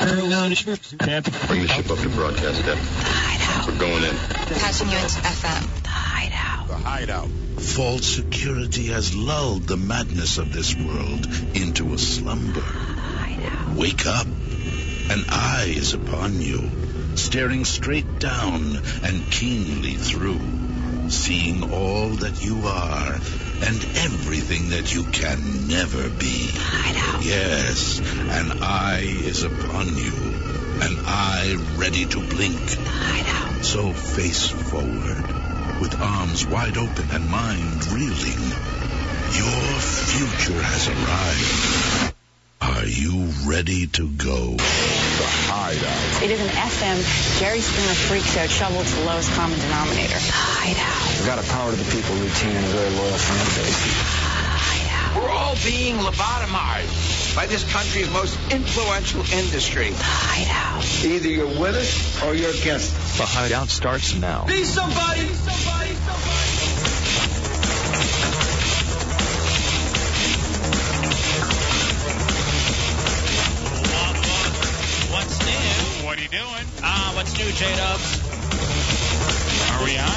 We're going to ship Bring the ship up to broadcast depth. We're going in. Continuance FM. The Hideout. The Hideout. False security has lulled the madness of this world into a slumber. Wake up. An eye is upon you, staring straight down and keenly through, seeing all that you are and everything that you can never be. Yes, an eye is upon you, an eye ready to blink. So face forward, with arms wide open and mind reeling. Your future has arrived. Are you ready to go? The Hideout. It is an FM Jerry Springer freak show shoveled to the lowest common denominator. The Hideout. We've got a power to the people routine and a very loyal fan base. We're all being lobotomized by this country's most influential industry. Either you're with us or you're against us. The Hideout starts now. Be somebody, somebody, somebody. What's new? What are you doing? Ah, what's new, J Dubs? Are we on?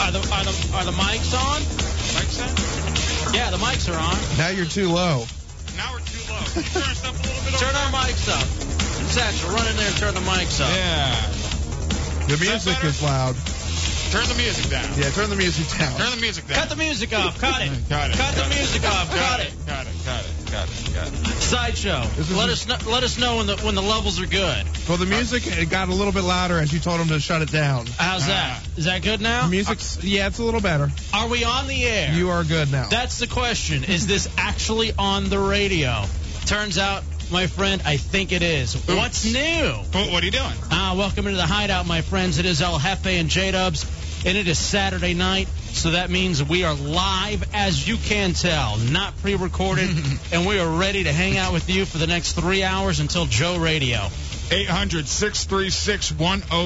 Are the are the are the mics on? Mics on? Yeah, the mics are on. Now you're too low. Now we're too low. Oh, Turn us up a little bit. Turn our mics up. Satchel, run in there and turn the mics up. Yeah. The music is loud. Turn the music down. Yeah, turn the music down. Turn the music down. Cut the music off. Cut it. cut it. Cut the music off. Cut it. Got it, got it, got it, got it. Sideshow. Let us know, let us know when the when the levels are good. Well, the music it got a little bit louder as you told him to shut it down. Uh, How's that? Is that good now? The music's yeah, it's a little better. Are we on the air? You are good now. That's the question. Is this actually on the radio? Turns out, my friend, I think it is. What's new? What, what are you doing? Ah, welcome into the hideout, my friends. It is El Jefe and J Dubs, and it is Saturday night, so that means we are live, as you can tell, not pre recorded, and we are ready to hang out with you for the next three hours until Joe Radio. 800 636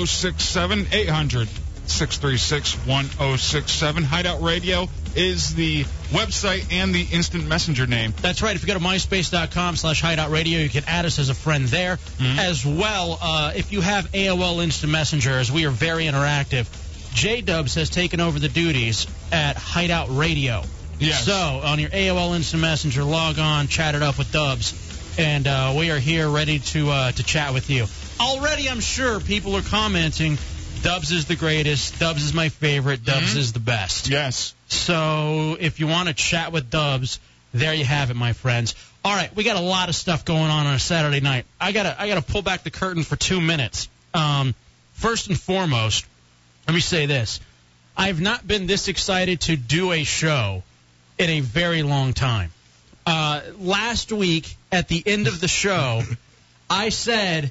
1067. 800 636 1067. Hideout Radio is the website and the instant messenger name. That's right. If you go to myspace.com slash hideout radio, you can add us as a friend there. As well, uh, if you have AOL Instant Messenger, as we are very interactive, J Dubs has taken over the duties at Hideout Radio. Yes. So on your AOL Instant Messenger, log on, chat it up with Dubs, and uh, we are here ready to uh, to chat with you. Already, I'm sure people are commenting. Dubs is the greatest. Dubs is my favorite. Dubs is the best. Yes. So if you want to chat with Dubs, there you have it, my friends. All right, we got a lot of stuff going on on a Saturday night. I gotta I gotta pull back the curtain for two minutes. Um, first and foremost, let me say this: I've not been this excited to do a show in a very long time. Uh, last week at the end of the show, I said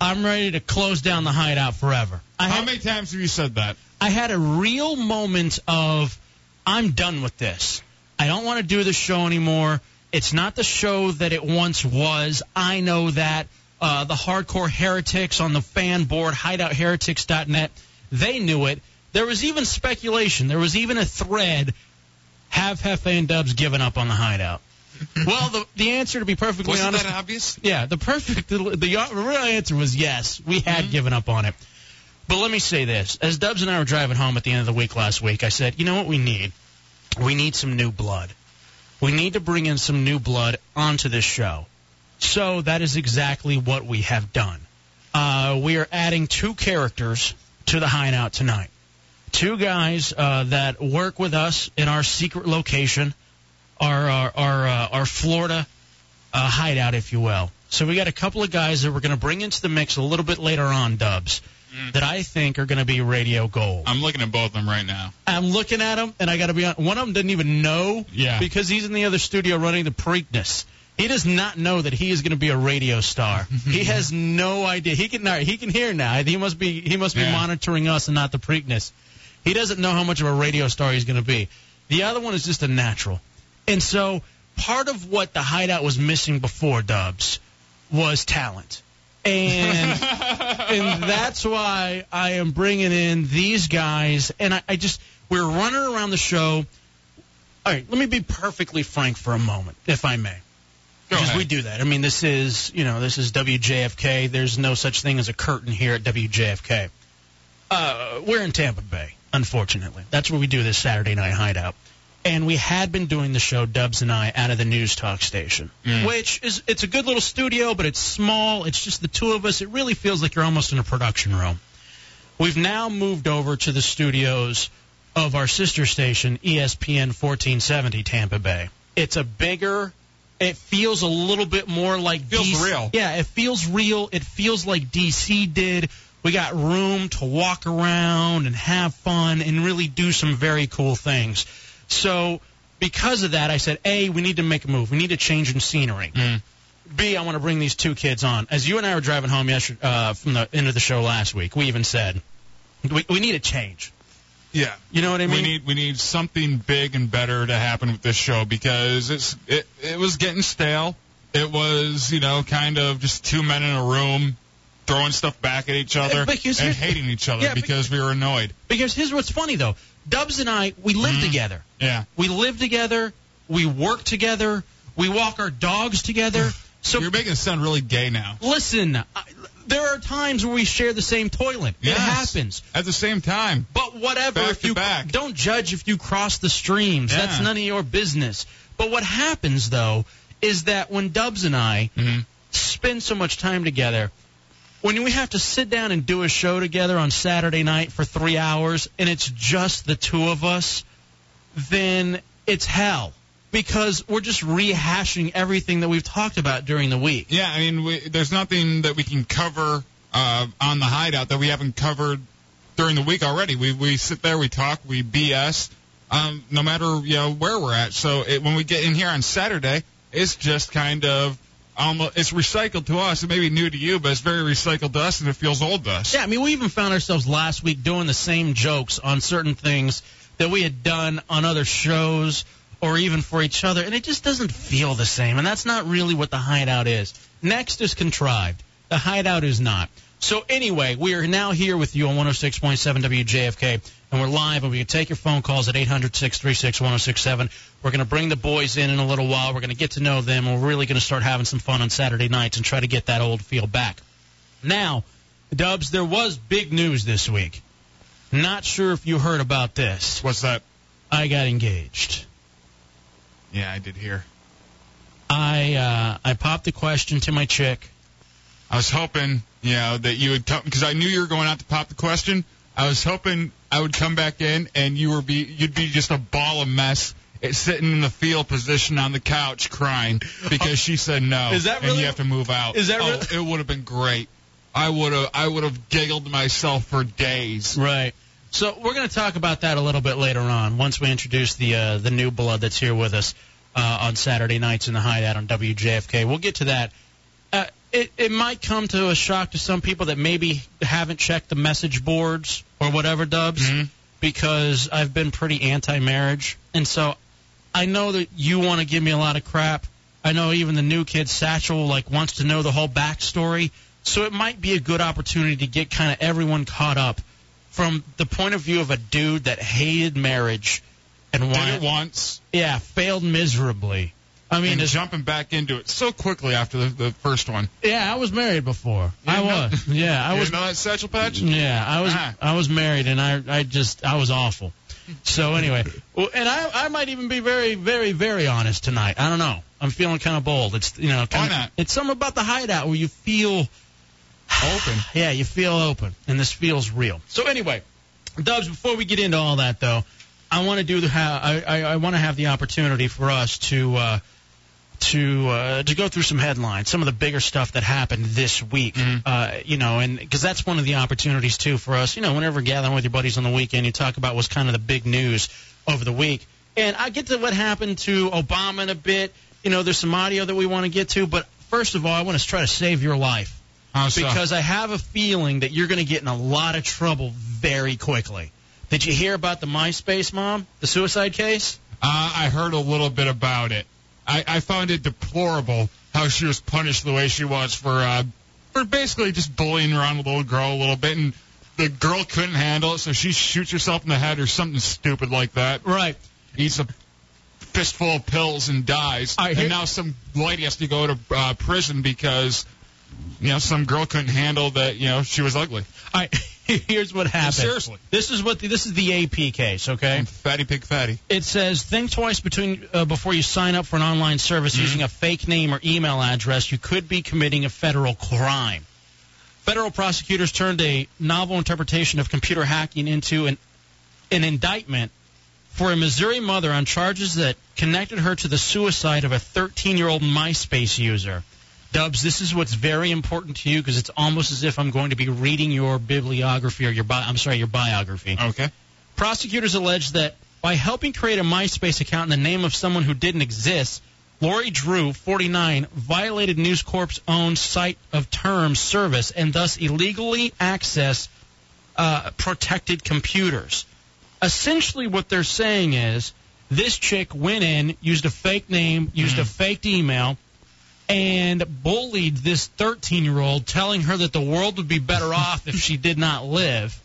I'm ready to close down the hideout forever. I How many times have you said that? I had a real moment of I'm done with this. I don't want to do this show anymore. It's not the show that it once was. I know that. Uh, the hardcore heretics on the fan board, hideoutheretics.net, they knew it. There was even speculation. There was even a thread. Have Hefe and Dubs given up on the hideout? Well, the, the answer, to be perfectly Wasn't honest, that obvious? yeah, the perfect, the, the real answer was yes. We had Mm-hmm. given up on it. But let me say this. As Dubs and I were driving home at the end of the week last week, I said, you know what we need? We need some new blood. We need to bring in some new blood onto this show. So that is exactly what we have done. Uh, we are adding two characters to the hideout tonight. Two guys uh, that work with us in our secret location, our our our, uh, our Florida uh, hideout, if you will. So we got a couple of guys that we're going to bring into the mix a little bit later on, Dubs, that I think are going to be radio gold. I'm looking at both of them right now. I'm looking at him, and I got to be honest. One of them doesn't even know Yeah. because he's in the other studio running the Preakness. He does not know that he is going to be a radio star. he has no idea. He can now, he can hear now. He must be he must be Yeah. monitoring us and not the Preakness. He doesn't know how much of a radio star he's going to be. The other one is just a natural. And so part of what the hideout was missing before Dubs was talent. And and that's why I am bringing in these guys. And I, I just we're running around the show. All right, let me be perfectly frank for a moment, if I may. because we do that. I mean, this is you know this is WJFK. There's no such thing as a curtain here at WJFK. Uh, we're in Tampa Bay, unfortunately. That's where we do this Saturday night hideout. And we had been doing the show Dubs and I out of the news talk station, Mm. which is it's a good little studio, but it's small. It's just the two of us. It really feels like you're almost in a production room. We've now moved over to the studios of our sister station, E ESPN 1470 Tampa Bay. It's a bigger. It feels a little bit more like Feels DC. real. Yeah, it feels real. It feels like DC did. We got room to walk around and have fun and really do some very cool things. So because of that, I said, A, we need to make a move. We need to change in scenery. B, I want to bring these two kids on. As you and I were driving home yesterday uh, from the end of the show last week, we even said we, we need a change. Yeah, you know what I mean. We need we need something big and better to happen with this show because it's it it was getting stale. It was you know kind of just two men in a room throwing stuff back at each other But here's- and hating each other Yeah, but- because we were annoyed. Because here's what's funny though, Dubs and I, we live together. Yeah. We live together. We work together. We walk our dogs together. So You're making it sound really gay now. listen, I, there are times where we share the same toilet. It Yes. happens. At the same time. But whatever, Back if to you back. don't judge if you cross the streams. Yeah. That's none of your business. But what happens though is that when Dubs and I Mm-hmm. spend so much time together, when we have to sit down and do a show together on Saturday night for three hours, and it's just the two of us, then it's hell because we're just rehashing everything that we've talked about during the week. Yeah, I mean, we, there's nothing that we can cover uh, on the hideout that we haven't covered during the week already. We we sit there, we talk, we BS, um, no matter you know where we're at. So it, when we get in here on Saturday, it's just kind of almost it's recycled to us. It may be new to you, but it's very recycled to us, and it feels old to us. Yeah, I mean, we even found ourselves last week doing the same jokes on certain things that we had done on other shows or even for each other, and it just doesn't feel the same. And that's not really what the hideout is. Next is contrived. The hideout is not. So anyway, we are now here with you on 106.7 WJFK, and we're live, and we can take your phone calls at 800-636-1067. We're going to bring the boys in in a little while. We're going to get to know them. and We're really going to start having some fun on Saturday nights and try to get that old feel back. Now, Dubs, there was big news this week. Not sure if you heard about this. What's that? I got engaged. Yeah, I did hear. I uh, I popped the question to my chick. I was hoping, you know, that you would come because I knew you were going out to pop the question. I was hoping I would come back in and you were be you'd be just a ball of mess, eh, sitting in the field position on the couch crying because she said no. Is that And really- you have to move out. is that oh, really- It would have been great. I would have I would have giggled myself for days. Right. So we're going to talk about that a little bit later on once we introduce the uh, the new blood that's here with us uh, on Saturday nights in the hideout on WJFK. We'll get to that. Uh, it it might come to a shock to some people that maybe haven't checked the message boards or whatever Dubs because I've been pretty anti-marriage and so I know that you want to give me a lot of crap. I know even the new kid Satchel like wants to know the whole backstory. So it might be a good opportunity to get kind of everyone caught up from the point of view of a dude that hated marriage and Did it wanted, once yeah, failed miserably. I mean, and it's- jumping back into it so quickly after the, the first one. yeah, I was married before. I didn't know- was, yeah, I You was know that satchel patch? Yeah, I was Ah. I was married and I I just I was awful. So anyway, well, and I I might even be very very very honest tonight. I don't know. I'm feeling kind of bold. It's you know kinda, not? It's something about the hideout where you feel Open. yeah you feel open and this feels real. So anyway, Dubs, before we get into all that though, I want to do the ha- I I, I want to have the opportunity for us to. uh to uh, to go through some headlines, some of the bigger stuff that happened this week. Uh, you know, and because that's one of the opportunities too for us. You know, whenever gathering with your buddies on the weekend, you talk about what's kind of the big news over the week. And I get to what happened to Obama in a bit. You know, there's some audio that we want to get to, but first of all, I want to try to save your life How so? because I have a feeling that you're going to get in a lot of trouble very quickly. Did you hear about the MySpace mom, the suicide case? Uh, I heard a little bit about it. I, I found it deplorable how she was punished the way she was for uh, for basically just bullying around a little girl a little bit, and the girl couldn't handle it, so she shoots herself in the head or something stupid like that. Right. Eats a fistful of pills and dies. All right, here- and now some lady has to go to uh, prison because you know some girl couldn't handle that. You know she was ugly. All right, here's what happened. Seriously. this is what the, this is the AP case. Okay, fatty pig fatty. It says think twice between uh, before you sign up for an online service Mm-hmm. using a fake name or email address. You could be committing a federal crime. Federal prosecutors turned a novel interpretation of computer hacking into an an indictment for a Missouri mother on charges that connected her to the suicide of a 13-year-old MySpace user. Dubs, this is what's very important to you because it's almost as if I'm going to be reading your bibliography or your bi- I'm sorry, your biography. Okay. Prosecutors allege that by helping create a MySpace account in the name of someone who didn't exist, Lori Drew, 49, violated News Corp's own site of terms service and thus illegally accessed uh, protected computers. Essentially, what they're saying is this chick went in, used a fake name, used a faked email, and bullied this 13 year old, telling her that the world would be better off if she did not live.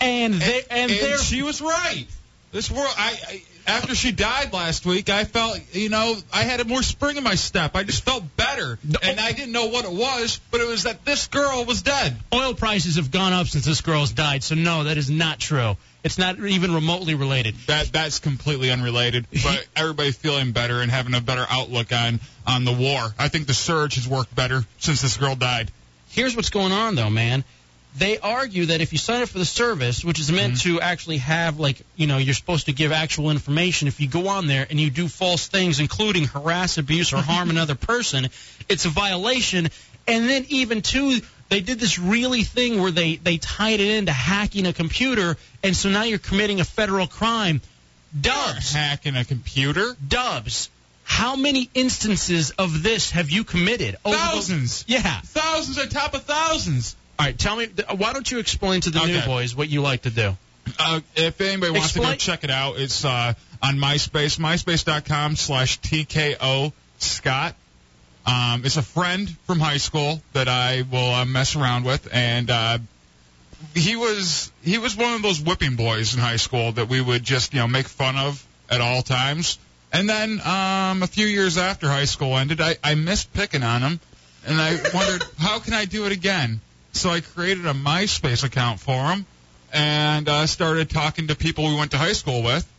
And they and, they're she was right. This world, I, I after she died last week, I felt you know I had a more spring in my step. I just felt better, and I didn't know what it was, but it was that this girl was dead. oil prices have gone up since this girl's died. So no, that is not true. It's not even remotely related. That that's completely unrelated, but everybody feeling better and having a better outlook on on the war. I think the surge has worked better since this girl died. Here's what's going on though, man. They argue that if you sign up for the service, which is meant to actually have like, you know, you're supposed to give actual information, if you go on there and you do false things including harass, abuse or harm another person, it's a violation. And then even too they did this really thing where they they tied it into hacking a computer and so now you're committing a federal crime. Dubs. Hacking a computer, Dubs, how many instances of this have you committed? over the- thousands, yeah. thousands on top of thousands. All right, tell me. th- Why don't you explain to the new Okay. boys what you like to do? Uh, if anybody wants to go Explain- check it out, it's uh, on MySpace, myspace.com slash TKO Scott. Um, it's a friend from high school that I will uh, mess around with, and uh, he was he was one of those whipping boys in high school that we would just you know make fun of at all times. And then um, a few years after high school ended, I, I missed picking on him, and I wondered how can I do it again. So I created a MySpace account for him and uh, started talking to people we went to high school with,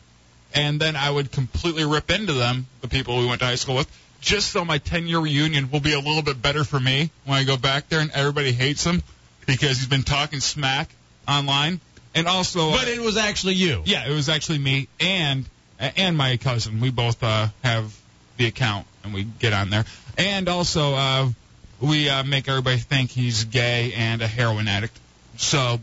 and then I would completely rip into them, the people we went to high school with, just so my 10-year reunion will be a little bit better for me when I go back there and everybody hates him because he's been talking smack online, and also, uh, But it was actually you. yeah, it was actually me and and my cousin. We both uh, have the account and we get on there, and also uh, we uh, make everybody think he's gay and a heroin addict. So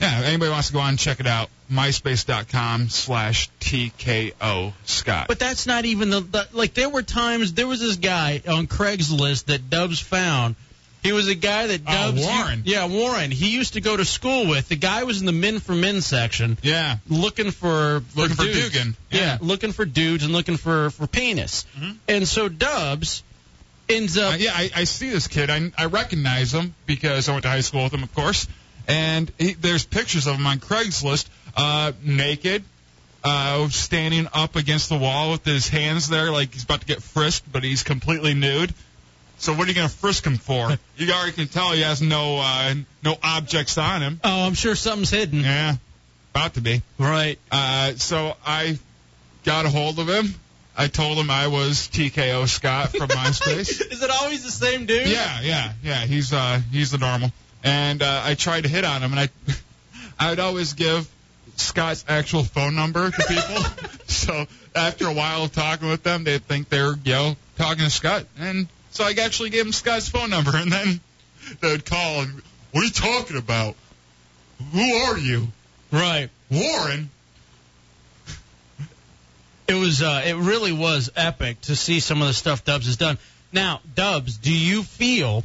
yeah, if anybody wants to go on and check it out, myspace.com slash TKO Scott. But that's not even the, the like. There were times there was this guy on Craigslist that Dubs found. He was a guy that Oh, Dubs. Warren. yeah, Uh, Warren. He used to go to school with. The guy was in the men for men section, yeah, looking for looking for dudes. Dugan. Yeah. Mm-hmm. looking for dudes and looking for for penis. And so Dubs ends up. Uh, yeah, I, I see this kid. I, I recognize him because I went to high school with him, of course. And he, there's pictures of him on Craigslist, uh, naked, uh, standing up against the wall with his hands there, like he's about to get frisked, but he's completely nude. So what are you gonna frisk him for? you already can tell he has no uh, no objects on him. oh, I'm sure something's hidden. Yeah, about to be. Right. Uh, so I got a hold of him. I told him I was TKO Scott from MySpace. Is it always the same dude? Yeah, yeah, yeah. He's uh he's the normal. And uh, I tried to hit on him, and I I would always give Scott's actual phone number to people. so after a while of talking with them, they'd think they're you know talking to Scott, and so I actually gave him Scott's phone number, and then they'd call and what are you talking about? Who are you, Right. Warren? It was. Uh, it really was epic to see some of the stuff Dubs has done. Now, Dubs, do you feel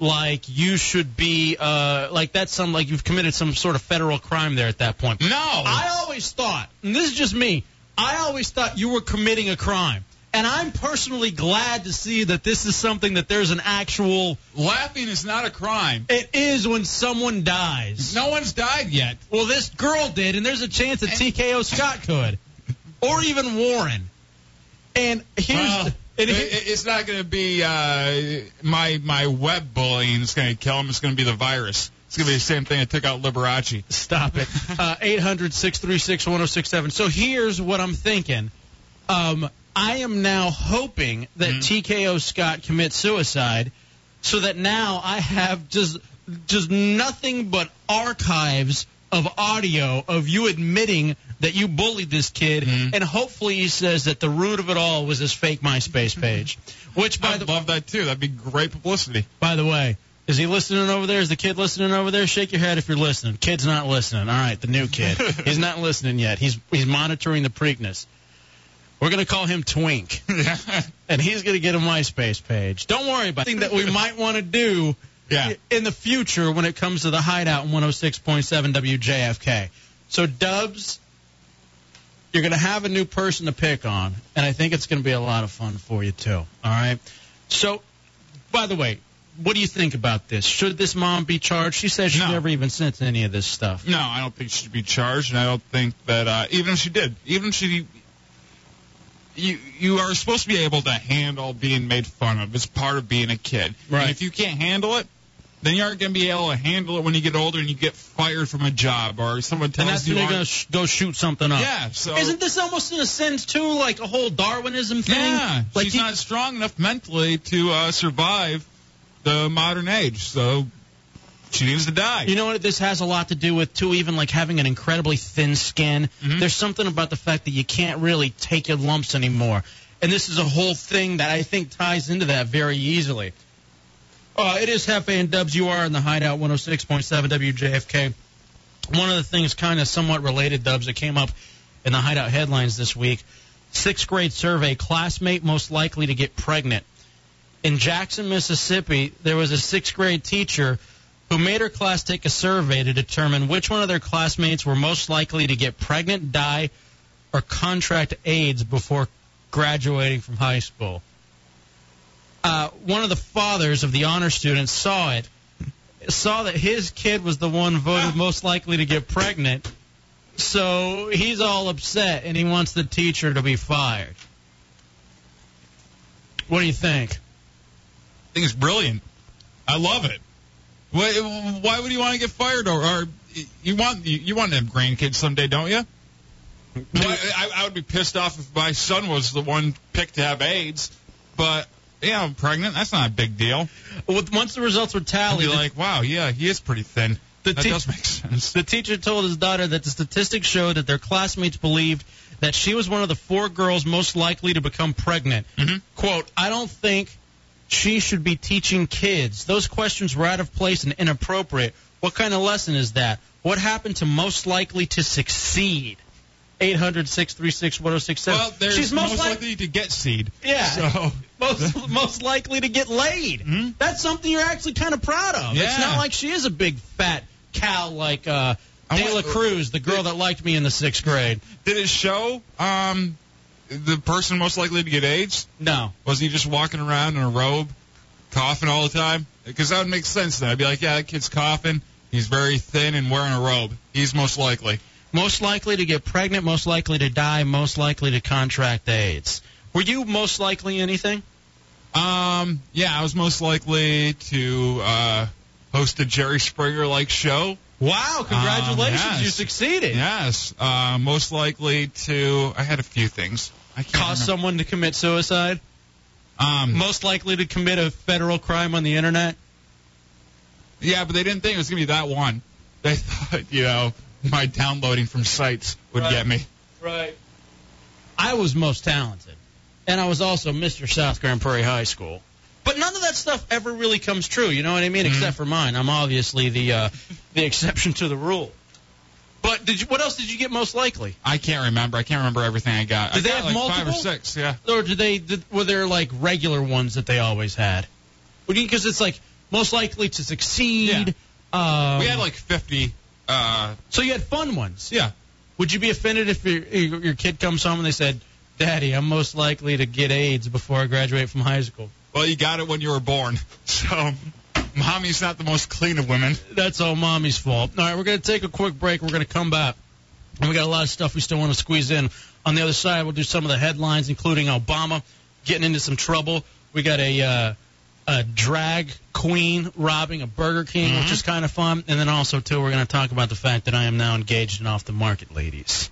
like you should be uh, like that's some like you've committed some sort of federal crime there at that point? No, I always thought, and this is just me, I always thought you were committing a crime. And I'm personally glad to see that this is something that there's an actual. laughing is not a crime. It is when someone dies. No one's died yet. Well, this girl did, and there's a chance that TKO Scott could. or even Warren. And here's Well, and it- here- it- it's not going to be uh, my my web bullying is going to kill him. It's going to be the virus. It's going to be the same thing that took out Liberace. Stop it. Uh, 800-636-1067. So here's what I'm thinking. Um, I am now hoping that TKO Scott commits suicide so that now I have just just nothing but archives of audio of you admitting that you bullied this kid and hopefully he says that the root of it all was this fake MySpace page. Which by I'd the love that too. That'd be great publicity. by the way, is he listening over there? Is the kid listening over there? Shake your head if you're listening. Kid's not listening. All right, the new kid. he's not listening yet. He's he's monitoring the Preakness. We're gonna call him Twink, and he's gonna get a MySpace page. Don't worry about it. Thing that we might want to do Yeah. in the future when it comes to the Hideout oh and 106.7 WJFK. So Dubs, you're gonna have a new person to pick on, and I think it's gonna be a lot of fun for you too. All right. So, by the way, what do you think about this? Should this mom be charged? She says she No. never even sent any of this stuff. No, I don't think she should be charged, and I don't think that uh, even if she did, even if she, you you are supposed to be able to handle being made fun of. It's part of being a kid. Right. And if you can't handle it, then you aren't going to be able to handle it when you get older and you get fired from a job or someone tells And that's you. when they're aren't- gonna sh- go shoot something up. yeah. So Isn't this almost in a sense too like a whole Darwinism thing? Yeah, Like she's he- not strong enough mentally to uh, survive the modern age, so she needs to die. You know what this has a lot to do with too, even like having an incredibly thin skin. There's something about the fact that you can't really take your lumps anymore. And this is a whole thing that I think ties into that very easily. Uh, it is Hefe and Dubs. You are in the Hideout 106.7 WJFK. One of the things kind of somewhat related, Dubs, that came up in the Hideout headlines this week. Sixth grade survey, classmate most likely to get pregnant. In Jackson, Mississippi, there was a sixth grade teacher who made her class take a survey to determine which one of their classmates were most likely to get pregnant, die, or contract AIDS before graduating from high school. Uh, one of the fathers of the honor students saw it, saw that his kid was the one voted most likely to get pregnant, so he's all upset and he wants the teacher to be fired. What do you think? I think it's brilliant. I love it. Why, why would you want to get fired? Or, or you want you, you want to have grandkids someday, don't you? I, I would be pissed off if my son was the one picked to have AIDS, but yeah, I'm pregnant. That's not a big deal. With- Once the results were I'd tallied, be the- like, wow, yeah, he is pretty thin. the That teacher. does make sense. The teacher told his daughter that the statistics showed that their classmates believed that she was one of the four girls most likely to become pregnant. Mhm. Quote, I don't think she should be teaching kids. Those questions were out of place and inappropriate. What kind of lesson is that? What happened to most likely to succeed? 800 636 Well, there's oh She's most, most, likely. likely to get seed. Yeah. So. most most likely to get laid. Mhm. That's something you're actually kind of proud of. It's Yeah. not like she is a big fat cow like uh, I De La want- Cruz, the girl that liked me in the sixth grade. Did it show um, the person most likely to get AIDS? No, Was he just walking around in a robe, coughing all the time? Because that would make sense then. I'd be like, yeah, that kid's coughing. He's very thin and wearing a robe. He's most likely. most likely to get pregnant, most likely to die, most likely to contract AIDS. Were you most likely anything? Um, yeah, I was most likely to uh, host a Jerry Springer like show. Wow! Congratulations, Um, yes. you succeeded. Yes. Uh, most likely to. I had a few things. I can't Caused remember. someone to commit suicide. Um, Most likely to commit a federal crime on the internet. Yeah, but they didn't think it was gonna be that one. They thought, you know, my downloading from sites would Right. get me. Right. I was most talented, and I was also Mr. South Grand Prairie High School. But none of that stuff ever really comes true. You know what I mean? Mhm. Except for mine. I'm obviously the uh, the exception to the rule. But did you, what else did you get most likely? I can't remember. I can't remember everything I got. I Did they got have like five or multiple? six? Yeah. Or did they did, were there like regular ones that they always had? Because it's like most likely to succeed. Um, we had like 50. Uh, so you had fun ones. yeah. Would you be offended if your, your your kid comes home and they said, "Daddy, I'm most likely to get AIDS before I graduate from high school"? Well, you got it when you were born. So, mommy's not the most clean of women. That's all mommy's fault. All right, we're going to take a quick break. We're going to come back. And we got a lot of stuff we still want to squeeze in. On the other side, we'll do some of the headlines, including Obama getting into some trouble. We got a uh, a drag queen robbing a Burger King, Mm-hmm. which is kind of fun. And then also too, we're going to talk about the fact that I am now engaged and off the market, ladies.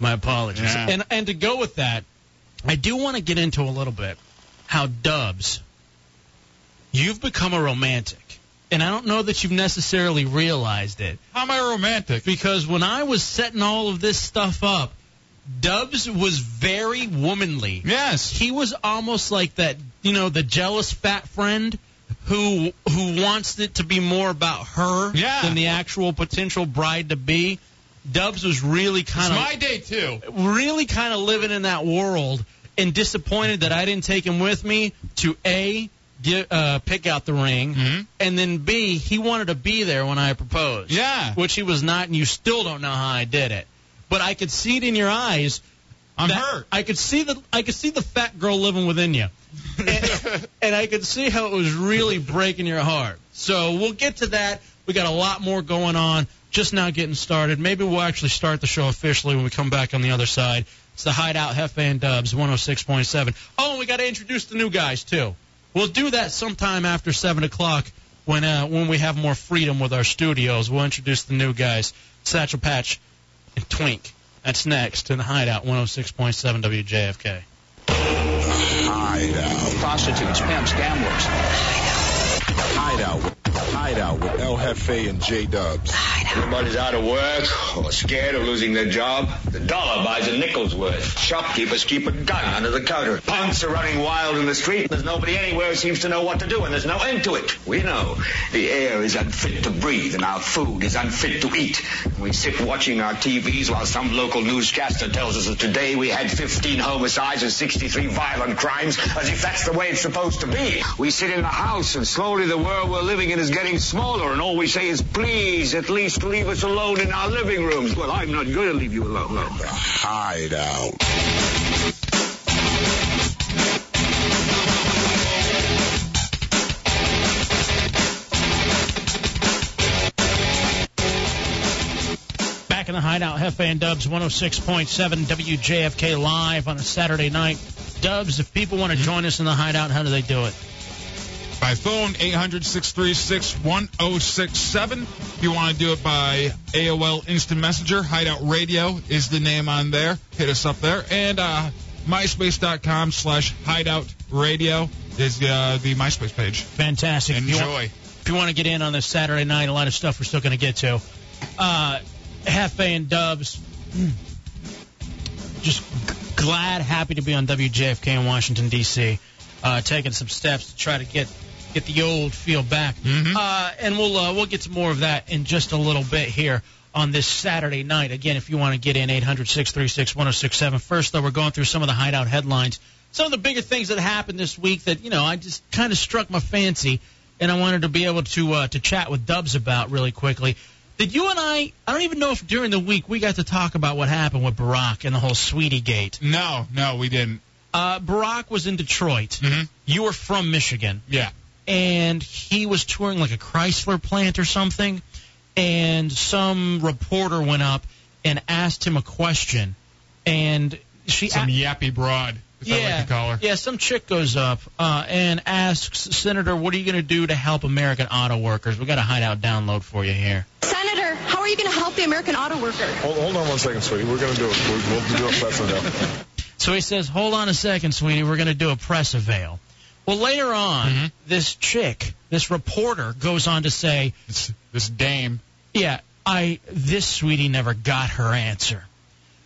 My apologies. Yeah. And and to go with that, I do want to get into a little bit how Dubs, you've become a romantic. And I don't know that you've necessarily realized it. How am I romantic? Because when I was setting all of this stuff up, Dubs was very womanly. Yes. He was almost like that, you know, the jealous fat friend who who wants it to be more about her Yeah. than the actual potential bride to be. Dubs was really kind of it's my day too. really kind of living in that world and disappointed that I didn't take him with me to a get, uh, pick out the ring Mm-hmm. and then b he wanted to be there when I proposed. Yeah. which he was not, and you still don't know how I did it. But I could see it in your eyes. I'm that- hurt. I could see the I could see the fat girl living within you, and, and I could see how it was really breaking your heart. So we'll get to that. We got a lot more going on. Just now getting started. Maybe we'll actually start the show officially when we come back on the other side. It's the Hideout Hefe and Dubs 106.7. Oh, and we got to introduce the new guys too. We'll do that sometime after seven o'clock when uh, when we have more freedom with our studios. We'll introduce the new guys, Satchel Patch and Twink. That's next in the Hideout 106.7 WJFK. Hideout. Prostitutes, pimps, gamblers. Hideout. Hideout with El Jefe and J Dubs. Everybody's out of work or scared of losing their job. The dollar buys a nickel's worth. Shopkeepers keep a gun under the counter. Punks are running wild in the street. There's nobody anywhere who seems to know what to do, and there's no end to it. We know the air is unfit to breathe, and our food is unfit to eat. We sit watching our TVs while some local newscaster tells us that today we had 15 homicides and 63 violent crimes, as if that's the way it's supposed to be. We sit in the house, and slowly the world we're living in is getting smaller, and all we say is, please, at least leave us alone in our living rooms. Well, I'm not going to leave you alone. Hideout. Back in the hideout, Hefe and Dubs 106.7 WJFK live on a Saturday night. Dubs, if people want to join us in the hideout, how do they do it? By phone, 800-636-1067. If you want to do it by AOL Instant Messenger, Hideout Radio is the name on there. Hit us up there. And uh, myspace.com slash hideout radio is uh, the MySpace page. Fantastic. If you want- Enjoy. if you want to get in on this Saturday night, a lot of stuff we're still going to get to. Uh, Hefe and Dubs, just g- glad, happy to be on WJFK in Washington D.C. Uh, taking some steps to try to get get the old feel back, uh, and we'll uh, we'll get to more of that in just a little bit here on this Saturday night. Again, if you want to get in, 800-636-1067. First, though, we're going through some of the hideout headlines, some of the bigger things that happened this week that you know I just kind of struck my fancy and I wanted to be able to uh, to chat with Dubs about really quickly. Did you and I? I don't even know if during the week we got to talk about what happened with Barack and the whole Sweetie Gate. No, Oh, no, we didn't. Uh, Barack was in Detroit. Mhm. You were from Michigan, Yeah. and he was touring like a Chrysler plant or something. And some reporter went up and asked him a question, and she Some yappy broad. Is that what you call her? yeah, some chick goes up uh, and asks Senator, "What are you going to do to help American auto workers?" We got a hideout download for you here. Senator, how are you going to help the American auto worker? Hold, hold on one second, sweetie. We're going to do it. We'll, we'll do a press avail. So he says, "Hold on a second, sweetie. We're going to do a press avail." Well, later on, Mm-hmm. this chick, this reporter, goes on to say, This, this dame. "Yeah, I this sweetie never got her answer."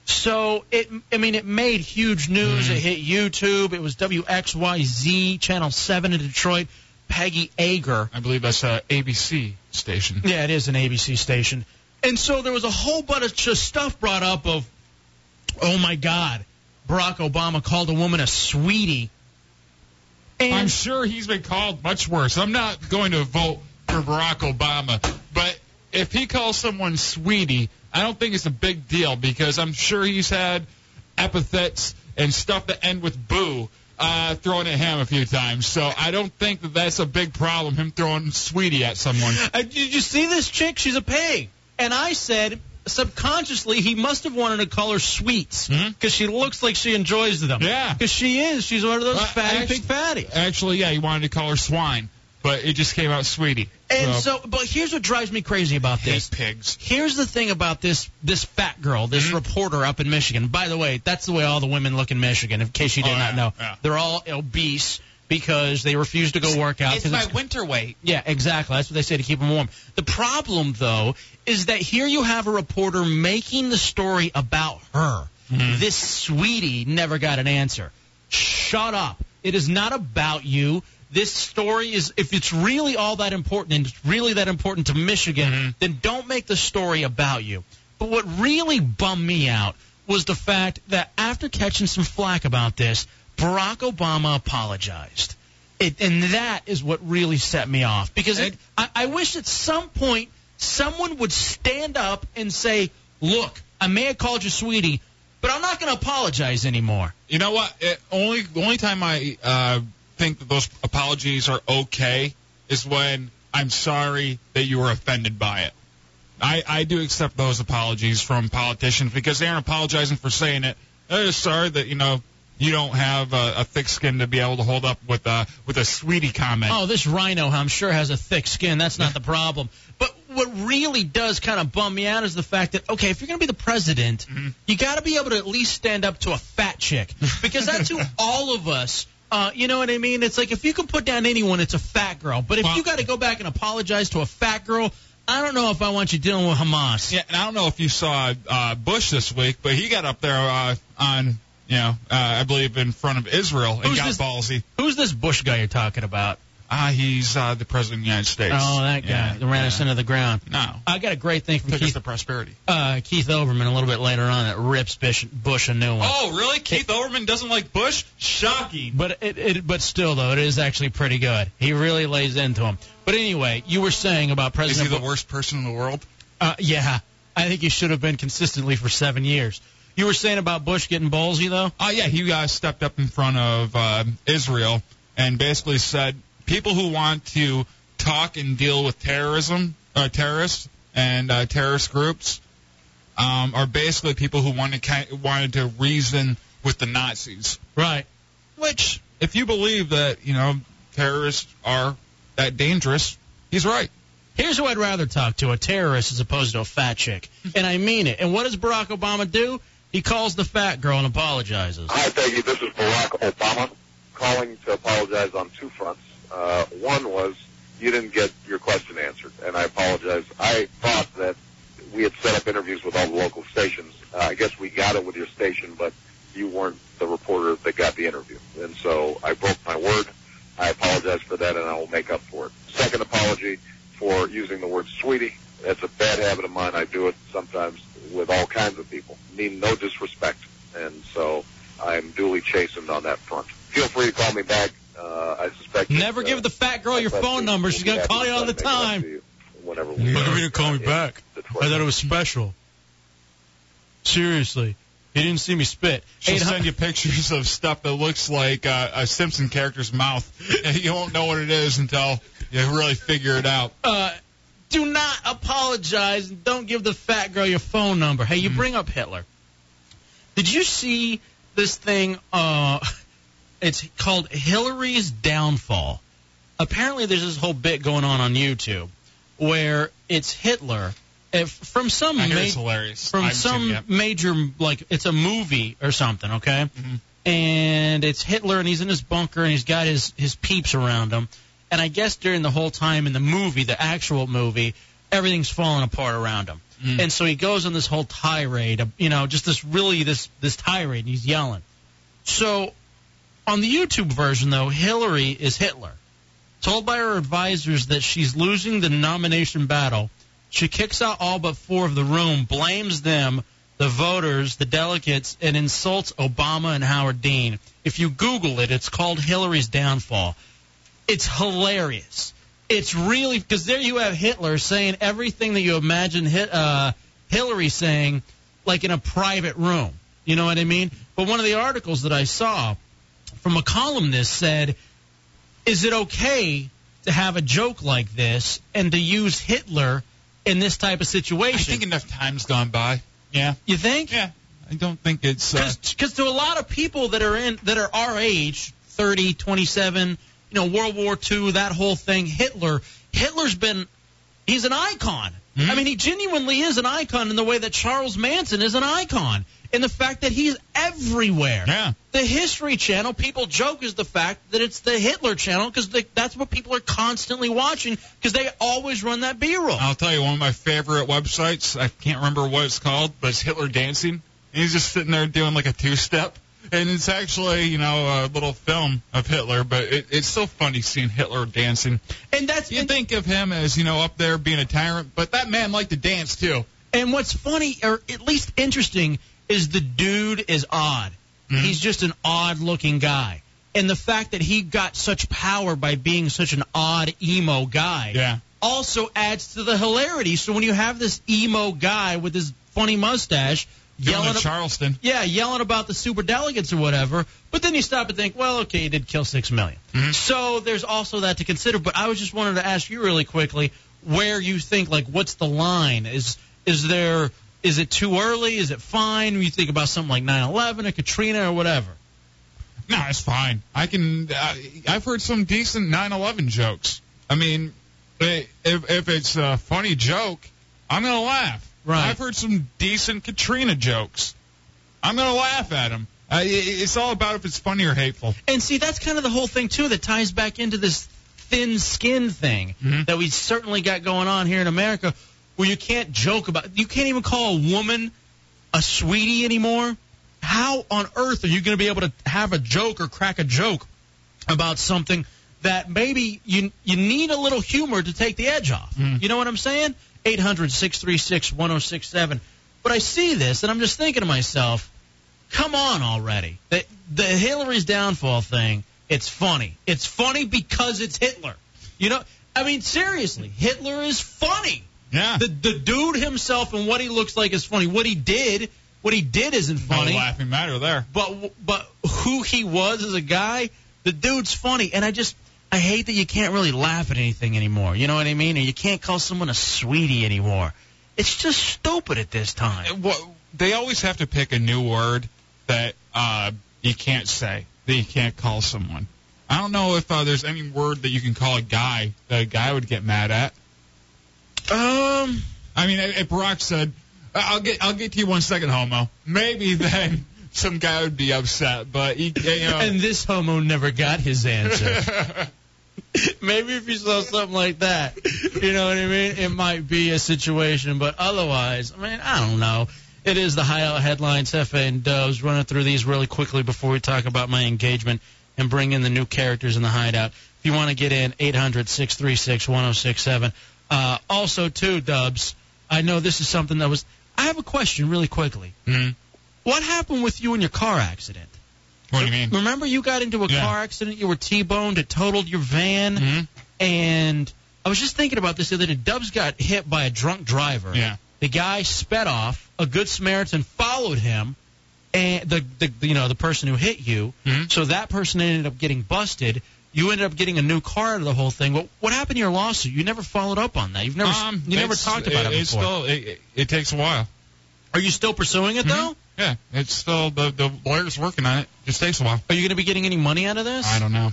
So it, I mean, it made huge news. Mm-hmm. It hit YouTube. It was WXYZ Channel Seven in Detroit. Peggy Ager. I believe that's uh, a ABC station. Yeah, it is an ABC station. And so there was a whole bunch of stuff brought up of, oh my God, Barack Obama called a woman a sweetie. And I'm sure he's been called much worse. I'm not going to vote for Barack Obama, but if he calls someone sweetie, I don't think it's a big deal because I'm sure he's had epithets and stuff that end with boo uh, thrown at him a few times. So I don't think that that's a big problem, him throwing sweetie at someone. Uh, did you see this chick? She's a pig. And I said, subconsciously he must have wanted to call her sweets because she looks like she enjoys them. Yeah. because she is. She's one of those Well, fatty actu- pig fatties. Uh, Actually, yeah, he wanted to call her swine, but it just came out sweetie. And so, but here's what drives me crazy about this. pigs. Here's the thing about this this fat girl, this reporter up in Michigan. By the way, that's the way all the women look in Michigan. In case you did Oh, not yeah, know, yeah. they're all obese because they refuse to go work out. It's 'cause my winter weight. yeah, exactly. That's what they say to keep them warm. The problem, though, is that here you have a reporter making the story about her. This sweetie never got an answer. Shut up. It is not about you. This story is, if it's really all that important and it's really that important to Michigan, then don't make the story about you. But what really bummed me out was the fact that after catching some flack about this, Barack Obama apologized. It, and that is what really set me off because it, I, I wish at some point someone would stand up and say, "Look, I may have called you sweetie, but I'm not going to apologize anymore." You know what? It, only the only time I uh, think that those apologies are okay is when I'm sorry that you were offended by it. I, I do accept those apologies from politicians because they aren't apologizing for saying it. They're just sorry that you know you don't have a, a thick skin to be able to hold up with a with a sweetie comment. Oh, this rhino, I'm sure, has a thick skin. That's not the problem. But what really does kind of bum me out is the fact that okay, if you're going to be the president, Mm-hmm. you got to be able to at least stand up to a fat chick because that's who all of us. Uh, you know what I mean? It's like if you can put down anyone, it's a fat girl. But if you got to go back and apologize to a fat girl, I don't know if I want you dealing with Hamas. Yeah, and I don't know if you saw uh, Bush this week, but he got up there uh, on, you know, uh, I believe in front of Israel and Who's got this- ballsy. Who's this Bush guy you're talking about? Ah, he's uh, the president of the United States. Oh, that guy Yeah, that ran us into the ground. No. I got a great thing from Took us Keith, to prosperity. uh, Keith Overman a little bit later on that rips Bish, Bush a new one. Oh, really? Keith Overman doesn't like Bush? Shocking. But it, it, but still though, it is actually pretty good. He really lays into him. But anyway, you were saying about Is President. he the Bu- worst person in the world? uh, yeah, I think he should have been consistently for seven years. You were saying about Bush getting ballsy though. Oh, yeah, he uh, stepped up in front of uh, Israel and basically said people who want to talk and deal with terrorism, uh, terrorists, and uh, terrorist groups um, are basically people who wanted, ki- wanted to reason with the Nazis. Right. Which, if you believe that, you know, terrorists are that dangerous, he's right. Here's who I'd rather talk to: a terrorist as opposed to a fat chick, and I mean it. And what does Barack Obama do? He calls the fat girl and apologizes. Hi, Peggy. This is Barack Obama calling to apologize on two fronts. Uh, one was you didn't get your question answered, and I apologize. I thought that we had set up interviews with all the local stations. Uh, I guess we got it with your station, but you weren't the reporter that got the interview. And so I broke my word. I apologize for that, and I will make up for it. Second apology for using the word sweetie. That's a bad habit of mine. I do it sometimes with all kinds of people. Mean no disrespect. And so I'm duly chastened on that front. Feel free to call me back. Uh, I suspect uh, Never give the fat girl your phone number. She's gonna call you all the time. whenever we Never didn't call me back. I thought it was special. Seriously, he didn't see me spit. She'll send you pictures of stuff that looks like uh, a Simpson character's mouth, and you won't know what it is until you really figure it out. uh, do not apologize and don't give the fat girl your phone number. Hey, you Mm-hmm. bring up Hitler. Did you see this thing? Uh, it's called Hillary's Downfall. Apparently, there's this whole bit going on on YouTube where it's Hitler if, from some I hear ma- it's hilarious. I from haven't seen it some yet. major like it's a movie or something, okay? And it's Hitler and he's in his bunker and he's got his his peeps around him. And I guess during the whole time in the movie, the actual movie, everything's falling apart around him. And so he goes on this whole tirade, of, you know, just this really this this tirade. And he's yelling. So on the YouTube version though, Hillary is Hitler. Told by her advisors that she's losing the nomination battle, she kicks out all but four of the room, blames them, the voters, the delegates, and insults Obama and Howard Dean. If you Google it, it's called Hillary's Downfall. It's hilarious. It's really because there you have Hitler saying everything that you imagine hit, uh, Hillary saying, like in a private room. You know what I mean? But one of the articles that I saw from a columnist said, "Is it okay to have a joke like this and to use Hitler in this type of situation. I think enough time's gone by. Yeah. You think? Yeah. I don't think it's uh, because to a lot of people that are in that are our age, 30, 27, you know, World War II, that whole thing, Hitler. Hitler's been he's an icon. Hmm? Mm-hmm. I mean, he genuinely is an icon in the way that Charles Manson is an icon. In the fact that he's everywhere. Yeah. The History Channel, people joke, is the fact that it's the Hitler Channel because that's what people are constantly watching because they always run that B-roll. I'll tell you, one of my favorite websites, I can't remember what it's called, but it's Hitler Dancing. And he's just sitting there doing like a two-step. And it's actually, you know, a little film of Hitler, but it, it's so funny seeing Hitler dancing. And that's you and, think of him as, you know, up there being a tyrant, but that man liked to dance too. And what's funny, or at least interesting, is the dude is odd. Mm-hmm. He's just an odd-looking guy, and the fact that he got such power by being such an odd emo guy yeah. also adds to the hilarity. So when you have this emo guy with his funny mustache yelling Charleston. Yeah, yelling about the super delegates or whatever. But then you stop and think, well, okay, he did kill 6 million. Mm-hmm. So there's also that to consider. But I was just wanted to ask you really quickly where you think like what's the line? Is is there is it too early? Is it fine? When you think about something like 9/11 or Katrina or whatever. No, it's fine. I can. Uh, I've heard some decent 9/11 jokes. I mean, if if it's a funny joke, I'm gonna laugh. Right. I've heard some decent Katrina jokes. I'm gonna laugh at them. Uh, it's all about if it's funny or hateful. And see, that's kind of the whole thing too that ties back into this thin skin thing mm-hmm. that we certainly got going on here in America, where you can't joke about, you can't even call a woman a sweetie anymore. How on earth are you going to be able to have a joke or crack a joke about something that maybe you you need a little humor to take the edge off? Mm-hmm. You know what I'm saying? 800-636-1067. But I see this and I'm just thinking to myself, come on already. The, the Hillary's downfall thing, it's funny. It's funny because it's Hitler. You know, I mean seriously, Hitler is funny. Yeah. The the dude himself and what he looks like is funny. What he did, what he did isn't funny. No laughing matter there. But but who he was as a guy, the dude's funny and I just I hate that you can't really laugh at anything anymore. You know what I mean? Or you can't call someone a sweetie anymore. It's just stupid at this time. Uh, Well, they always have to pick a new word that uh, you can't say, that you can't call someone. I don't know if uh, there's any word that you can call a guy that a guy would get mad at. Um, I mean, if Brock said, "I'll get, I'll get to you one second, homo," maybe then. Some guy would be upset, but he, you know. and this homo never got his answer. Maybe if you saw something like that, you know what I mean? It might be a situation, but otherwise, I mean, I don't know. It is the high out headlines, Hefe and Doves, running through these really quickly before we talk about my engagement and bring in the new characters in the hideout. If you want to get in, 800 636 1067. Uh, Also, too, Dubs, I know this is something that was. I have a question really quickly. Mm-hmm. What happened with you in your car accident? What do you mean? Remember, you got into a yeah. car accident. You were T-boned. It totaled your van. Mm-hmm. And I was just thinking about this the other day. Dubs got hit by a drunk driver. Yeah. The guy sped off. A good Samaritan followed him, and the, the you know the person who hit you. Mm-hmm. So that person ended up getting busted. You ended up getting a new car out of the whole thing. What what happened to your lawsuit? You never followed up on that. You've never Um, you never it's- talked about it, it's before. Still, it, it takes a while. Mm-hmm. Are you still pursuing it though? Yeah, it's still the the lawyer's working on it. Just takes a while. Are you going to be getting any money out of this? I don't know.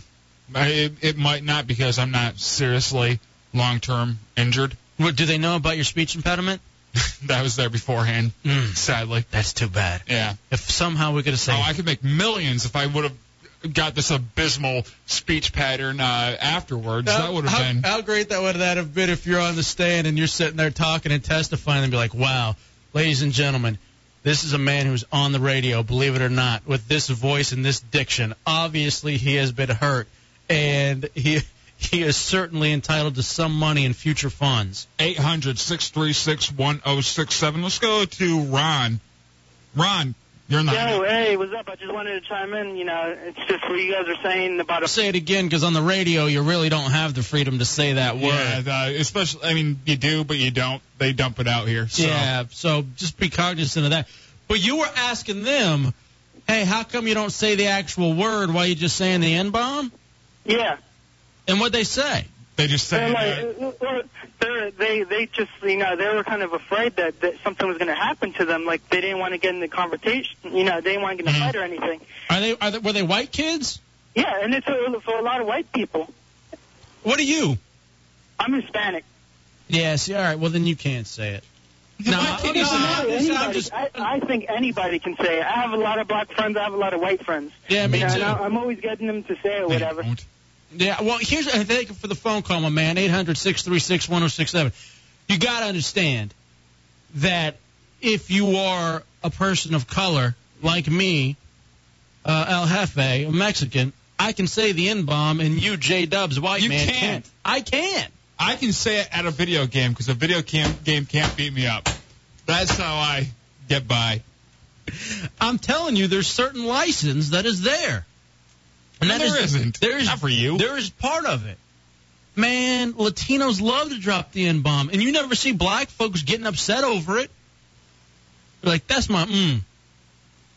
I, it, it might not because I'm not seriously long term injured. What, do they know about your speech impediment? that was there beforehand. Mm. Sadly. That's too bad. Yeah. If somehow we could have Oh, saved I could make millions if I would have got this abysmal speech pattern uh, afterwards. that would have Uh, how, been. How great that would that have been if you're on the stand and you're sitting there talking and testifying and be like, wow, ladies and gentlemen, this is a man who's on the radio, believe it or not, with this voice and this diction. Obviously, he has been hurt, and he he is certainly entitled to some money and future funds. 800 636 1067. Let's go to Ron. Ron, you're in the. Yo, hey, what's up? I just wanted to chime in. You know, it's just what you guys are saying about a. Say it again, because on the radio, you really don't have the freedom to say that word. Yeah, the, especially, I mean, you do, but you don't. They dump it out here. So. Yeah, so just be cognizant of that. But you were asking them, hey, how come you don't say the actual word while you're just saying the N bomb? Yeah. And what they say? They just uh, say And that. like, uh, well, they're, they they just you know they were kind of afraid that, that something was going to happen to them. Like they didn't want to get in the conversation. You know, they didn't want to get in a fight or anything. Mm-hmm. Are they, are they were they white kids? Yeah, and it's for, for a lot of white people. What are you? I'm Hispanic. Yeah. See, all right. Well, then you can't say it. No, I, I- no, no, I- I'm anybody, just- I'm just- I, I think anybody can say it. I have a lot of black friends. I have a lot of white friends. Yeah, me you know, too. And I, I'm always getting them to say it, whatever. Yeah, well, here's uh, thank you for the phone call, my man. Eight hundred six three six one zero six seven. You got to understand that if you are a person of color like me, uh, El Jefe, a Mexican, I can say the N bomb, and you, J Dubs, white You man, can't. I can. I can say it at a video game because a video cam- game can't beat me up. That's how I get by. I'm telling you, there's certain license that is there. And that There isn't. There is, Not for you. There is part of it. Man, Latinos love to drop the N bomb, and you never see black folks getting upset over it. They're like, that's my mm.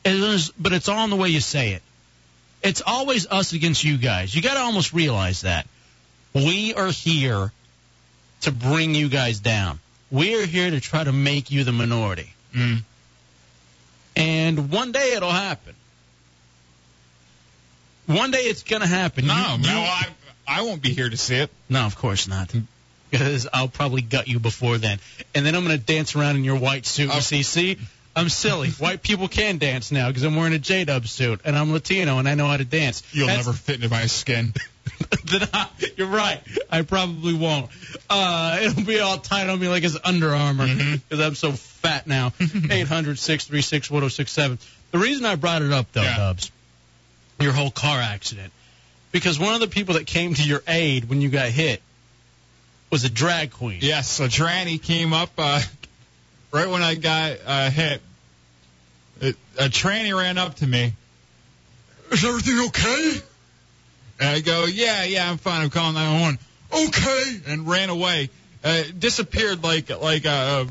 It is, but it's all in the way you say it. It's always us against you guys. You got to almost realize that. We are here to bring you guys down. We are here to try to make you the minority. Mm. And one day it'll happen. One day it's going to happen. No, no, I, I won't be here to see it. No, of course not. Because I'll probably gut you before then. And then I'm going to dance around in your white suit Oh. and see, see, I'm silly. white people can dance now because I'm wearing a J-Dub suit and I'm Latino and I know how to dance. You'll That's- never fit into my skin. then I, you're right. I probably won't. Uh, it'll be all tight on me like it's Under Armour Mm-hmm. because I'm so fat now. 800 636 1067. The reason I brought it up, though, Dubs, your whole car accident, because one of the people that came to your aid when you got hit was a drag queen. Yes, a tranny came up uh, right when I got uh, hit. It, a tranny ran up to me. Is everything okay? And I go, yeah, yeah, I'm fine. I'm calling 911. Okay, and ran away. Uh, disappeared like like a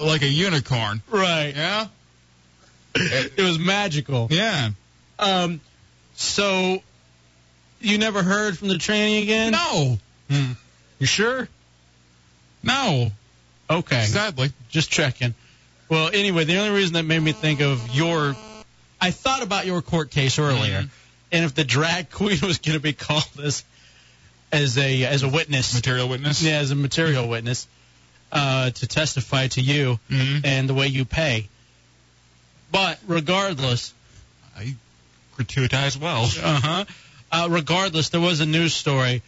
like a unicorn. Right. Yeah. It was magical. Yeah. Um, so you never heard from the tranny again? Hmm. No. You sure? No. Okay. Sadly. Just checking. Well, anyway, the only reason that made me think of your, I thought about your court case earlier, Mm-hmm. and if the drag queen was going to be called as, as a as a witness, material witness, yeah, as a material witness, uh, to testify to you Mm-hmm. and the way you pay. But regardless, I gratuitize well. Uh-huh. Uh Regardless, there was a news story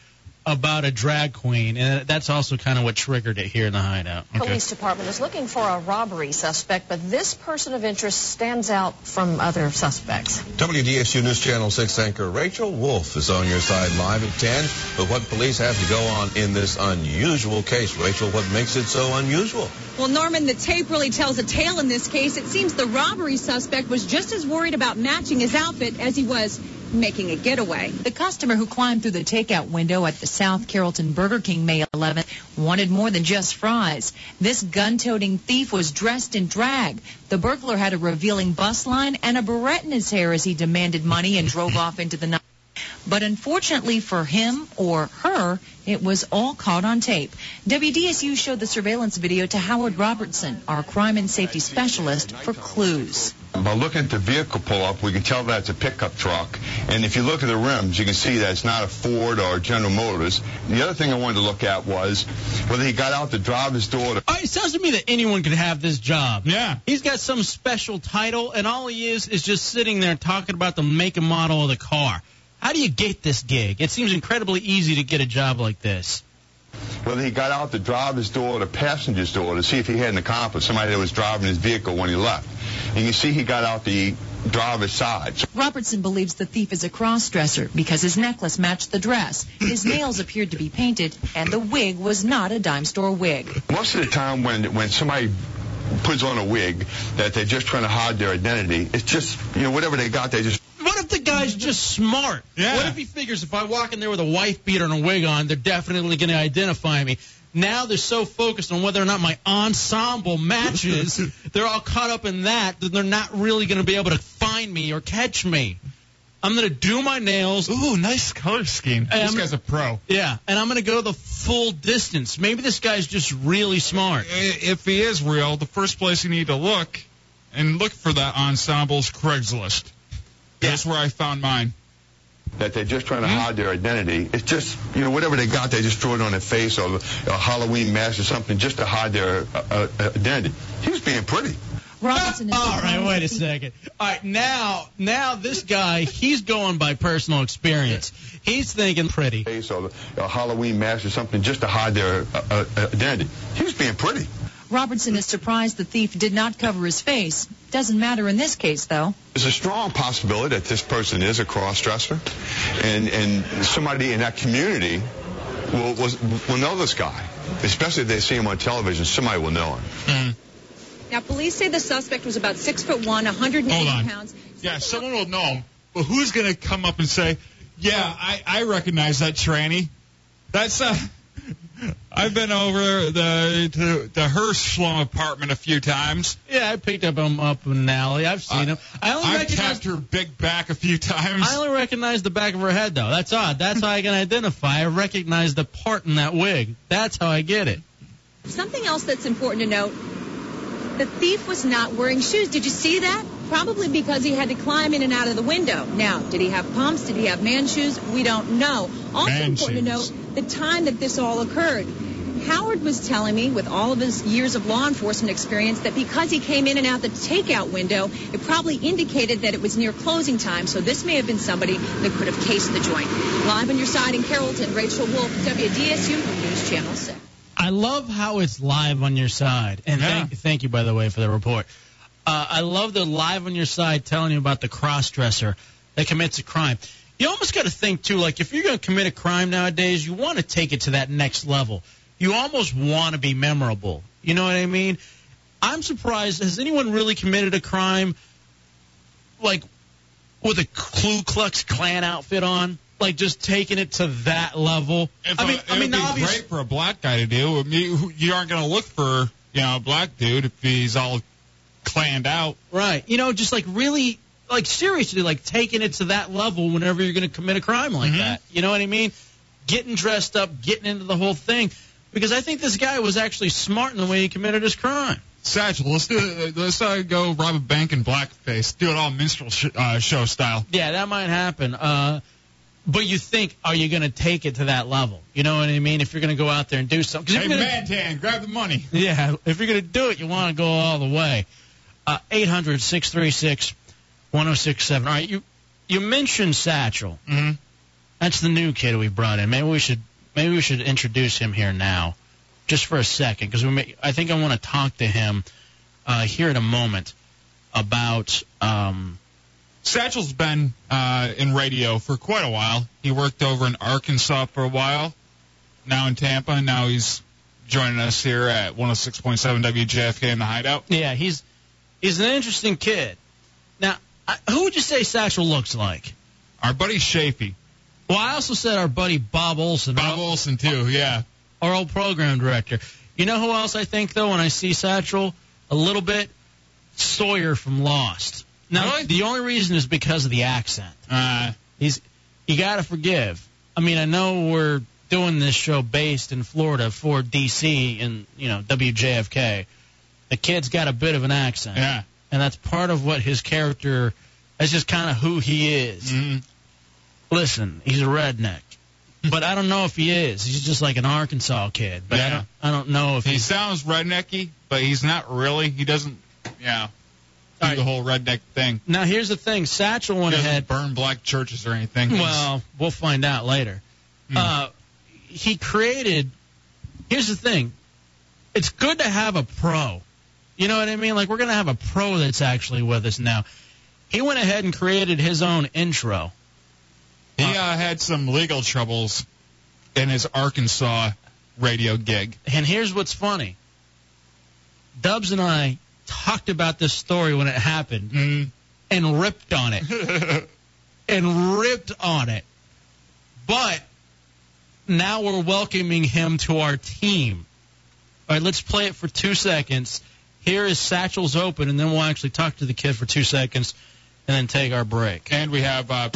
about a drag queen, and that's also kind of what triggered it here in the hideout. Police Department is looking for a robbery suspect, but this person of interest stands out from other suspects. WDSU News Channel 6 anchor Rachel Wolf is on your side live at 10. But what police have to go on in this unusual case? Rachel, what makes it so unusual? Well, Norman, the tape really tells a tale in this case. It seems the robbery suspect was just as worried about matching his outfit as he was making a getaway. The customer who climbed through the takeout window at the South Carrollton Burger King May 11th wanted more than just fries. This gun-toting thief was dressed in drag. The burglar had a revealing bust line and a beret in his hair as he demanded money and drove off into the night. But unfortunately for him or her, it was all caught on tape. WDSU showed the surveillance video to Howard Robertson, our crime and safety specialist, for clues. By looking at the vehicle pull up, we can tell that it's a pickup truck. And if you look at the rims, you can see that it's not a Ford or a General Motors. The other thing I wanted to look at was whether he got out the driver's door to Oh, it sounds to me that anyone could have this job. Yeah. He's got some special title, and all he is is just sitting there talking about the make and model of the car. How do you get this gig? It seems incredibly easy to get a job like this. whether he got out the driver's door or the passenger's door to see if he had an accomplice, somebody that was driving his vehicle when he left. And you see he got out the driver's side. So Robertson believes the thief is a cross-dresser because his necklace matched the dress, his nails appeared to be painted, and the wig was not a dime store wig. most of the time when when somebody puts on a wig that they're just trying to hide their identity, it's just you know whatever they got, they just What if the guy's just smart? Yeah. What if he figures if I walk in there with a wife beater and a wig on, they're definitely going to identify me? Now they're so focused on whether or not my ensemble matches, they're all caught up in that that they're not really going to be able to find me or catch me. I'm gonna do my nails. Ooh, nice color scheme. And this I'm- guy's a pro. Yeah, and I'm gonna go the full distance. Maybe this guy's just really smart. I- If he is real, the first place you need to look and look for that ensemble's Craigslist. That's where I found mine. that they're just trying to Mm-hmm. hide their identity. It's just, you know, whatever they got, they just throw it on their face or a Halloween mask or something just to hide their uh, uh, identity. He was being pretty. Robinson is All right, wait a second. All right, now, now this guy, he's going by personal experience. He's thinking pretty. Face or a Halloween mask or something just to hide their uh, uh, identity. He was being pretty. Robertson is surprised the thief did not cover his face. Doesn't matter in this case, though. There's a strong possibility that this person is a cross-dresser, and and somebody in that community will will, will know this guy, especially if they see him on television. Somebody will know him. Now, police say the suspect was about six foot one, 180 Hold on. pounds. Yeah, someone will know him. But who's going to come up and say, yeah, I, I recognize that tranny. That's uh, I've been over the to, to her slum apartment a few times. Yeah, I picked up him up in an alley. I've seen him. I only I've recognize tapped her big back a few times. I only recognize the back of her head though. That's odd. That's how I can identify. I recognize the part in that wig. That's how I get it. Something else that's important to note the thief was not wearing shoes. Did you see that? Probably because he had to climb in and out of the window. Now, did he have pumps? Did he have man shoes? We don't know. Also Man important shoes. to note the time that this all occurred. Howard was telling me, with all of his years of law enforcement experience, that because he came in and out the takeout window, it probably indicated that it was near closing time, so this may have been somebody that could have cased the joint. Live on your side in Carrollton, Rachel Wolf, WDSU News Channel 6. I love how it's live on your side. And thank, thank you, by the way, for the report. Uh, I love the live on your side telling you about the cross dresser that commits a crime. You almost got to think, too, like if you're going to commit a crime nowadays, you want to take it to that next level. You almost want to be memorable. You know what I mean? I'm surprised. Has anyone really committed a crime like with a Ku Klux Klan outfit on? Like just taking it to that level? If, I mean, uh, it I mean, would be obviously. great for a black guy to do. I mean, who- you aren't going to look for you know a black dude if he's all clanned out. Right. You know, just like really, like seriously, like taking it to that level whenever you're going to commit a crime like that. You know what I mean? Getting dressed up, getting into the whole thing. Because I think this guy was actually smart in the way he committed his crime. Satchel, let's do it. Let's uh, go rob a bank in blackface. Do it all minstrel sh- uh, show style. Yeah, that might happen. Uh, but you think, are you going to take it to that level? You know what I mean? If you're going to go out there and do something. 'Cause if Hey, you're gonna- Mantan, grab the money. Yeah, if you're going to do it, you want to go all the way. Uh, 800 636 1067. All right, you, you mentioned Satchel. Mm-hmm. That's the new kid we brought in. Maybe we should maybe we should introduce him here now, just for a second, because we may, I think I want to talk to him uh, here in a moment about um, Satchel's been uh, in radio for quite a while. He worked over in Arkansas for a while, now in Tampa, and now he's joining us here at 106.7 WJFK in the Hideout. yeah he's he's an interesting kid. Now I, who would you say Satchel looks like? Our buddy Shafee, Well, I also said our buddy Bob Olson, Bob Olson too. Yeah, our old program director. You know who else I think though when I see Satchel a little bit Sawyer from Lost. Now Really? the only reason is because of the accent. uh, He's you got to forgive. I mean, I know we're doing this show based in Florida for DC and you know WJFK. The kid's got a bit of an accent, yeah. and that's part of what his character. That's just kind of who he is. Mm. Listen, he's a redneck, but I don't know if he is. He's just like an Arkansas kid, but I Yeah. don't. I don't know if He he's. sounds rednecky, but he's not really. He doesn't, yeah, do All right. the whole redneck thing. Now here's the thing. Satchel He went doesn't ahead. burn black churches or anything. Well, we'll find out later. Hmm. Uh, he created. Here's the thing. It's good to have a pro. You know what I mean? Like we're gonna have a pro that's actually with us now. He went ahead and created his own intro. he uh, had some legal troubles in his Arkansas radio gig. And here's what's funny. Dubs and I talked about this story when it happened Mm. and ripped on it. and ripped on it. But now we're welcoming him to our team. All right, let's play it for two seconds. Here is Satchel's Open, and then we'll actually talk to the kid for two seconds and then take our break. and we have uh,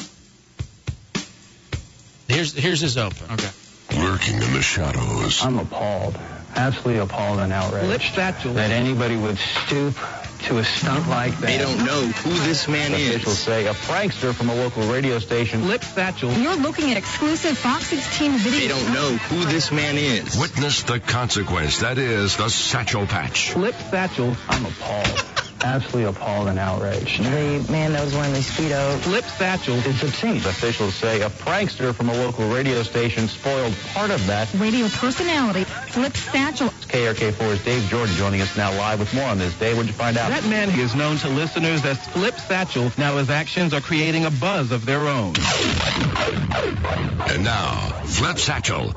Here's here's his open. Okay. Lurking in the shadows. I'm appalled, absolutely appalled and outraged that anybody would stoop to a stunt like that. They don't know who this man Officials is. say a prankster from a local radio station. Lip Satchel. You're looking at exclusive Fox 16 video. They don't know who this man is. Witness the consequence. That is the satchel patch. Lip Satchel. I'm appalled. Absolutely appalled and outraged. The man that was wearing the Speedo. Lip Satchel is obscene. Officials say a prankster from a local radio station spoiled part of that. Radio personality, Flip Satchel. KRK4's Dave Jordan joining us now live with more on this. Dave, what'd you find out? That man is known to listeners as Flip Satchel. Now his actions are creating a buzz of their own. And now, Flip Satchel.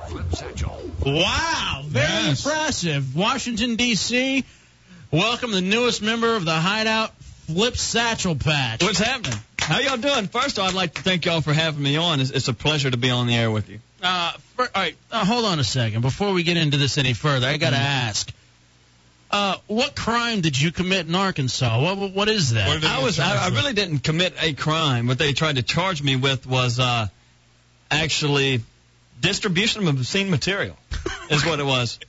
Wow, very impressive. Washington D.C. Welcome the newest member of the Hideout, Flip Satchel Patch. What's happening? How y'all doing? First of all, I'd like to thank y'all for having me on. It's, it's a pleasure to be on the air with you. Uh, fir- all right, uh, hold on a second. Before we get into this any further, I gotta ask. Uh, what crime did you commit in Arkansas? What what, what is that? I was I, I really didn't commit a crime. What they tried to charge me with was uh, actually distribution of obscene material, is what it was.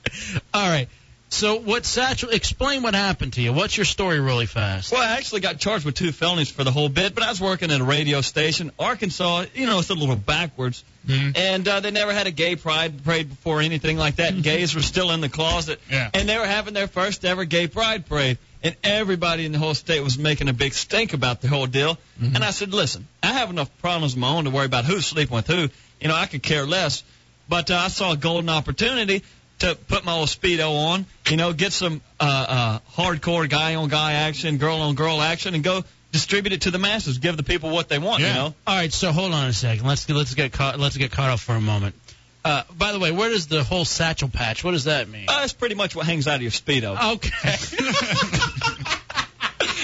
All right. So what Satchel? Explain what happened to you. What's your story, really fast? Well, I actually got charged with two felonies for the whole bit, but I was working at a radio station, Arkansas. You know, it's a little backwards, Hmm. and uh, they never had a gay pride parade before anything like Hmm. that. Gays were still in the closet, Yeah. and they were having their first ever gay pride parade, and everybody in the whole state was making a big stink about the whole deal. Hmm. And I said, listen, I have enough problems of my own to worry about who's sleeping with who. You know, I could care less. But uh, I saw a golden opportunity to put my old speedo on, you know, get some uh, uh, hardcore guy on guy action, girl on girl action, and go distribute it to the masses, give the people what they want. You know, All right, so hold on a second. Let's let's get caught let's get caught up for a moment. Uh, by the way, where does the whole satchel patch? What does that mean? uh, that's pretty much what hangs out of your speedo. Okay.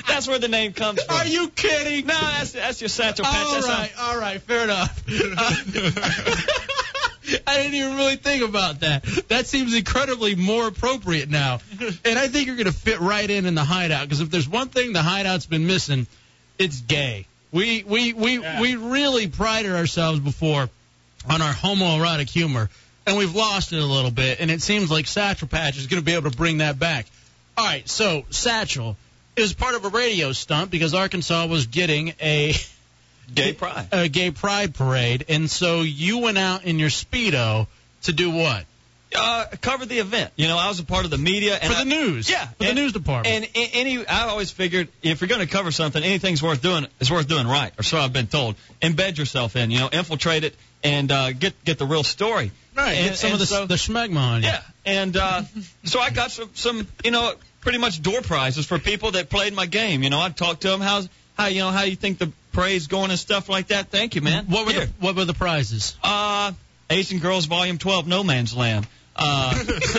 that's where the name comes from. Are you kidding? No, that's that's your satchel patch. All that's how- right, all right, fair enough. Uh, I didn't even really think about that. That seems incredibly more appropriate now, and I think you're going to fit right in in the hideout because if there's one thing the hideout's been missing, it's gay. We we we we really prided ourselves before on our homoerotic humor, and we've lost it a little bit. And it seems like Satchel Patch is going to be able to bring that back. All right, so Satchel is part of a radio stunt because Arkansas was getting a gay pride, a gay pride parade, and so you went out in your speedo to do what? uh, cover the event. You know, I was a part of the media and For the I- news. Yeah, For the news department. And a- any, I always figured if you're going to cover something, anything's worth doing is worth doing right, or so I've been told. Embed yourself in, you know, infiltrate it, and uh, get get the real story. Right, And, get some of and the so- the schmegma on you. yeah, and uh, so I got some, some, you know, pretty much door prizes for people that played my game. You know, I'd talk to them, how's, how, you know, how you think the parade's going and stuff like that. Thank you, man. What were Here. the what were the prizes? Uh, Asian Girls Volume 12, No Man's Land. Uh,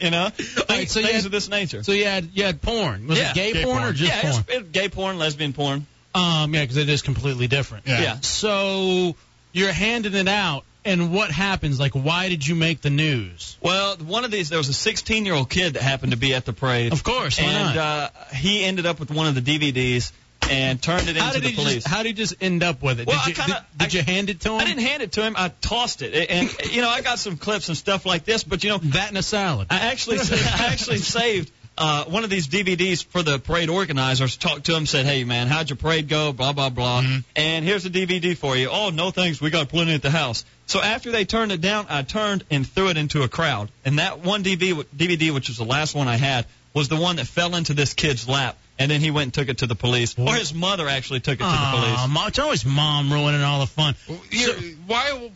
you know, things, so you things had- of this nature. So you had you had porn. Was Yeah. it gay, porn, or just yeah, porn? It's, it's gay porn, lesbian porn. Um, yeah, because it is completely different. Yeah. Yeah. So you're handing it out, and what happens? Like, why did you make the news? Well, one of these, there was a 16 year old kid that happened to be at the parade. Of course, why and Uh, he ended up with one of the DVDs and turned it How into did the you police. just, how did you just end up with it? Well, did I you, kinda- did, did you hand it to him? I didn't hand it to him. I tossed it, A- and you know I got some clips and stuff like this. But you know that in a salad. I actually I actually saved uh, one of these DVDs for the parade organizers. Talked to him, said, "Hey man, how'd your parade go? Blah blah blah." And here's a DVD for you. Oh no thanks, we got plenty at the house. So after they turned it down, I turned and threw it into a crowd. And that one DV DVD, which was the last one I had, was the one that fell into this kid's lap. And then he went and took it to the police, or his mother actually took it to the police. Aw, Mom, it's always mom ruining all the fun. Here, why?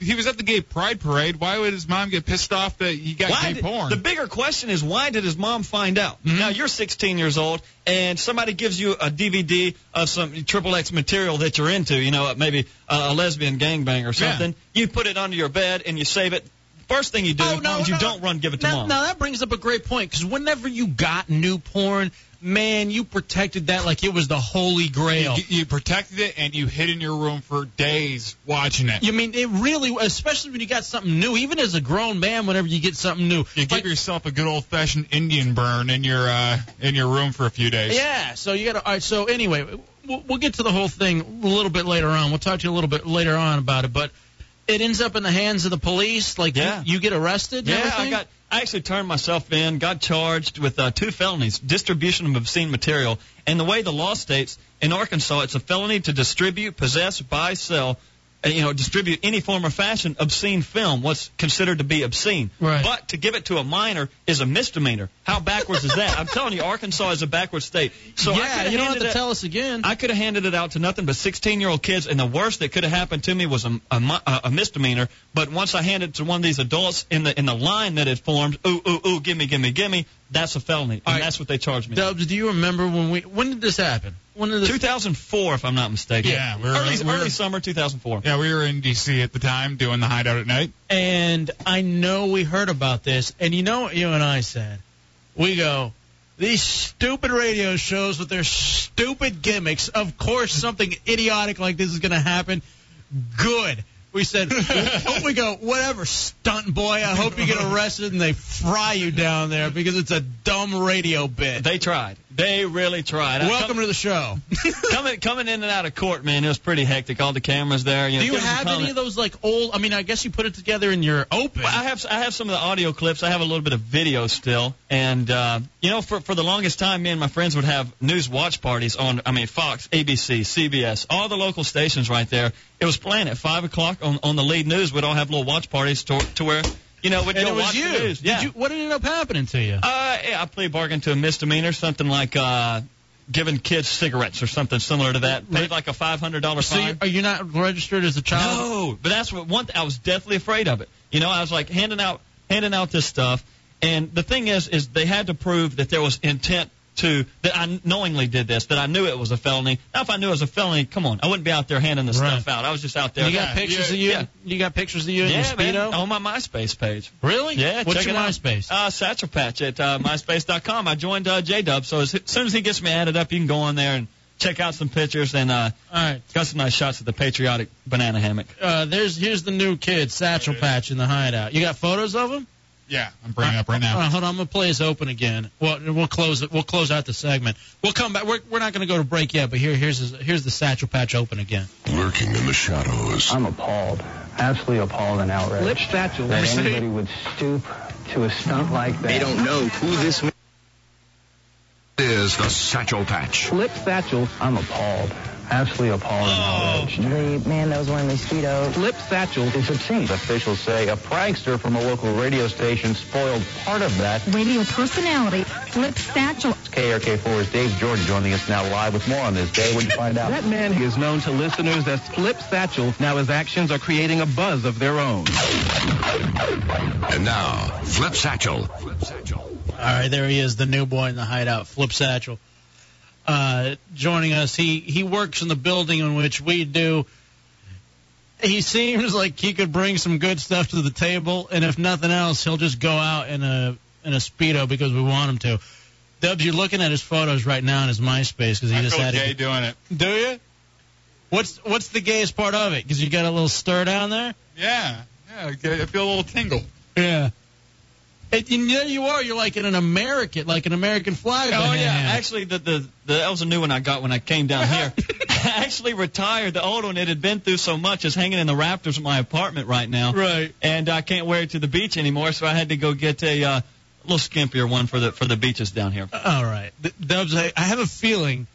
He was at the gay pride parade. Why would his mom get pissed off that he got Why gay did- porn? The bigger question is why did his mom find out? Now you're 16 years old, and somebody gives you a DVD of some triple X material that you're into. You know, maybe uh, a lesbian gangbang or something. You put it under your bed and you save it. First thing you do, Oh, no, is you no. don't run, give it to Now, mom. now that brings up a great point because whenever you got new porn, man, you protected that like it was the holy grail. You, you protected it and you hid in your room for days watching it. You mean it really, especially when you got something new. Even as a grown man, whenever you get something new, You give yourself a good old fashioned Indian burn in your uh, in your room for a few days. Yeah. So you got to. All right. So anyway, we'll, we'll get to the whole thing a little bit later on. We'll talk to you a little bit later on about it. But it ends up in the hands of the police. Like, Yeah. you, you get arrested. and Yeah, I everything? got. I actually turned myself in. Got charged with uh, two felonies: distribution of obscene material, and the way the law states in Arkansas, it's a felony to distribute, possess, buy, sell, uh, you know, distribute any form or fashion obscene film. What's considered to be obscene, Right. but to give it to a minor is a misdemeanor. How backwards is that? I'm telling you, Arkansas is a backwards state. So I Yeah, coulda you don't have handed to it- tell us again. I could have handed it out to nothing but 16 year old kids, and the worst that could have happened to me was a, a, mi- a a misdemeanor. But once I handed it to one of these adults in the in the line that had formed, ooh ooh ooh, gimme gimme gimme, that's a felony, and that's what they charged me. Dubs, do you remember when we? When did this happen? When did this? 2004, if I'm not mistaken. Yeah, we were- early, we were- early summer 2004. Yeah, we were in D.C. at the time doing the hideout at night. and I know we heard about this, and you know what you and I said? We go, these stupid radio shows with their stupid gimmicks, of course something idiotic like this is going to happen. Good. We said, oh, we go, whatever, stunt boy, I hope you get arrested and they fry you down there because it's a dumb radio bit. They tried. They really tried. I- Welcome to the show. coming coming in and out of court, man, it was pretty hectic. All the cameras there. You Do know, you give us a have comment. any of those like old? I mean, I guess you put it together in your open. Well, I have I have some of the audio clips. I have a little bit of video still, and uh, you know, for for the longest time, me and my friends would have news watch parties on. I mean, Fox, ABC, CBS, all the local stations right there. It was planned at five o'clock on on the lead news. We'd all have little watch parties to to where you know we'd and go it was watch you. the news. Did Yeah. you- What ended up happening to you? Uh, yeah, I plea bargained to a misdemeanor, something like uh, giving kids cigarettes or something similar to that. Paid like a five hundred dollar So fine. you, are you not registered as a child? No, but that's what one. I was deathly afraid of it. You know, I was like handing out handing out this stuff, and the thing is, is they had to prove that there was intent to that I knowingly did this, that I knew it was a felony. Now, if I knew it was a felony, come on, I wouldn't be out there handing this Right. stuff out. I was just out there. You got pictures yeah, of you. Yeah. You got pictures of you in Yeah, your man, speedo. on my MySpace page. Really? Yeah, What's check your it out. MySpace? Uh, Satchel Patch at uh, MySpace.com. I joined uh, J Dub, so as soon as he gets me added up, you can go on there and check out some pictures and uh, All right. got some nice shots of the patriotic banana hammock. Uh, there's here's the new kid, Satchel Patch, in the hideout. You got photos of him? Yeah, I'm bringing it up right now. Uh, hold on, I'm gonna play his open again. Well, we'll close it. We'll close out the segment. We'll come back. We're, we're not gonna go to break yet, but here here's his, here's the Satchel Patch open again. Lurking in the shadows. I'm appalled. Absolutely appalled and outraged. Lip statue. That anybody would stoop to a stunt like that. They don't know who this man is. The Satchel Patch. Lip satchel. I'm appalled. Absolutely appalled and Oh. outraged. The man that was wearing the speedo. Flip satchel is obscene. Officials say a prankster from a local radio station spoiled part of that. Radio personality, Flip Satchel. KRK4's Dave Jordan joining us now live with more on this day when you find out. That man is known to listeners as Flip Satchel. Now his actions are creating a buzz of their own. And now, Flip Satchel. All right, there he is, the new boy in the hideout, Flip Satchel, uh, joining us. He he works in the building in which we do. He seems like he could bring some good stuff to the table, and if nothing else, he'll just go out in a in a speedo because we want him to. Dubs, you're looking at his photos right now in his MySpace because he I just feel had gay it. doing it. Do you? What's what's the gayest part of it? Because you got a little stir down there. Yeah, yeah, I get- I feel a little tingle. Yeah. And, and there you are. You're like in an American, like an American flag. Oh banana. yeah, actually, the, the the that was a new one I got when I came down here. I actually retired the old one. It had been through so much. It's hanging in the rafters of my apartment right now. Right. And I can't wear it to the beach anymore, so I had to go get a uh, little skimpier one for the for the beaches down here. All right, D- Dubs. I, I have a feeling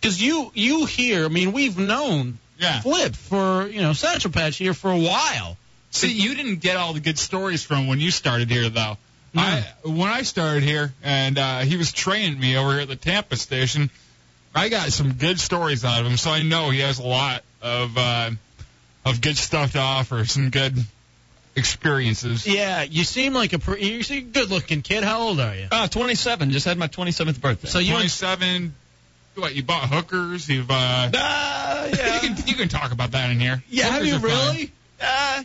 because you you here. I mean, we've known Yeah. Flip for you know Satchel Patch here for a while. See, you didn't get all the good stories from when you started here, though. No. I, when I started here, and uh, he was training me over here at the Tampa station, I got some good stories out of him. So I know he has a lot of uh, of good stuff to offer, some good experiences. Yeah, you seem like a pre- you seem good looking kid. How old are you? Uh, 27. Just had my 27th birthday. So you 27. What you bought hookers? You've uh, Ah, yeah. you can you can talk about that in here. Yeah, have Hookers you are fine. really? Uh,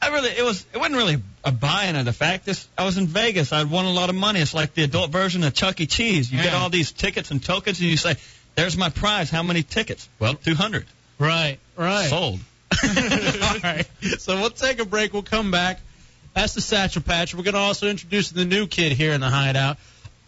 I really it was it wasn't really a buying of the fact. This I was in Vegas. I'd won a lot of money. It's like the adult version of Chuck E. Cheese. You get Yeah. all these tickets and tokens, and you say, "There's my prize. How many tickets? Well, 200 right, right. sold." All right. So we'll take a break. We'll come back. That's the Satchel Patch. We're going to also introduce the new kid here in the hideout.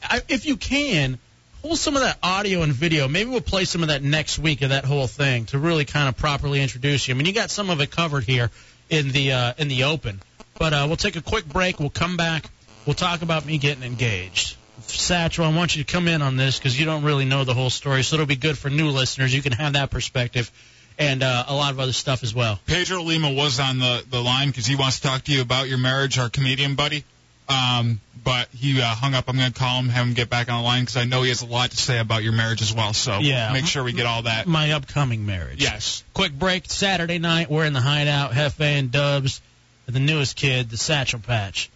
I, if you can, pull some of that audio and video. Maybe we'll play some of that next week of that whole thing to really kind of properly introduce you. I mean, you got some of it covered here in the uh, in the open. But uh, we'll take a quick break. We'll come back. We'll talk about me getting engaged. Satchel, I want you to come in on this because you don't really know the whole story, so it'll be good for new listeners. You can have that perspective and uh, a lot of other stuff as well. Pedro Lima was on the the line because he wants to talk to you about your marriage, our comedian buddy. Um, but he uh, hung up. I'm going to call him, have him get back on the line because I know he has a lot to say about your marriage as well. So Yeah. make sure we get all that. My upcoming marriage. Yes. Quick break. Saturday night, we're in the hideout. Hefe and Dubs, and the newest kid, the Satchel Patch,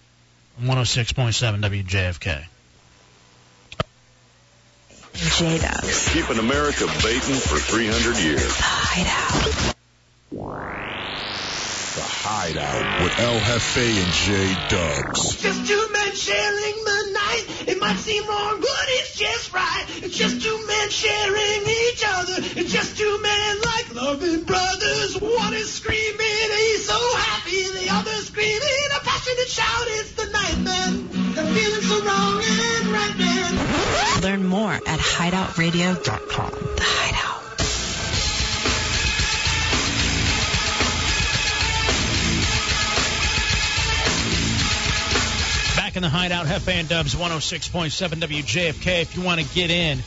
on 106.7 WJFK. J Dubs. Keeping America baiting for 300 years. Hideout. The Hideout with El Jefe and J Dubs. Just two men sharing the night. It might seem wrong, but it's just right. It's just two men sharing each other. It's just two men like loving brothers. One is screaming, he's so happy. The other's screaming, a passionate shout. It's the night, man. The feeling's so wrong and right, man. Learn more at hideoutradio.com. The Hideout. Back in the hideout, Hefe and Dubs, 106.7 WJFK. If you want to get in,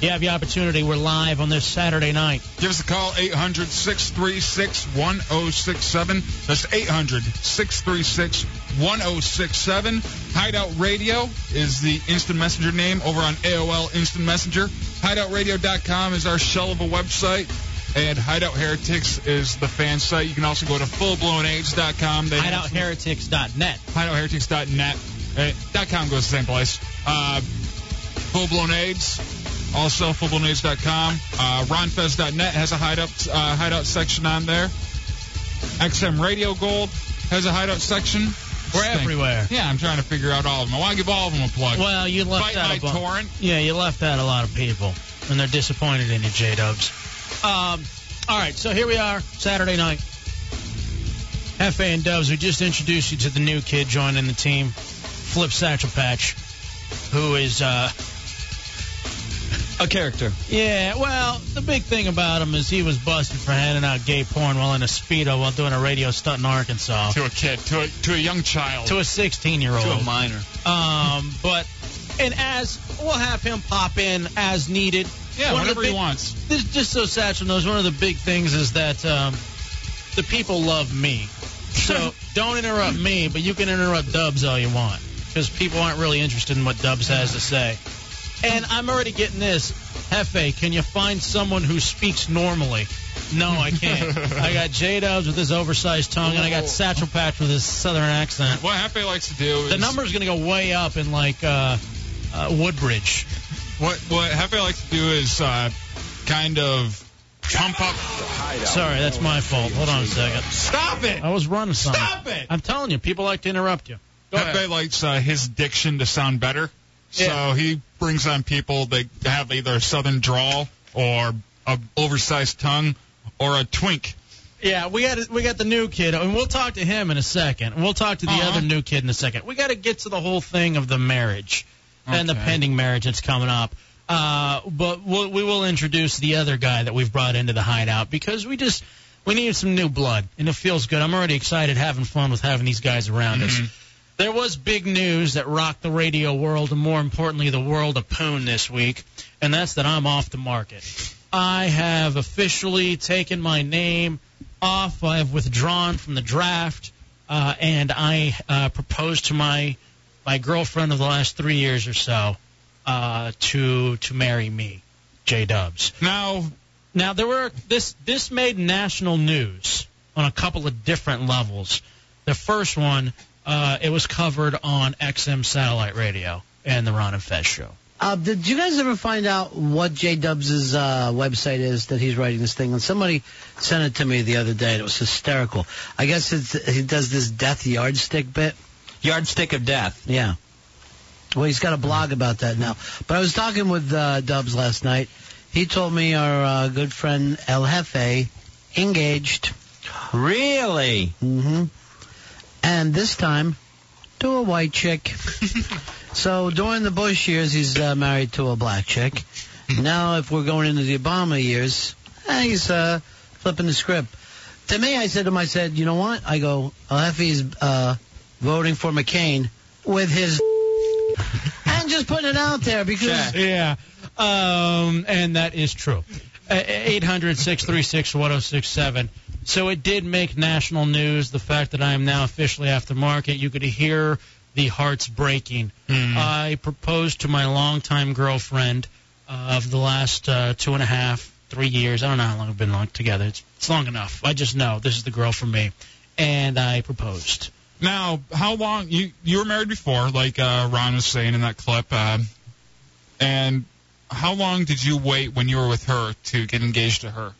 you have the opportunity. We're live on this Saturday night. Give us a call, 800 636 1067. That's 800 636 1067. Hideout Radio is the instant messenger name over on AOL Instant Messenger. HideoutRadio.com is our shell of a website. And Hideout Heretics is the fan site. You can also go to fullblownage.com. They have some- HideoutHeretics.net. HideoutHeretics.net. Uh, dot .com goes the same place. Uh, Full Blown AIDS. Also, fullblownaids.com. Uh, RonFez.net has a hideout, uh, hideout section on there. XM Radio Gold has a hideout section. We're Stink. everywhere. Yeah, I'm trying to figure out all of them. I want to give all of them a plug. Well, you left Fight out My a bu- Torrent. Yeah, you left out a lot of people, and they're disappointed in you, J Dubs. Um, all right, so here we are, Saturday night. FA and Dubs, we just introduced you to the new kid joining the team, Flip Satchel Patch, who is uh, a character. Yeah, well, the big thing about him is he was busted for handing out gay porn while in a speedo while doing a radio stunt in Arkansas To a kid, to a, to a young child. Oh. to a 16 year old To a minor. Um, but and as we'll have him pop in as needed. Yeah, One of the whenever he big- wants. This, just so Satchel knows, one of the big things is that um, the people love me. So don't interrupt me, but you can interrupt Dubs all you want because people aren't really interested in what Dubs has to say. And I'm already getting this. Hefe, can you find someone who speaks normally? No, I can't. I got J Dubs with his oversized tongue, and I got Satchel Patch with his southern accent. What Hefe likes to do is. The number's going to go way up in like uh, uh, Woodbridge. What, what Hefe likes to do is uh, kind of pump up. Sorry, that's my fault. Hold on a second. Stop it! I was running something. Stop it! I'm telling you, people like to interrupt you. Go Pepe ahead. likes uh, his diction to sound better, so he brings on people that have either a southern drawl or a oversized tongue or a twink. Yeah, we got we got the new kid, and we'll talk to him in a second. And we'll talk to the Uh-huh. other new kid in a second. We got to get to the whole thing of the marriage and the pending marriage that's coming up. Uh, but we'll, we will introduce the other guy that we've brought into the hideout because we just we need some new blood, and it feels good. I'm already excited, having fun with having these guys around us. There was big news that rocked the radio world, and more importantly, the world of Poon this week, and that's that I'm off the market. I have officially taken my name off. I have withdrawn from the draft, uh, and I uh, proposed to my my girlfriend of the last three years or so uh, to to marry me, J Dubs. Now, now there were this this made national news on a couple of different levels. The first one, uh, it was covered on XM satellite radio and the Ron and Fez show. Uh, did you guys ever find out what J Dubs' uh, website is that he's writing this thing on? Somebody sent it to me the other day, and it was hysterical. I guess it's, he does this death yardstick bit. Yardstick of death. Yeah. Well, he's got a blog about that now. But I was talking with uh, Dubs last night. He told me our uh, good friend El Jefe engaged. Really? Mm-hmm. And this time to a white chick. so during the Bush years, he's uh, married to a black chick. Now, if we're going into the Obama years, eh, he's uh, flipping the script. to me, I said to him, I said, you know what? I go, Aleffy's uh, voting for McCain with his. and just putting it out there because. Yeah. Um, and that is true. Uh, 800 636 1067. So it did make national news, the fact that I am now officially after market. You could hear the hearts breaking. I proposed to my longtime girlfriend uh, of the last uh, two and a half, three years. I don't know how long we've been long, together. It's, it's long enough. I just know this is the girl for me. And I proposed. Now, how long you you were married before, like uh, Ron was saying in that clip, uh, and how long did you wait when you were with her to get engaged to her?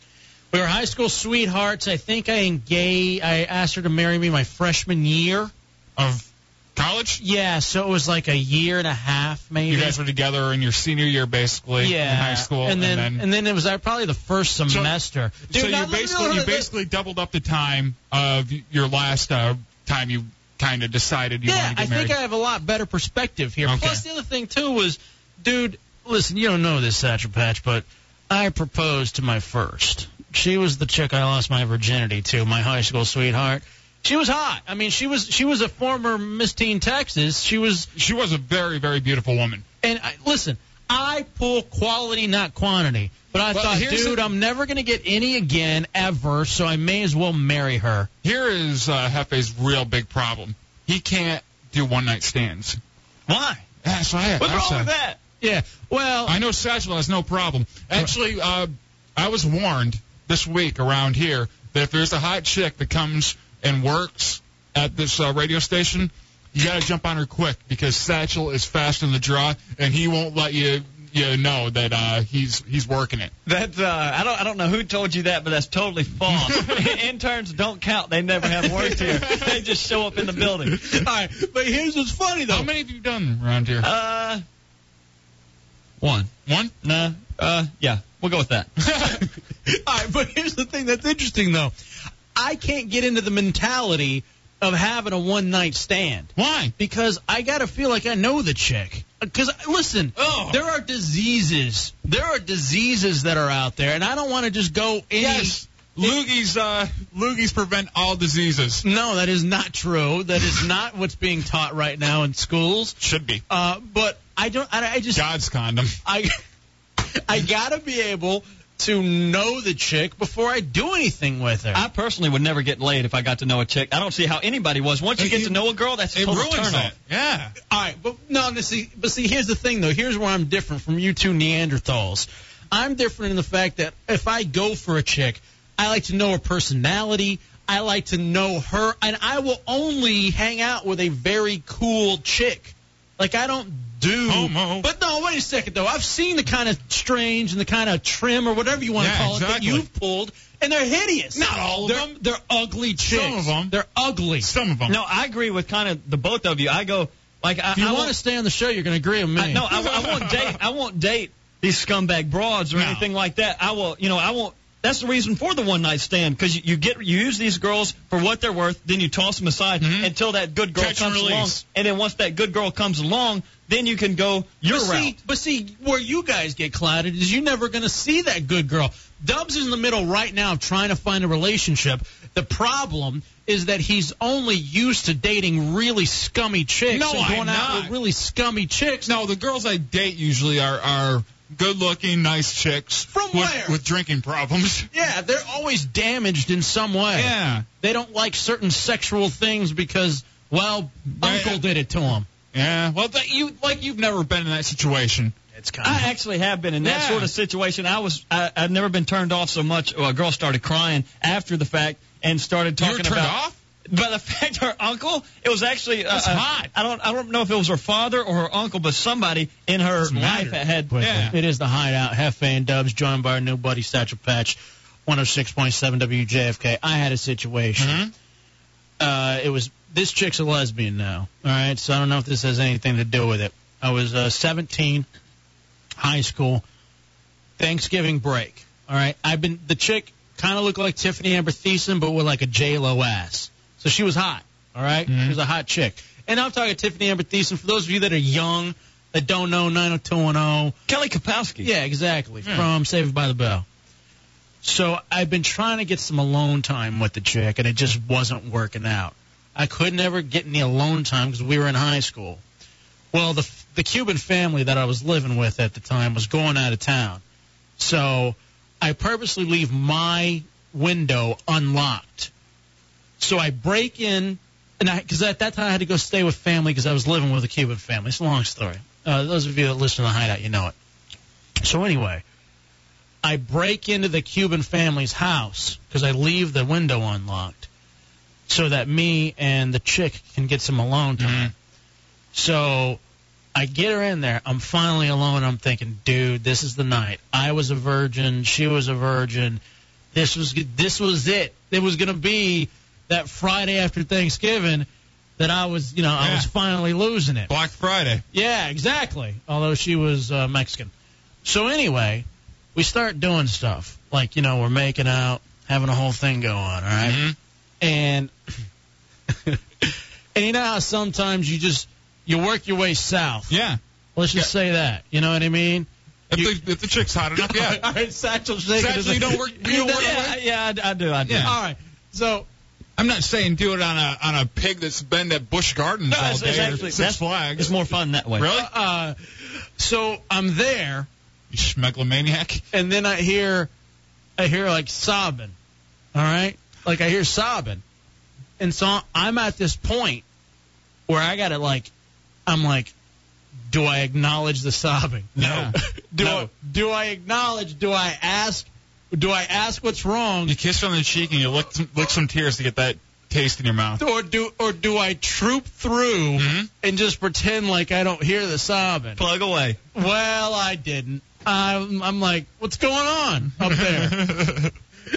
We were high school sweethearts. I think I engaged. I asked her to marry me my freshman year of college. Yeah, so it was like a year and a half, maybe. You guys were together in your senior year, basically, yeah, in high school, and then and then, it was uh, probably the first semester. Dude, so not- you no, no, basically no, you no, basically doubled up the time of your last uh, time you kind of decided you yeah, wanted to I get married. think I have a lot better perspective here. Okay. Plus, the other thing too was, dude, listen, you don't know this Satchel Patch, but I proposed to my first. She was the chick I lost my virginity to, my high school sweetheart. She was hot. I mean, she was she was a former Miss Teen Texas. She was she was a very very beautiful woman. And I, listen, I pull quality, not quantity. But I Well, thought, here's dude, the- I'm never gonna get any again ever, so I may as well marry her. Here is uh, Hefe's real big problem. He can't do one night stands. Why? That's why. I What's wrong asked with that? Yeah. Well, I know Satchel has no problem. Actually, uh, I was warned this week around here that if there's a hot chick that comes and works at this uh, radio station, you gotta jump on her quick because Satchel is fast in the draw and he won't let you you know that uh, he's he's working it. That uh, I don't I don't know who told you that, but that's totally false. Interns don't count; they never have worked here. They just show up in the building. All right, but here's what's funny though. How many have you done around here? Uh, one. One? No. Uh, yeah. We'll go with that. All right, but here's the thing that's interesting though. I can't get into the mentality of having a one night stand. Why? Because I gotta feel like I know the chick. Because listen, Oh. there are diseases. There are diseases that are out there, and I don't want to just go any. Yes. Loogies, uh, loogies prevent all diseases. No, that is not true. That is not what's being taught right now in schools. Should be. Uh, but I don't. I, I just. God's condom. I. I gotta be able to know the chick before I do anything with her. I personally would never get laid if I got to know a chick. I don't see how anybody was. Once you get to know a girl, that's a It total ruins turn that. off. Yeah. All right, but no, no, see, but see, here's the thing though. Here's where I'm different from you two Neanderthals. I'm different in the fact that if I go for a chick, I like to know her personality. I like to know her, and I will only hang out with a very cool chick. Like I don't do. Homo. But no, wait a second though. I've seen the kind of strange and the kind of trim or whatever you want Yeah, to call exactly. it that you've pulled, and they're hideous. Not all of they're, them. They're ugly chicks. of 'em. They're ugly. Some of them. No, I agree with kind of the both of you. I go like I, If you I want to stay on the show, you're going to agree with me. I, no, I, I won't date. I won't date these scumbag broads or No. anything like that. I will, you know, I won't. That's the reason for the one night stand because you, you get you use these girls for what they're worth, then you toss them aside Mm-hmm. until that good girl Catch and comes along, release. and then once that good girl comes along, then you can go your but route. See, but see, where you guys get clouded is you're never going to see that good girl. Dubs is in the middle right now of trying to find a relationship. The problem is that he's only used to dating really scummy chicks No, and going I'm out not. with really scummy chicks. No, the girls I date usually are are good looking, nice chicks. From with, where? With drinking problems. Yeah, they're always damaged in some way. Yeah. They don't like certain sexual things because, well, Right. Uncle did it to him. Yeah. Well, that you like you've never been in that situation. It's kind I actually have been in that Yeah. sort of situation. I was I, I've never been turned off so much. Well, a girl started crying after the fact and started You were talking turned about off? by the fact her uncle. It was actually uh, That's uh, hot. I don't I don't know if it was her father or her uncle, but somebody in her life had. Yeah. It is the Hideout. Hefe and Dubs, joined by our new buddy Satchel Patch, 106.7 WJFK. I had a situation. Uh, it was this chick's a lesbian now. All right, so I don't know if this has anything to do with it. I was uh, 17, high school, Thanksgiving break. All right, I've been the chick kind of looked like Tiffany Amber Thiessen, but with like a J Lo ass. So she was hot. All right? she was a hot chick. And I'm talking Tiffany Amber Thiessen. For those of you that are young that don't know 90210. Kelly Kapowski. Hmm. Yeah, exactly. From Saved by the Bell. So I've been trying to get some alone time with the chick, and it just wasn't working out. I could never get any alone time because we were in high school. Well, the the Cuban family that I was living with at the time was going out of town, so I purposely leave my window unlocked. So I break in, and I because at that time I had to go stay with family because I was living with a Cuban family. It's a long story. Uh, those of you that listen to the Hideout, you know it. So anyway, I break into the Cuban family's house because I leave the window unlocked, so that me and the chick can get some alone time. So I get her in there. I'm finally alone. I'm thinking, dude, this is the night. I was a virgin. She was a virgin. This was this was it. It was gonna be that Friday after Thanksgiving that I was, you know, I was finally losing it. Black Friday. Yeah, exactly. Although she was uh, Mexican. So anyway, we start doing stuff like you know we're making out, having a whole thing go on, all right? Mm-hmm. And and you know how sometimes you just you work your way south. Yeah. Let's just say that. You know what I mean? If, the, if the chick's hot enough, yeah. All right, Satchel's shaking. Satchel, his- you don't work- you don't work yeah, away? yeah, I, I do. I do. Yeah. All right. So I'm not saying do it on a on a pig that's been at Bush Gardens No, all it's- day. it's or actually- Six that's- Flags. it's more fun that way. Really? Uh, so I'm there. You schmegalomaniac. and then I hear, I hear like sobbing, all right, like I hear sobbing, and so I'm at this point where I gotta like, I'm like, do I acknowledge the sobbing? No. Do I, do I acknowledge? Do I ask? Do I ask what's wrong? You kiss her on the cheek and you lick some, lick some tears to get that taste in your mouth. Or do or do I troop through and just pretend like I don't hear the sobbing? Mm-hmm. Plug away. Well, I didn't. I'm, I'm like, what's going on up there?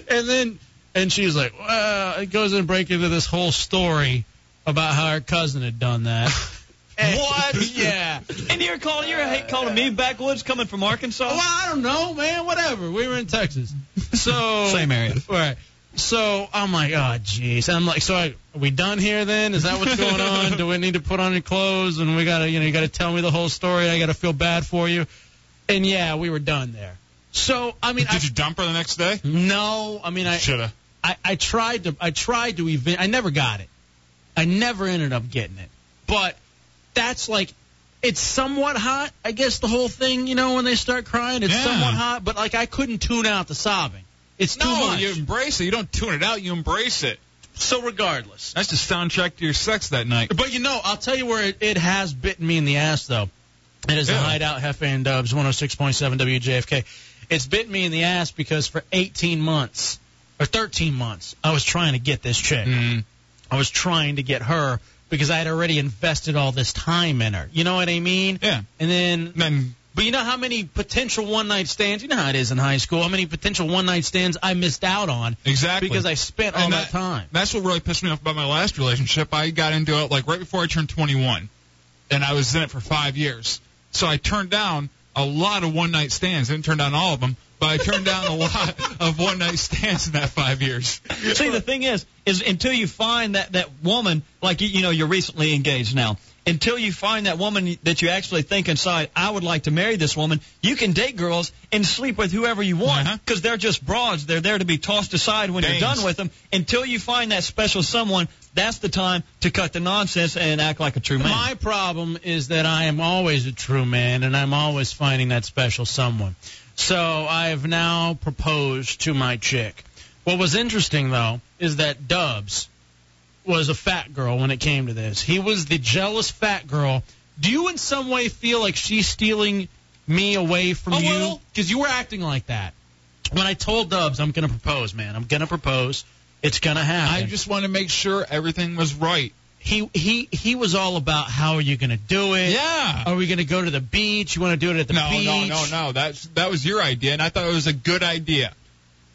and then, and she's like, well, it goes and break into this whole story about how her cousin had done that. What? yeah. And you're calling you're hate calling me backwoods coming from Arkansas? Well, I don't know, man. Whatever. We were in Texas, so Same area. Right. So I'm like, oh, jeez. I'm like, so I, are we done here? Then is that what's going on? Do we need to put on your clothes? And we gotta, you know, you gotta tell me the whole story. I gotta feel bad for you. And yeah, we were done there. So I mean, Did you dump her the next day? No, I mean, I Shoulda. I, I tried to, I tried to even, I never got it. I never ended up getting it. But that's like, it's somewhat hot. I guess the whole thing, you know, when they start crying, it's Yeah. somewhat hot. But like, I couldn't tune out the sobbing. It's too No, much. you embrace it. You don't tune it out. You embrace it. So regardless. That's the soundtrack to your sex that night. But you know, I'll tell you where it, it has bitten me in the ass, though. It is the Yeah. Hideout Hefe and Dubs 106.7 WJFK. It's bitten me in the ass because for 18 months or 13 months, I was trying to get this chick. Mm-hmm. I was trying to get her because I had already invested all this time in her. You know what I mean? Yeah. And then, then but you know how many potential one night stands? You know how it is in high school. How many potential one night stands I missed out on Exactly. because I spent all And that, time. That's what really pissed me off about my last relationship. I got into it like right before I turned 21, and I was in it for five years. So I turned down a lot of one night stands. I didn't turn down all of them, but I turned down a lot of one night stands in that five years. See, the thing is, is until you find that that woman, like you, you know, you're recently engaged now. Until you find that woman that you actually think inside, I would like to marry this woman. You can date girls and sleep with whoever you want because they're just broads. They're there to be tossed aside when you're Dames. done with them. Until you find that special someone, that's the time to cut the nonsense and act like a true man. My problem is that I am always a true man, and I'm always finding that special someone. So I have now proposed to my chick. What was interesting, though, is that Dubs was a fat girl when it came to this. He was the jealous fat girl. Do you in some way feel like she's stealing me away from Oh, A you? little. Because you were acting like that. When I told Dubs, I'm going to propose, man. I'm going to propose. It's going to happen I just want to make sure everything was right. he he he was all about how are you going to do it? Yeah. Are we going to go to the beach? You want to do it at the no, beach? no, no, no. That's that was your idea, and I thought it was a good idea.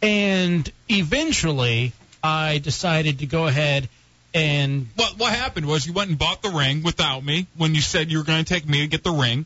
And eventually, I decided to go ahead and What what happened was you went and bought the ring without me when you said you were going to take me to get the ring.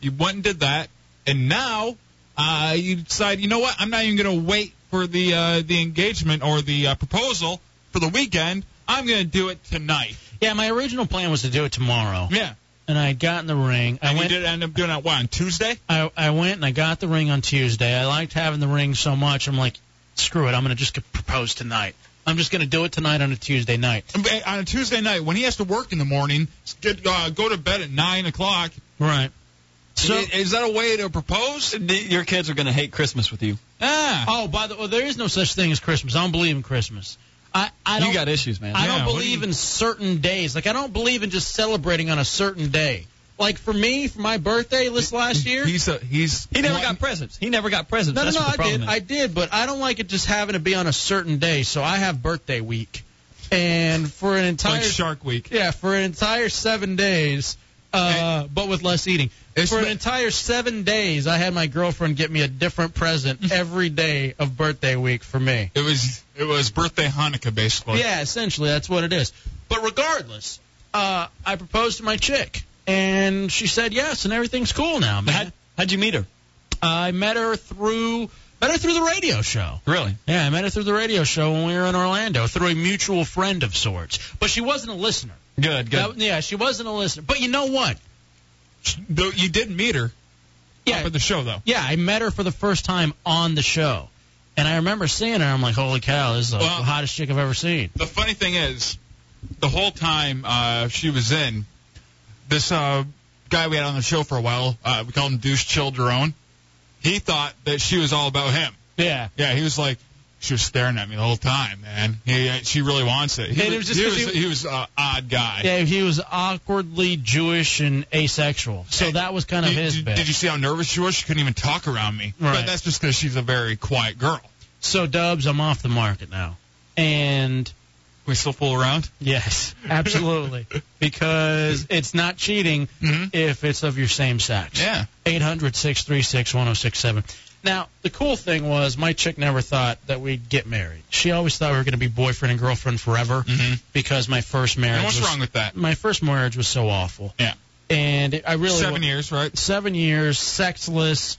You went and did that, and now uh, you decide you know what I'm not even going to wait for the uh, the engagement or the uh, proposal for the weekend. I'm going to do it tonight. yeah, my original plan was to do it tomorrow. Yeah, And I got in the ring. I and went you did end up doing that what on Tuesday. I I went and I got the ring on Tuesday. I liked having the ring so much. I'm like, screw it, I'm going to just propose tonight. I'm just going to do it tonight on a Tuesday night. On a Tuesday night, when he has to work in the morning, get, uh, go to bed at nine o'clock. Right. So is, is that a way to propose? Your kids are going to hate Christmas with you. Ah. Oh, by the way, well, there is no such thing as Christmas. I don't believe in Christmas. I, I don't, you got issues, man. I yeah, don't believe do you... in certain days. Like I don't believe in just celebrating on a certain day. Like for me, for my birthday this last year, he's a, he's he never one, got presents. He never got presents. No, That's no, no. I did, is. I did, but I don't like it just having to be on a certain day. So I have birthday week, and for an entire like Shark Week, yeah, for an entire seven days, uh, and, but with less eating. For an entire seven days, I had my girlfriend get me a different present every day of birthday week for me. It was it was birthday Hanukkah basically. Yeah, essentially that's what it is. But regardless, uh, I proposed to my chick, and she said yes, and everything's cool now, man. How'd, how'd you meet her? I met her through met her through the radio show. Really? Yeah, I met her through the radio show when we were in Orlando through a mutual friend of sorts. But she wasn't a listener. Good, good. That, yeah, she wasn't a listener. But you know what? Though you did meet her. Yeah. Up at the show though. Yeah, I met her for the first time on the show, and I remember seeing her. I'm like, holy cow, this is the well, hottest chick I've ever seen. The funny thing is, the whole time uh, she was in, this uh, guy we had on the show for a while, uh, we called him Douche Childerone. He thought that she was all about him. Yeah. Yeah. He was like, she was staring at me the whole time, man. He, uh, she really wants it. He and was, it was he was, he, he was uh, odd guy. Yeah, he was awkwardly Jewish and asexual. So and that was kind of did, his. Did, bit. did you see how nervous she was? She couldn't even talk around me. Right. But that's just because she's a very quiet girl. So Dubs, I'm off the market now, and we still fool around. Yes, absolutely, because it's not cheating mm-hmm. if it's of your same sex. Yeah. Eight hundred six three six one zero six seven. Now, the cool thing was my chick never thought that we'd get married. She always thought we were going to be boyfriend and girlfriend forever mm-hmm. because my first marriage. And what's was, wrong with that? My first marriage was so awful. Yeah. And it, I really seven years, right? Seven years, sexless.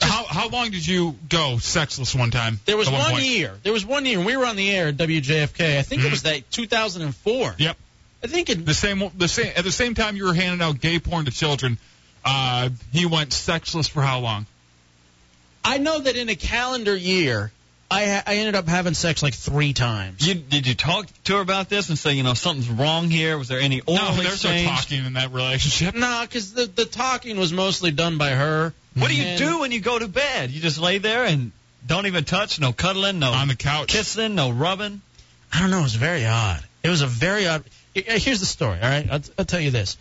Just, how how long did you go sexless one time? There was one, one point? year. There was one year. We were on the air at WJFK. I think mm-hmm. it was that 2004. Yep. I think it, the same the same at the same time you were handing out gay porn to children. Uh, he went sexless for how long? I know that in a calendar year, I I ended up having sex like three times. You, did you talk to her about this and say, you know, something's wrong here? Was there any oral no, there's exchange? no talking in that relationship. No, because the the talking was mostly done by her. What do you do when you go to bed? You just lay there and don't even touch, no cuddling, no on the couch, kissing, no rubbing. I don't know. It was very odd. It was a very odd. Here's the story. All right, I'll, I'll tell you this.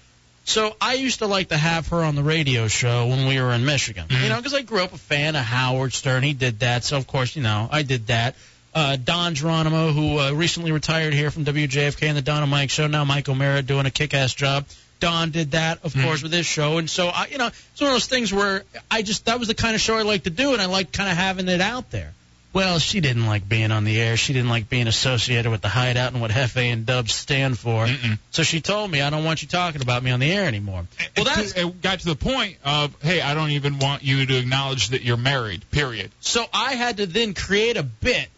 So I used to like to have her on the radio show when we were in Michigan. You know, because I grew up a fan of Howard Stern. He did that. So, of course, you know, I did that. Uh, Don Geronimo, who uh, recently retired here from WJFK and the Don and Mike show, now Mike O'Mara doing a kick ass job. Don did that, of mm-hmm. course, with his show. And so, I, you know, it's one of those things where I just, that was the kind of show I like to do, and I like kind of having it out there. Well, she didn't like being on the air. She didn't like being associated with the hideout and what Hefe and Dubs stand for. Mm-mm. So she told me, I don't want you talking about me on the air anymore. Well, that's it got to the point of, hey, I don't even want you to acknowledge that you're married. Period. So I had to then create a bit.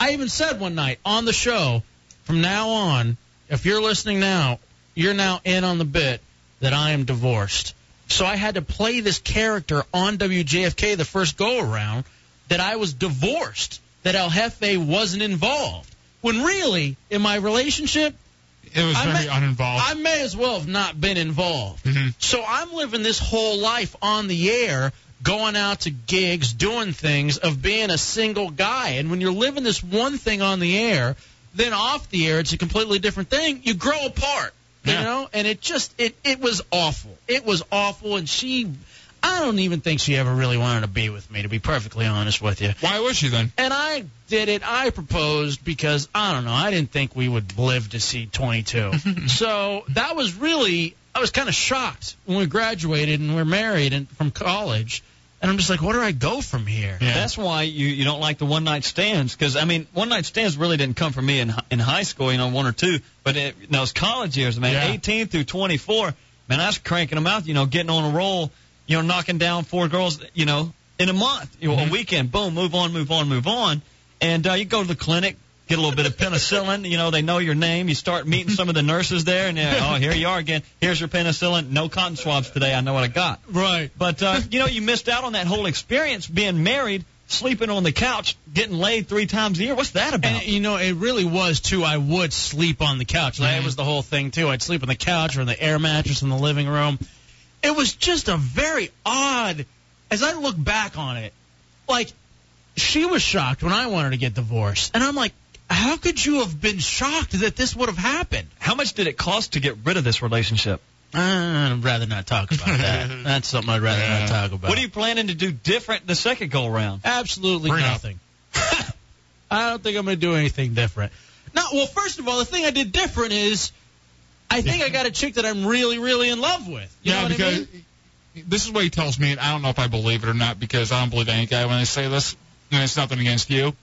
I even said one night on the show, from now on, if you're listening now, you're now in on the bit that I am divorced. So I had to play this character on WJFK the first go around that I was divorced, that El Jefe wasn't involved. When really, in my relationship, it was I very may, uninvolved. I may as well have not been involved. Mm-hmm. So I'm living this whole life on the air, going out to gigs, doing things, of being a single guy. And when you're living this one thing on the air, then off the air, it's a completely different thing. You grow apart. You yeah. know, and it just it it was awful. It was awful, and she I don't even think she ever really wanted to be with me, to be perfectly honest with you. Why was she then? And I did it. I proposed because I don't know. I didn't think we would live to see 22. so that was really. I was kind of shocked when we graduated and we we're married and from college. And I'm just like, where do I go from here? Yeah. That's why you you don't like the one night stands because I mean one night stands really didn't come from me in in high school, you know, one or two, but it, in those college years, man, yeah. 18 through 24, man, I was cranking them out, you know, getting on a roll you know, knocking down four girls, you know, in a month, you know, mm-hmm. a weekend, boom, move on, move on, move on. And uh, you go to the clinic, get a little bit of penicillin, you know, they know your name. You start meeting some of the nurses there, and they're, oh, here you are again. Here's your penicillin. No cotton swabs today. I know what I got. Right. But, uh, you know, you missed out on that whole experience being married sleeping on the couch, getting laid three times a year. What's that about? And, you know, it really was too. I would sleep on the couch. That was the whole thing too. I'd sleep on the couch or on the air mattress in the living room. It was just a very odd. As I look back on it, like she was shocked when I wanted to get divorced, and I'm like, how could you have been shocked that this would have happened? How much did it cost to get rid of this relationship? Uh, I'd rather not talk about that. That's something I'd rather not talk about. What are you planning to do different the second go around? Absolutely Bring it up. nothing. I don't think I'm going to do anything different. No, well, first of all, the thing I did different is I think I got a chick that I'm really, really in love with. You know yeah, what because I mean? this is what he tells me, and I don't know if I believe it or not because I don't believe any guy when they say this, and it's nothing against you.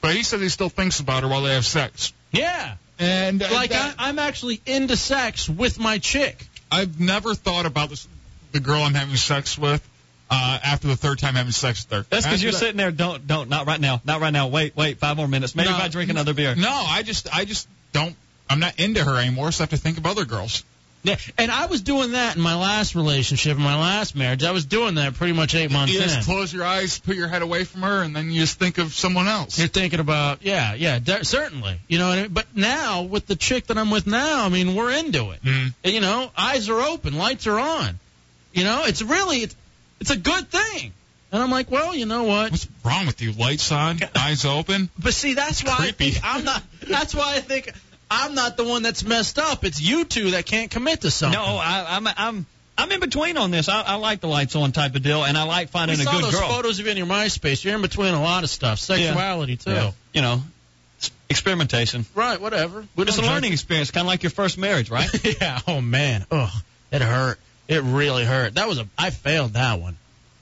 But he says he still thinks about her while they have sex. Yeah. And uh, Like, I, that- I'm actually into sex with my chick. I've never thought about this, the girl I'm having sex with uh, after the third time having sex with her. That's because After you're that- sitting there. Don't, don't, not right now, not right now. Wait, wait, five more minutes. Maybe No. if I drink another beer. No, I just, I just don't. I'm not into her anymore, so I have to think of other girls. Yeah, and I was doing that in my last relationship, in my last marriage. I was doing that pretty much eight months You in. just close your eyes, put your head away from her, and then you just think of someone else. You're thinking about, yeah, yeah, de- certainly. You know, what I mean? but now with the chick that I'm with now, I mean, we're into it. Mm. And, you know, eyes are open, lights are on. You know, it's really, it's, it's a good thing. And I'm like, well, you know what? What's wrong with you? Lights on, eyes open. But see, that's why I Creepy. think I'm not. That's why I think I'm not the one that's messed up. It's you two that can't commit to something. No, I, I'm, I'm, I'm in between on this. I, I like the lights on type of deal, and I like we finding a saw good those girl. photos of you in your MySpace. You're in between a lot of stuff, sexuality too. Yeah. You know, s- experimentation. Right, whatever. We It's a don't judge. learning experience, kind of like your first marriage, right? yeah. Oh man. Ugh. It hurt. It really hurt. That was a. I failed that one.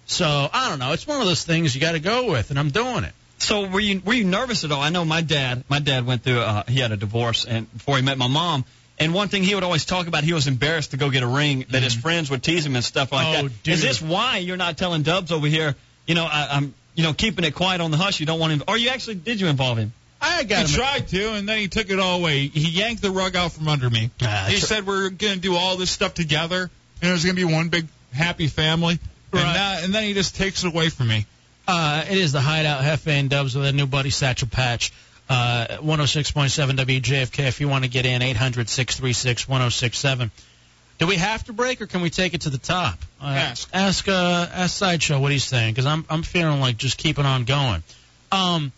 So I don't know. It's one of those things you got to go with, and I'm doing it. So were you were you nervous at all? I know my dad. My dad went through. Uh, he had a divorce, and before he met my mom. And one thing he would always talk about, he was embarrassed to go get a ring that Mm-hmm. his friends would tease him and stuff like Oh, that. Is dude. this why you're not telling Dubs over here? You know, I, I'm you know keeping it quiet on the hush. You don't want him, or you actually did you involve him? I He got him. tried to, and then he took it all away. He yanked the rug out from under me. Ah, he tr- said we're gonna do all this stuff together, and it was gonna be one big happy family. Right. And, that, and then he just takes it away from me. Uh, it is the Hideout Hefe and Dubs with a new buddy Satchel Patch. Uh, 106.7 WJFK. If you want to get in, 800-636-1067. Do we have to break or can we take it to the top? Uh, Ask. Ask, uh, ask Sideshow what he's saying because I'm, I'm feeling like just keeping on going. Um,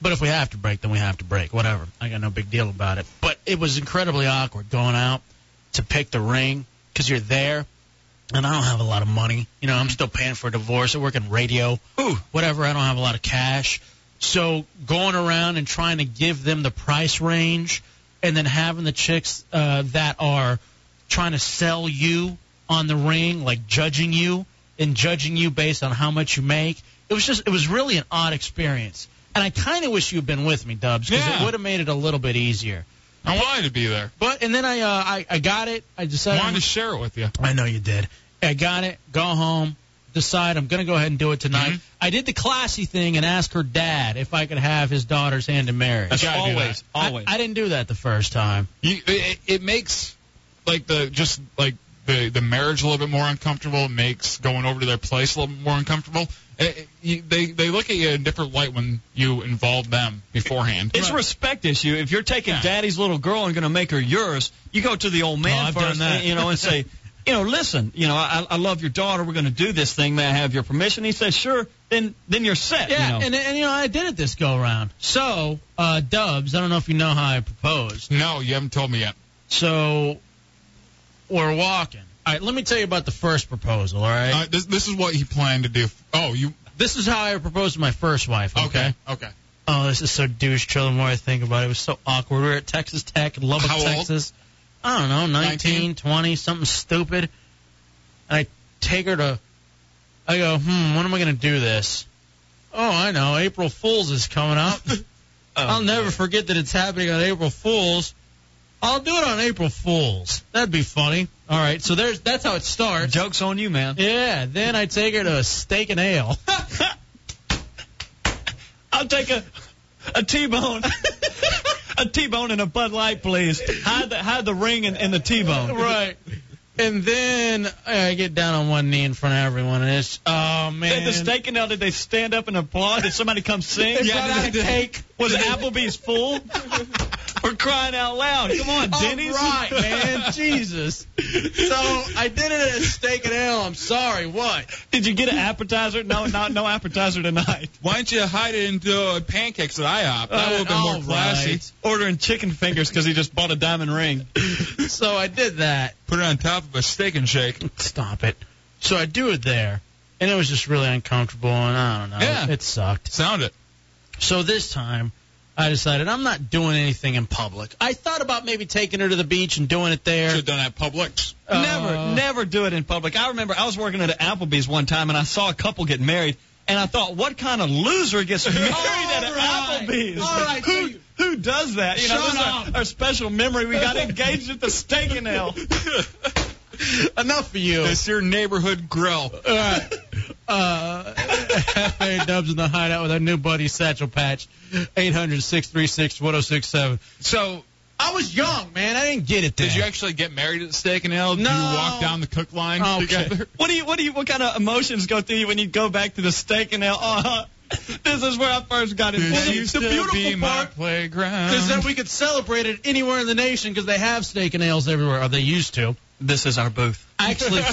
but if we have to break, then we have to break. Whatever. I got no big deal about it. But it was incredibly awkward going out to pick the ring because you're there and I don't have a lot of money. You know, I'm still paying for a divorce. I work in radio. Ooh. Whatever. I don't have a lot of cash. So going around and trying to give them the price range and then having the chicks uh, that are trying to sell you on the ring, like judging you and judging you based on how much you make. It was just, it was really an odd experience. And I kind of wish you had been with me, Dubs, because it Yeah. would have made it a little bit easier. I wanted to be there. But and then I uh, I, I got it. I I decided wanted to share it with you. I know you did. I got it. Go home. Decide I'm going to go ahead and do it tonight. Mm-hmm. I did the classy thing and asked her dad if I could have his daughter's hand in marriage. You gotta do always, that. always. I, I didn't do that the first time. You, it, it makes like the just like the the marriage a little bit more uncomfortable. It makes going over to their place a little bit more uncomfortable. It, it- you, they they look at you in a different light when you involve them beforehand. It's a respect issue. If you're taking Yeah. daddy's little girl and going to make her yours, you go to the old Oh, man I've first, done that. you know, and say, you know, listen, you know, I, I love your daughter. We're going to do this thing. May I have your permission? He says, sure. Then, then you're set. Yeah, you know. and and you know I did it this go around. So uh, Dubs, I don't know if you know how I proposed. no, you haven't told me yet. So we're walking. All right, let me tell you about the first proposal. All right, Uh, this, this is what he planned to do. Oh, you this is how I proposed to my first wife. okay? Okay. Oh, this is so douche chill the more I think about it. It was so awkward. We were at Texas Tech in Lubbock, How old? Texas. I don't know, 19, 19? 20, something stupid. And I take her to, I go, hmm, when am I going to do this? Oh, I know, April Fool's is coming up. Oh, I'll never forget that it's happening on April Fool's. I'll do it on April Fool's. That'd be funny. All right, so there's that's how it starts. Joke's on you, man. Yeah, then I take her to a steak and ale. I'll take a a T-bone. a T-bone and a Bud Light, please. Hide the, hide the ring and, and the T-bone. right. And then uh, I get down on one knee in front of everyone, and it's oh man. Did the steak and now did they stand up and applaud? Did somebody come sing? yeah, brought out did- cake. Was Applebee's full? We're crying out loud. Come on, All Denny's. right, man. Jesus. So I did it at a steak and ale. I'm sorry. What? Did you get an appetizer? No, not no appetizer tonight. Why don't you hide it into pancakes at IHOP? That would have been all more classy. right. Ordering chicken fingers because he just bought a diamond ring. So I did that. Put it on top of a steak and shake. Stop it. So I do it there, and it was just really uncomfortable, and I don't know. Yeah. It sucked. Sound it. So this time, I decided I'm not doing anything in public. I thought about maybe taking her to the beach and doing it there. Should have done that Publix. Uh, never, never do it in public. I remember I was working at an Applebee's one time and I saw a couple get married and I thought, what kind of loser gets married at an right. Applebee's? All right, so who you- who does that? You know, Shut this is up. Our, our special memory. We got engaged at the steak and ale. Enough for you. It's your neighborhood grill. All right. Uh, Harry Dubs in the hideout with our new buddy Satchel Patch, 800-636-1067. So oh I was young, man. I didn't get it then. Did you actually get married at the steak and ale? Did No. you walk down the cook line Okay. together? What do you what do you what kind of emotions go through you when you go back to the steak and ale? Oh, this is where I first got This involved. used The to be beautiful my part. playground. Because then we could celebrate it anywhere in the nation because they have steak and ales everywhere, or they used to. This is our booth. Actually,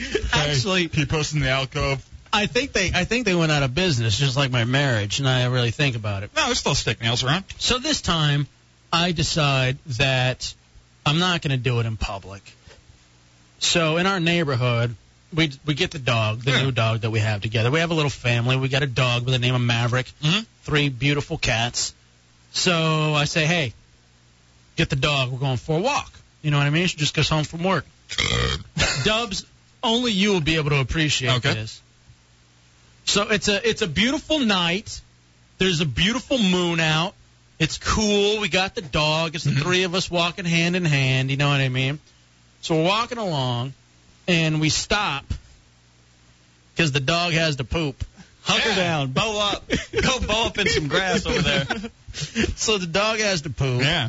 Hey, actually, he posts in the alcove. I think they I think they went out of business, just like my marriage. And I really think about it. No, there's still steak nails around. So this time, I decide that I'm not going to do it in public. So in our neighborhood, we we get the dog, the Yeah. new dog that we have together. We have a little family. We got a dog by the name of Maverick, Mhm. three beautiful cats. So I say, hey, get the dog. We're going for a walk. You know what I mean? She just goes home from work. Dubs, only you will be able to appreciate Okay. this. So it's a it's a beautiful night. There's a beautiful moon out. It's cool. We got the dog. It's the three of us walking hand in hand. You know what I mean? So we're walking along, and we stop because the dog has to poop. Hunker Yeah. down, bow up, go bow up in some grass over there. So the dog has to poop. Yeah.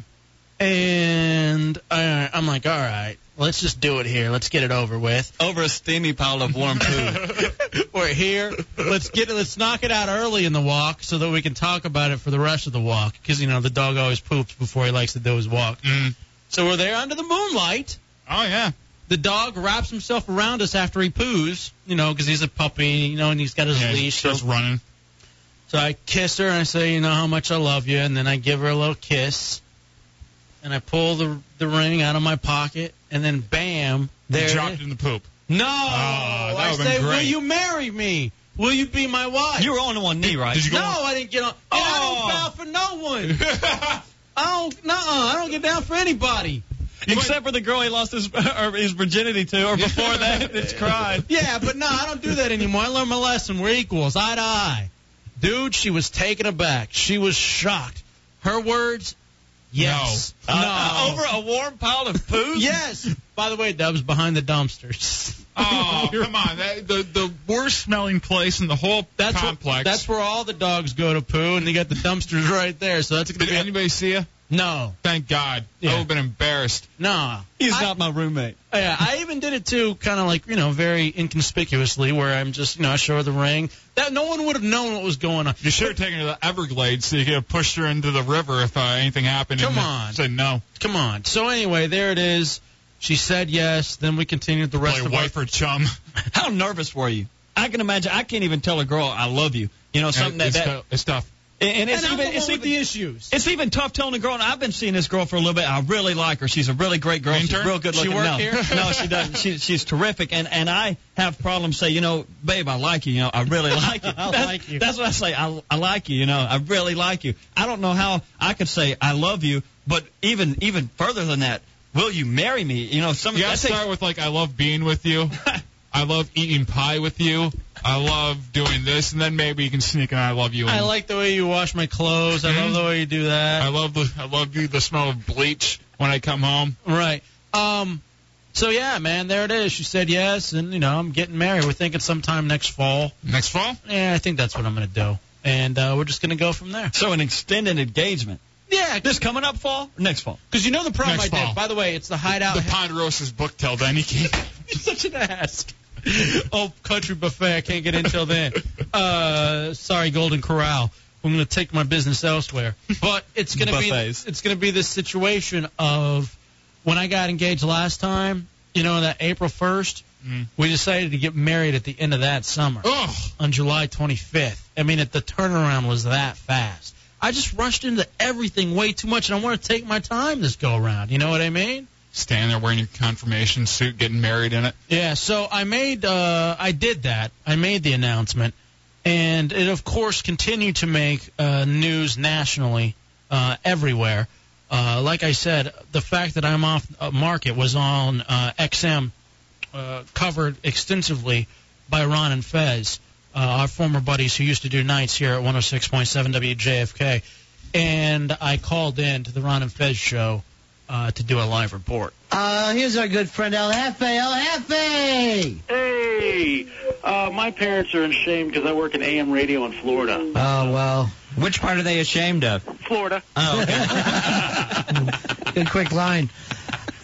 And I, I'm like, all right, let's just do it here. Let's get it over with. Over a steamy pile of warm food. We're here. Let's get it. Let's knock it out early in the walk so that we can talk about it for the rest of the walk. Because you know the dog always poops before he likes to do his walk. Mm. So we're there under the moonlight. Oh yeah. The dog wraps himself around us after he poos. You know, because he's a puppy. You know, and he's got his yeah leash. he's just so- running. so I kiss her and I say, you know how much I love you, and then I give her a little kiss, and I pull the the ring out of my pocket, and then bam, there. it Dropped is. in the poop. Ah, No, that I would've been say, will great. you marry me? Will you be my wife? You were on one knee, right? Did you go no, on- I didn't get on. And Oh. I don't bow for no one. I don't. nuh I don't get down for anybody. Except for the girl he lost his or his virginity to, or before that, it's cried. Yeah, but no, I don't do that anymore. I learned my lesson. We're equals, eye to eye. Dude, she was taken aback. She was shocked. Her words, yes. Uh, uh, over a warm pile of poo. yes. By the way, Dubs, behind the dumpsters. Oh, come on. That, the the worst smelling place in the whole That's where, complex. that's where all the dogs go to poo, and they got the dumpsters right there. So that's gonna Did be anybody see you? no, Thank God. Yeah. I would have been embarrassed. no. he's I- not my roommate. Oh, Yeah, I even did it too, kind of like you know, very inconspicuously, where I'm just you know, I show her the ring that no one would have known what was going on. You should have taken her to the Everglades so you could have pushed her into the river if uh, anything happened. Come and on. Said no. Come on. So anyway, there it is. She said yes. Then we continued the rest Play of wife or chum. How nervous were you? I can imagine. I can't even tell a girl I love you. You know something that, it's, that tou- it's tough. and our. it's And I'm the even it's one with even the issues. it's even tough telling a girl. And I've been seeing this girl for a little bit. I really like her. She's a really great girl. She's Intern? real good She looking. work no, here? no, she doesn't. She, she's terrific. And and I have problems. Say, you know, babe, I like you. You know, I really like you. I that's, like you. That's what I say. I I like you. You know, I really like you. I don't know how I could say I love you, but even even further than that, will you marry me? You know, some You gotta that takes- start with like I love being with you. I love eating pie with you. I love doing this, and then maybe you can sneak in I love you. I and- like the way you wash my clothes. I love the way you do that. I love the I love you the smell of bleach when I come home. Right. Um. So yeah, man, there it is. She said yes, and you know, I'm getting married. We're thinking sometime next fall. Next fall? Yeah, I think that's what I'm gonna do. And uh, we're just gonna go from there. So an extended engagement. Yeah. This coming up fall or next fall? Because you know the problem Next I did. fall. By the way, it's the hideout. The Ponderosa's book till then. He can't. You're such an ass. oh, country buffet. I can't get in till then. Uh, sorry, Golden Corral. I'm going to take my business elsewhere. But it's going to be Buffets. it's going to be this situation of when I got engaged last time. You know that April 1st, mm. we decided to get married at the end of that summer on July 25th. I mean, it, the turnaround was that fast. I just rushed into everything way too much, and I want to take my time this go around. You know what I mean? Standing there wearing your confirmation suit, getting married in it. Yeah, so I made, uh, I did that. I made the announcement, and it of course continued to make uh, news nationally, uh, everywhere. Uh, like I said, the fact that I'm off uh, market was on uh, XM, uh, covered extensively by Ron and Fez, uh, our former buddies who used to do nights here at 106.7 WJFK, and I called in to the Ron and Fez show uh, to do a live report. Uh, here's our good friend El Jefe. El Jefe. Hey, uh, my parents are ashamed because I work in AM radio in Florida. Oh well. Which part are they ashamed of? Florida. Oh, okay. Good quick line.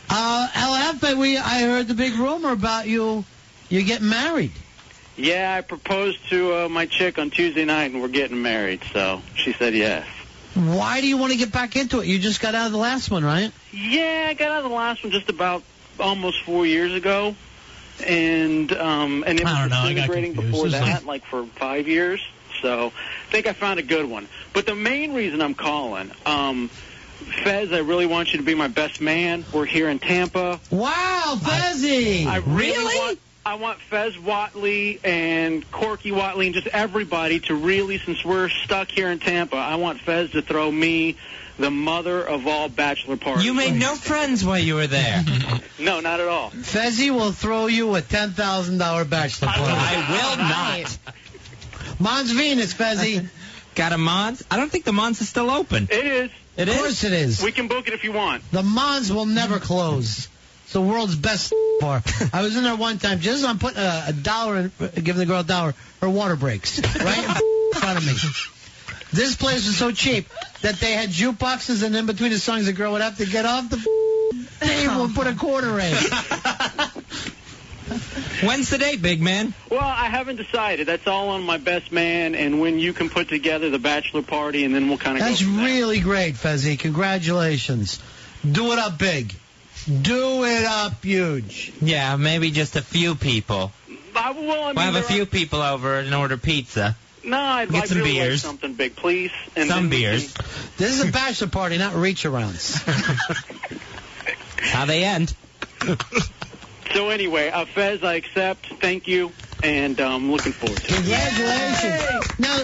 Uh, El Jefe, we I heard the big rumor about you. You get married. Yeah, I proposed to uh, my chick on Tuesday night, and we're getting married. So she said yes. Why do you want to get back into it? You just got out of the last one, right? Yeah, I got out of the last one just about almost four years ago, and um, and it was I don't know, I got disintegrating confused. before This is that, like for five years. So I think I found a good one. But the main reason I'm calling, um, Fez, I really want you to be my best man. We're here in Tampa. Wow, Fezzy. I really, want I want Fez Watley and Corky Watley and just everybody to really, since we're stuck here in Tampa, I want Fez to throw me the mother of all bachelor parties. You made no friends while you were there. no, not at all. Fezzy will throw you a ten thousand dollar bachelor party. I will not. Mons Venus, Fezzy. Got a Mons? I don't think the Mons is still open. It is. It of is? course it is. We can book it if you want. The Mons will never close. It's the world's best bar. I was in there one time just on putting a, a dollar in, uh, giving the girl a dollar. Her water breaks right in front of me. This place was so cheap that they had jukeboxes, and in between the songs, the girl would have to get off the table and put a quarter in. When's the date, big man? Well, I haven't decided. That's all on my best man and when you can put together the bachelor party, and then we'll kind of That's go. really great, Fezzi. Congratulations. Do it up big. Do it up huge. Yeah, maybe just a few people. I, well, I mean, We'll have a there few people over and order pizza. Are, no, I'd Get like some really like beers. something big, please. And Some then we beers. can- This is a bachelor party, not reach arounds. How they end. So anyway, uh, Fez, I accept. Thank you, and I'm um, looking forward to it. Congratulations. Now,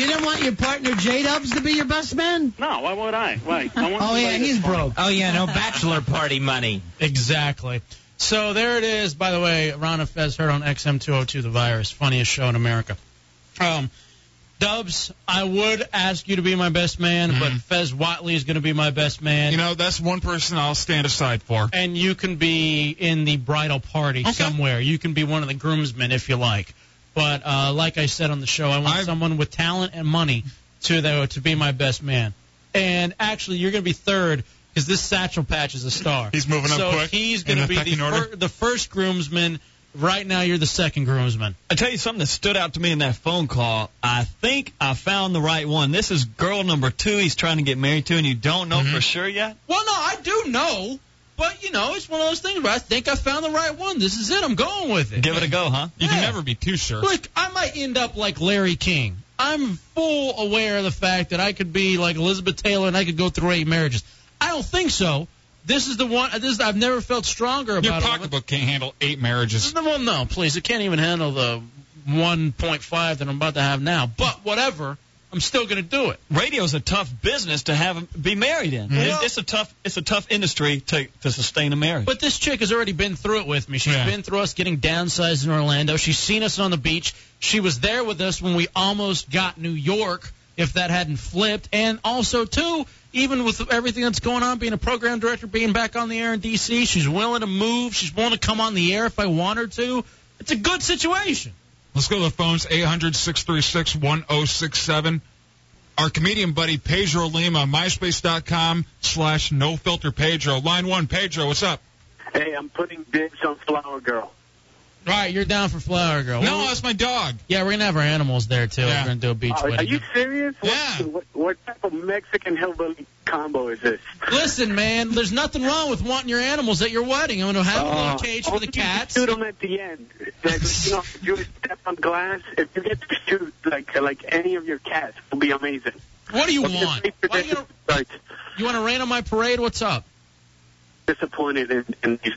you don't want your partner J Dubs to be your best man? No, why would I? Why? I want Oh, somebody yeah, that's he's funny. broke. Oh, yeah, no bachelor party money. Exactly. So there it is. By the way, Ron and Fez heard on XM202 The Virus, funniest show in America. Um, Dubs, I would ask you to be my best man, but Fez Watley is going to be my best man, Mm-hmm. You know, that's one person I'll stand aside for. and you can be in the bridal party somewhere. You can be one of the groomsmen if you like. But uh, like I said on the show, I want someone with talent and money to the, to be my best man. And actually, you're going to be third because this satchel patch is a star. He's moving up so quick He's in going to the be the, pecking order. fir- the first groomsman. Right now, you're the second groomsman. I tell you something that stood out to me in that phone call. I think I found the right one. This is girl number two. He's trying to get married to, and you don't know Mm-hmm. for sure yet. Well, no, I do know, but you know, it's one of those things where I think I found the right one. This is it. I'm going with it. Give it a go, huh? You Yeah. can never be too sure. Look, I might end up like Larry King. I'm full aware of the fact that I could be like Elizabeth Taylor and I could go through eight marriages. I don't think so. This is the one. This is, I've never felt stronger about. Your it. pocketbook can't handle eight This marriages. is- well, no, please. It can't even handle the 1.5 that I'm about to have now. But whatever, I'm still going to do it. Radio's a tough business to have be married in. It's, it's a tough it's a tough industry to to sustain a marriage. But this chick has already been through it with me. She's Yeah. been through us getting downsized in Orlando. She's seen us on the beach. She was there with us when we almost got New York, if that hadn't flipped. And also, too, even with everything that's going on, being a program director, being back on the air in D.C., she's willing to move. She's willing to come on the air if I want her to. It's a good situation. Let's go to the phones, 800 636 1067. our comedian buddy Pedro Lima, myspace.com slash no filter Pedro. Line one, Pedro, what's up? Hey, I'm putting dibs on Flower Girl. Right, you're down for Flower Girl. No, that's my dog. Yeah, we're gonna have our animals there too. We're gonna do a beach Uh, wedding. are you serious? yeah. What, what type of Mexican hillbilly combo is this? Listen, man, there's nothing wrong with wanting your animals at your wedding. I'm gonna have a Uh, little cage for the cats. Shoot them at the end. Like, you know, if you step on glass. If you get to shoot like like any of your cats, it will be amazing. What do you But want? just Why you, Like you want to rain on my parade? What's up? disappointed in, in these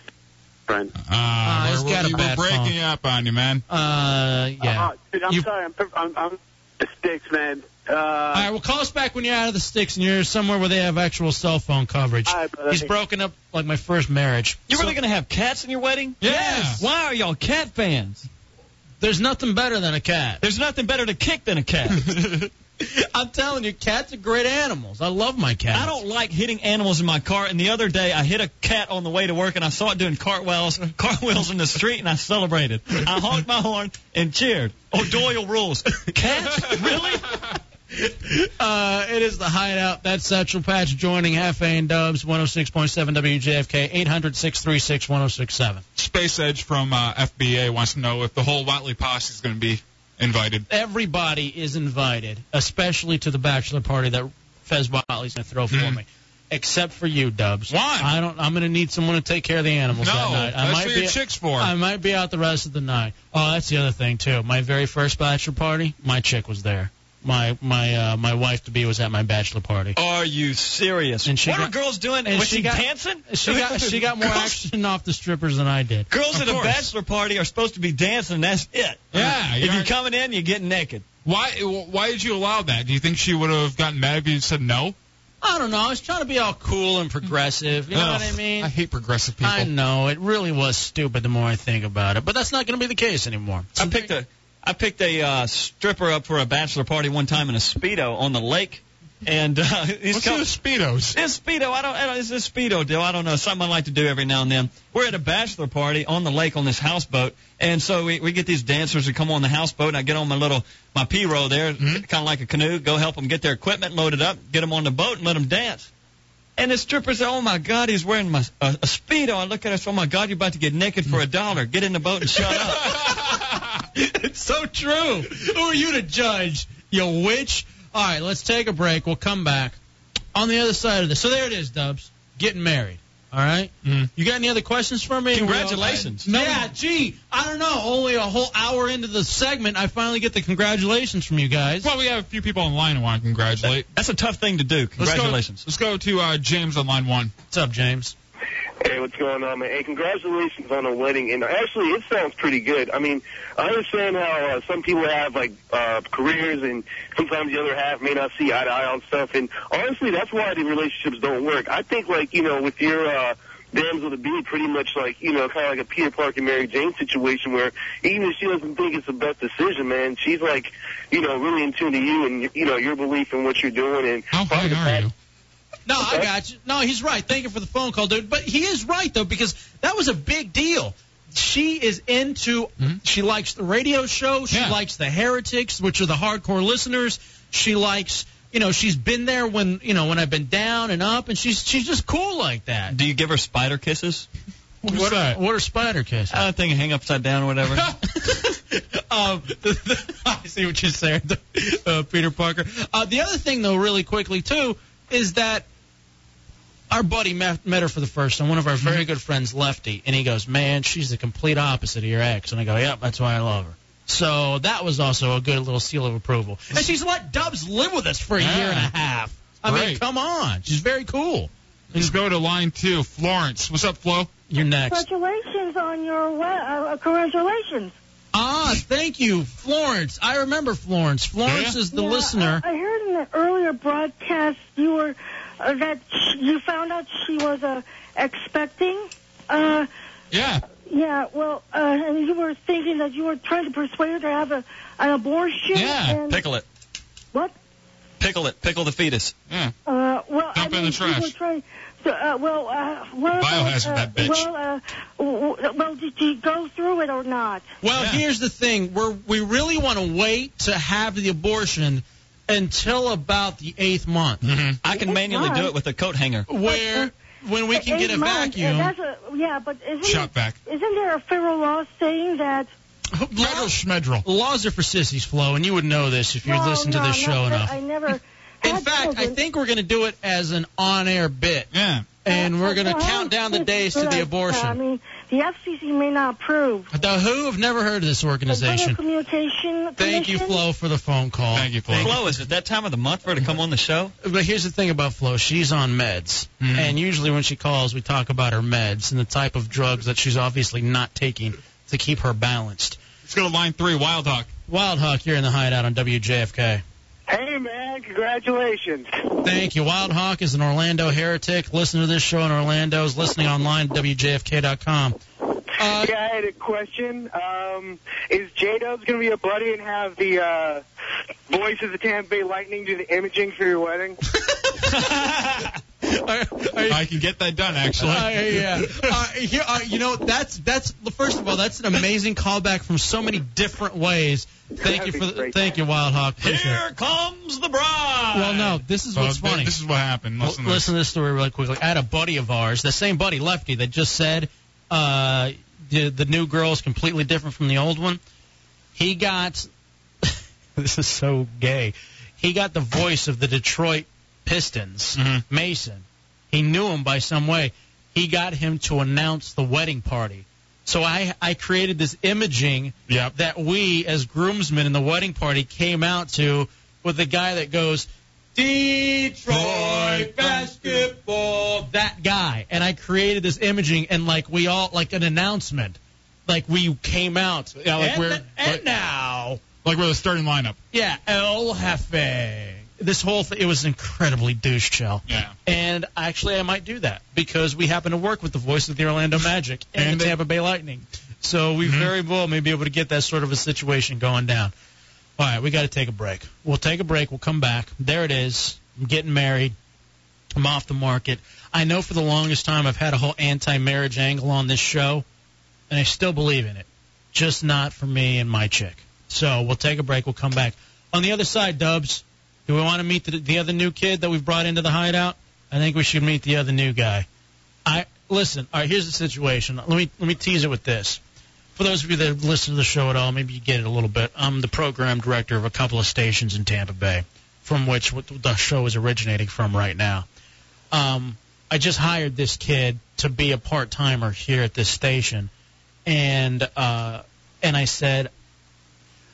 friends. Uh, he's we're, got a we're bad breaking up on you, man. Uh, yeah. Uh, dude, I'm sorry. I'm, I'm I'm the sticks, man. Uh, All right, well, call us back when you're out of the sticks and you're somewhere where they have actual cell phone coverage. All right, brother. He's broken up like my first marriage. You're really going to have cats in your wedding? Yes. Why are y'all cat fans? There's nothing better than a cat. There's nothing better to kick than a cat. I'm telling you, cats are great animals. I love my cats. I don't like hitting animals in my car. And the other day, I hit a cat on the way to work, and I saw it doing cartwheels, cartwheels in the street, and I celebrated. I honked my horn and cheered. O'Doyle rules. Cats, really? uh, it is the hideout. That's Satchel Patch joining Half A and Dubs 106.7 WJFK 800 636 1067. Space Edge from uh, FBA wants to know if the whole Watley posse is going to be invited. Everybody is invited, especially to the bachelor party that Fez Watley's going to throw for me. Except for you, Dubs. Hmm. Why? I don't. I'm going to need someone to take care of the animals No, that night. I that's might what be, your chick's for. I might be out the rest of the night. Oh, that's the other thing too. My very first bachelor party, my chick was there. My my uh, my wife to be was at my bachelor Oh, party. Are you serious? And she what got- are girls doing? and Was she she, got- dancing? She got she got more Girls- action off the strippers than I did. Girls Of at a course. bachelor party are supposed to be dancing, and that's it. Yeah, If you're- you're coming in, you're getting naked. Why? Why did you allow that? Do you think she would have gotten mad if you said no? I don't know. I was trying to be all cool and progressive. You know what Ugh, I mean? I hate progressive people. I know it really was stupid. The more I think about it, but that's not going to be the case anymore. I picked a I picked a uh, stripper up for a bachelor party one time in a speedo on the lake, and uh, he's What's come- with speedos? It's speedo. I don't. I don't it's a speedo deal. I don't know. Something I like to do every now and then. We're at a bachelor party on the lake on this houseboat, and so we, we get these dancers to come on the houseboat, and I get on my little my p row there, Hmm? kind of like a canoe. Go help them get their equipment loaded up, get them on the boat, and let them dance. And the stripper said, "Oh my God, he's wearing my a, a speedo." I look at her, "Oh my God, you're about to get naked for a dollar. Get in the boat and shut up." it's so true. Who are you to judge, you witch? All right, let's take a break. We'll come back on the other side of this. So there it is, Dubs. Getting married. All right. You got any other questions for me? Congratulations. No. Yeah. Gee, I don't know. Only a whole hour into the segment, I finally get the congratulations from you guys. Well, we have a few people online who want to congratulate. That's a tough thing to do. Congratulations. Let's go, let's go to uh, James on line one. What's up, James? Hey, what's going on, man? Hey, congratulations on a wedding. And actually, it sounds pretty good. I mean, I understand how uh, some people have like uh, careers, and sometimes the other half may not see eye to eye on stuff. And honestly, that's why the relationships don't work. I think, like you know, with your uh, damsel to be, pretty much like you know, kind of like a Peter Parker, Mary Jane situation, where even if she doesn't think it's the best decision, man, she's like, you know, really in tune to you and you know your belief in what you're doing. And how high are you? No, I got you. No, he's right. Thank you for the phone call, dude. But he is right though because that was a big deal. She is into. She likes the radio show. She likes the Heretics, which are the hardcore listeners. She likes. You know, she's been there when you know when I've been down and up, and she's she's just cool like that. Do you give her spider kisses? What's what, that? What are spider kisses? I think hang upside down or whatever. um, I see what you're saying, uh, Peter Parker. Uh, the other thing, though, really quickly too, is that our buddy met, met her for the first time. One of our very good friends, Lefty, and he goes, "Man, she's the complete opposite of your ex." And I go, "Yep, that's why I love her." So that was also a good little seal of approval. And she's let Dubs live with us for a year and a half. I mean, Great. come on, she's very cool. Let's go to line two, Florence. What's up, Flo? You're next. Congratulations on your we- uh, congratulations. Ah, thank you, Florence. I remember Florence. Florence is the Yeah, listener. I, I heard in the earlier broadcast you were uh, that sh- you found out she was uh, expecting. Uh, yeah. Yeah. Well, uh, and you were thinking that you were trying to persuade her to have a, an abortion. yeah, And, pickle it. Um, What? Pickle it. Pickle the fetus. Yeah. Uh, well, I Dump it in mean, the trash. people try. So, uh, well, uh, what about, Biohazard, uh, that bitch. Well, uh, w- w- well, did you go through it or not? Well, here's the thing. We're, we really want to wait to have the abortion until about the eighth month. I can manually do it with a coat hanger. Where when we can Eight get a months, vacuum. and That's a, yeah, but isn't, Shop vac. isn't there a federal law saying that? Federal schmedrel. Laws are for sissies, Flo, and you would know this if you No, listened to no, this no, show no, enough. I never. In fact, I think we're going to do it as an on-air bit. Yeah. And we're going to Well, count down the it's days to good the idea. I abortion. mean, the FCC may not approve. The WHO have never heard of this Federal organization. Communication Thank you, Commission? Flo, for the phone call. Thank you, Flo, is it that time of the month for her to come on the show? Hmm. But here's the thing about Flo. She's on meds. And usually when she calls, we talk about her meds and the type of drugs that she's obviously not taking to keep her balanced. Let's go to line three, Wild Hawk. Wild Hawk, you're in the hideout on WJFK. Hey, man, congratulations. Thank you. Wild Hawk is an Orlando heretic. Listen to this show in Orlando. Is listening online at WJFK.com. yeah, I had a question. Um, is J Dub's going to be a buddy and have the uh, voice of the Tampa Bay Lightning do the imaging for your wedding? I can get that done, actually. Uh, yeah. Uh, here, uh, you know, that's that's first of all, that's an amazing callback from so many different ways. Thank you for the, thank you, Wild Hawk. Appreciate it. Here comes the bride. Well, no, this is So what's thi- funny. This is what happened. Well, Listen, Listen to this. to this story really quickly. I had a buddy of ours, the same buddy, Lefty, that just said uh, the, the new girl is completely different from the old one. He got this is so gay. He got the voice of the Detroit Pistons, Mason. He knew him by some way. He got him to announce the wedding party. So I I created this imaging that we as groomsmen in the wedding party came out to with the guy that goes Detroit basketball that guy and I created this imaging and like we all like an announcement like we came out Yeah, like and, we're- and like- now Like we're the starting lineup. yeah, El Jefe. This whole thing, it was incredibly douche chill. Yeah. And actually, I might do that because we happen to work with the voice of the Orlando Magic and, Mm-hmm. the Tampa Bay Lightning. So we very well may be able to get that sort of a situation going down. All right, we got to take a break. We'll take a break. We'll come back. There it is. I'm getting married. I'm off the market. I know for the longest time I've had a whole anti marriage angle on this show, and I still believe in it. Just not for me and my chick. So we'll take a break. We'll come back. On the other side, Dubs, do we want to meet the, the other new kid that we've brought into the hideout? I think we should meet the other new guy. I listen. All right, here's the situation. Let me let me tease it with this. For those of you that listen to the show at all, maybe you get it a little bit. I'm the program director of a couple of stations in Tampa Bay, from which what the show is originating from right now. Um, I just hired this kid to be a part timer here at this station, and uh, and I said,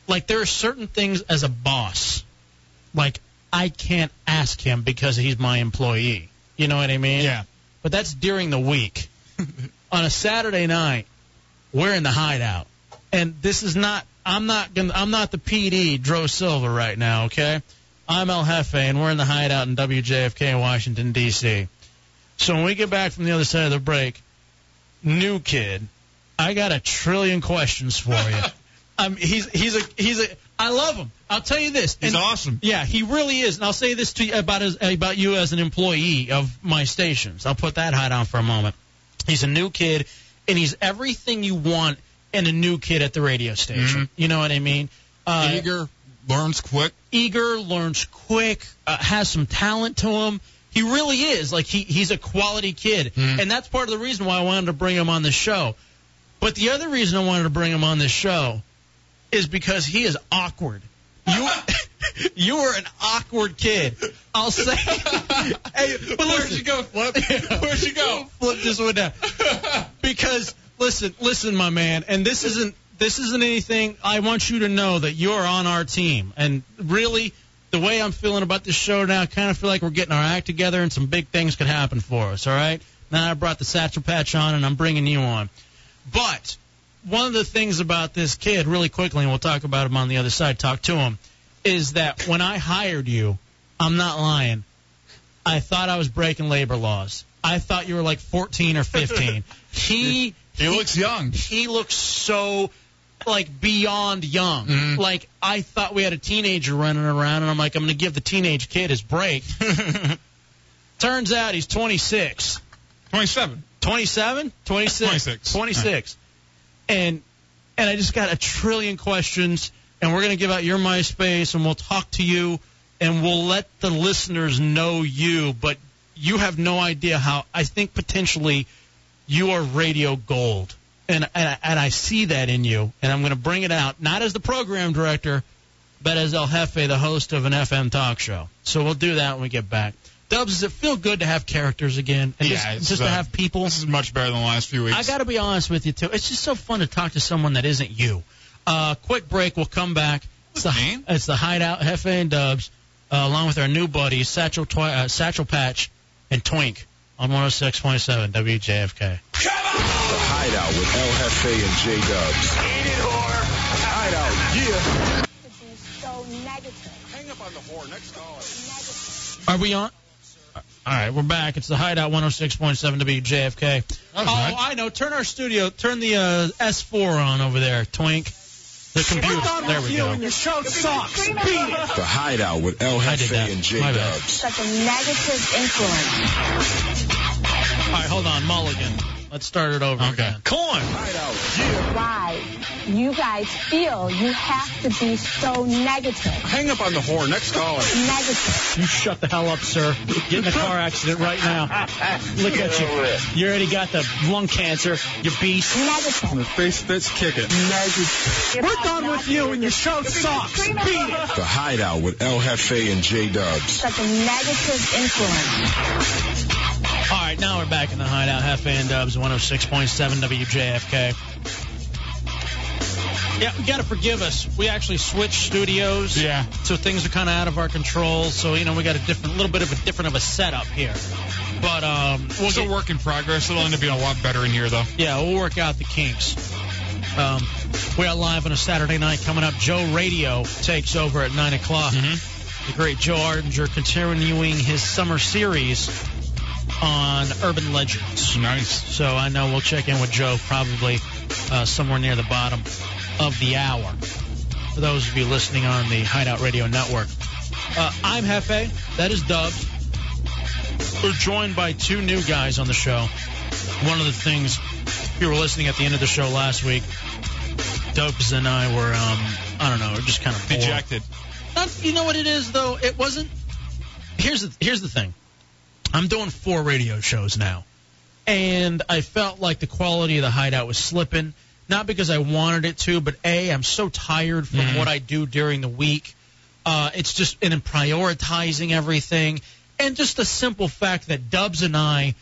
like there are certain things as a boss, like I can't ask him because he's my employee. You know what I mean? Yeah. But that's during the week. On a Saturday night, we're in the hideout, and this is not. I'm not. Gonna, I'm not the PD, Dro Silva, right now. Okay. I'm El Jefe, and we're in the hideout in WJFK, in Washington D.C. So when we get back from the other side of the break, new kid, I got a trillion questions for you. um, he's he's a he's a I love him. I'll tell you this. He's awesome. Yeah, he really is. And I'll say this to you about his, about you as an employee of my stations. I'll put that hat on for a moment. He's a new kid, and he's everything you want in a new kid at the radio station. You know what I mean? Uh, Mm-hmm. Eager, learns quick. Eager, learns quick, uh, has some talent to him. He really is. Like, he, he's a quality kid. Mm-hmm. And that's part of the reason why I wanted to bring him on the show. But the other reason I wanted to bring him on this show is because he is awkward. You you are an awkward kid. I'll say. hey, but where'd you go, Flip? Where'd you go? Flip this one down. Because listen, listen, my man, and this isn't this isn't anything. I want you to know that you're on our team, and really. The way I'm feeling about this show now, I kind of feel like we're getting our act together and some big things could happen for us, all right? Now I brought the satchel patch on and I'm bringing you on. But one of the things about this kid, really quickly, and we'll talk about him on the other side, talk to him, is that when I hired you, I'm not lying. I thought I was breaking labor laws. I thought you were like 14 or 15. he he looks young. He looks so like beyond young. Like I thought we had a teenager running around, and I'm like, I'm gonna give the teenage kid his break. Turns out he's 26. 27. 27? 26. 26. 26. And and I just got a trillion questions, and we're gonna give out your MySpace, and we'll talk to you and we'll let the listeners know you, but you have no idea how I think potentially you are radio gold. And, and, I- and I see that in you, and I'm going to bring it out, not as the program director, but as El Jefe, the host of an FM talk show. So we'll do that when we get back. Dubs, does it feel good to have characters again? And yeah, just, it's, just uh, to have people. This is much better than the last few weeks. I got to be honest with you too. It's just so fun to talk to someone that isn't you. Uh, quick break. We'll come back. It's the, it's the hideout, Hefe and Dubs, uh, along with our new buddies Satchel Twi- uh, Satchel Patch and Twink on 106.7 WJFK. The Hideout with El Jefe and J Dubs. Eat it, whore. Hideout, yeah. Hang up on the whore. Next caller. Are we on? Uh, All right, we're back. It's the Hideout 106.7 WJFK. Oh, right. I know. Turn our studio. Turn the uh, S4 on over there, Twink. The computer. There we go. your show sucks. The Hideout with El Jefe and J Dubs. Such a negative influence. All right, hold on. Mulligan. Let's start it over. Okay. Again. Corn. Why you guys feel you have to be so negative. Hang up on the whore. Next caller. Negative. You shut the hell up, sir. Get in a car accident right now. Look at you. You already got the lung cancer, you beast. The face fits, kick it. We're done with you and your show sucks. Beat it. The Hideout with El Jefe and J Dubs. Such a negative influence. All right, now we're back in the hideout. Half and Dubs, 106.7 WJFK. Yeah, you gotta forgive us. We actually switched studios. Yeah. So things are kind of out of our control. So you know we got a different, little bit of a different of a setup here. But um, It's a work in progress. It'll end up being a lot better in here, though. Yeah, we'll work out the kinks. Um, we are live on a Saturday night coming up. Joe Radio takes over at 9 o'clock. Mm-hmm. The great Joe Ardinger continuing his summer series on urban legends. Nice. So I know we'll check in with Joe probably uh, somewhere near the bottom of the hour. For those of you listening on the Hideout Radio Network, uh, I'm Hefe. That is Dubs. We're joined by two new guys on the show. One of the things if you were listening at the end of the show last week, Dubs and I were, um, I don't know, just kind of bored. Dejected. Not, you know what it is though? It wasn't. Here's the here's the thing. I'm doing four radio shows now, and I felt like the quality of the hideout was slipping. Not because I wanted it to, but a I'm so tired from what I do during the week. Uh, it's just and in prioritizing everything, and just the simple fact that Dubs and I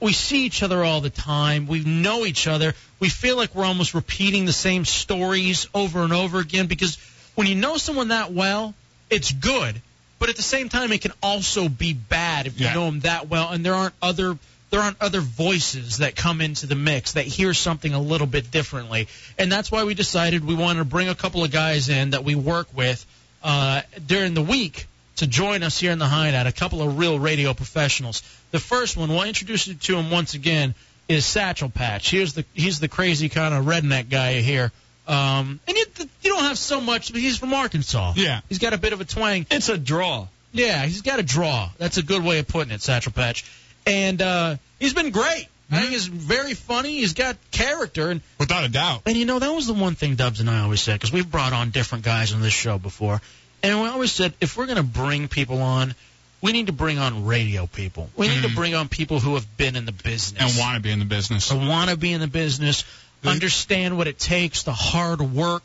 we see each other all the time. We know each other. We feel like we're almost repeating the same stories over and over again because when you know someone that well, it's good. But at the same time, it can also be bad if you know them that well, and there aren't other there aren't other voices that come into the mix that hear something a little bit differently. And that's why we decided we wanted to bring a couple of guys in that we work with uh, during the week to join us here in the hideout, a couple of real radio professionals. The first one, we'll introduce you to him once again, is Satchel Patch. Here's the he's the crazy kind of redneck guy here. Um, and you, you don't have so much, but he's from Arkansas. Yeah. He's got a bit of a twang. It's a draw. Yeah, he's got a draw. That's a good way of putting it, Satchel Patch. And uh, he's been great. I think he's very funny. He's got character, and without a doubt. And you know that was the one thing Dubs and I always said because we've brought on different guys on this show before, and we always said if we're going to bring people on, we need to bring on radio people. We need to bring on people who have been in the business Mm. And want to be in the business. I want to be in the business, understand what it takes, the hard work,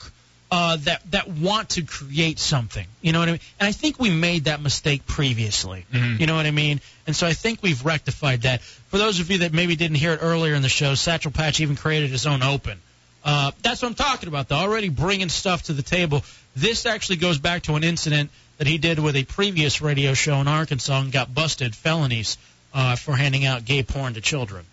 uh, that that want to create something. You know what I mean? And I think we made that mistake previously. Mm-hmm. You know what I mean? And so I think we've rectified that. For those of you that maybe didn't hear it earlier in the show, Satchel Patch even created his own open. Uh, that's what I'm talking about, though. Already bringing stuff to the table. This actually goes back to an incident that he did with a previous radio show in Arkansas and got busted felonies uh, for handing out gay porn to children.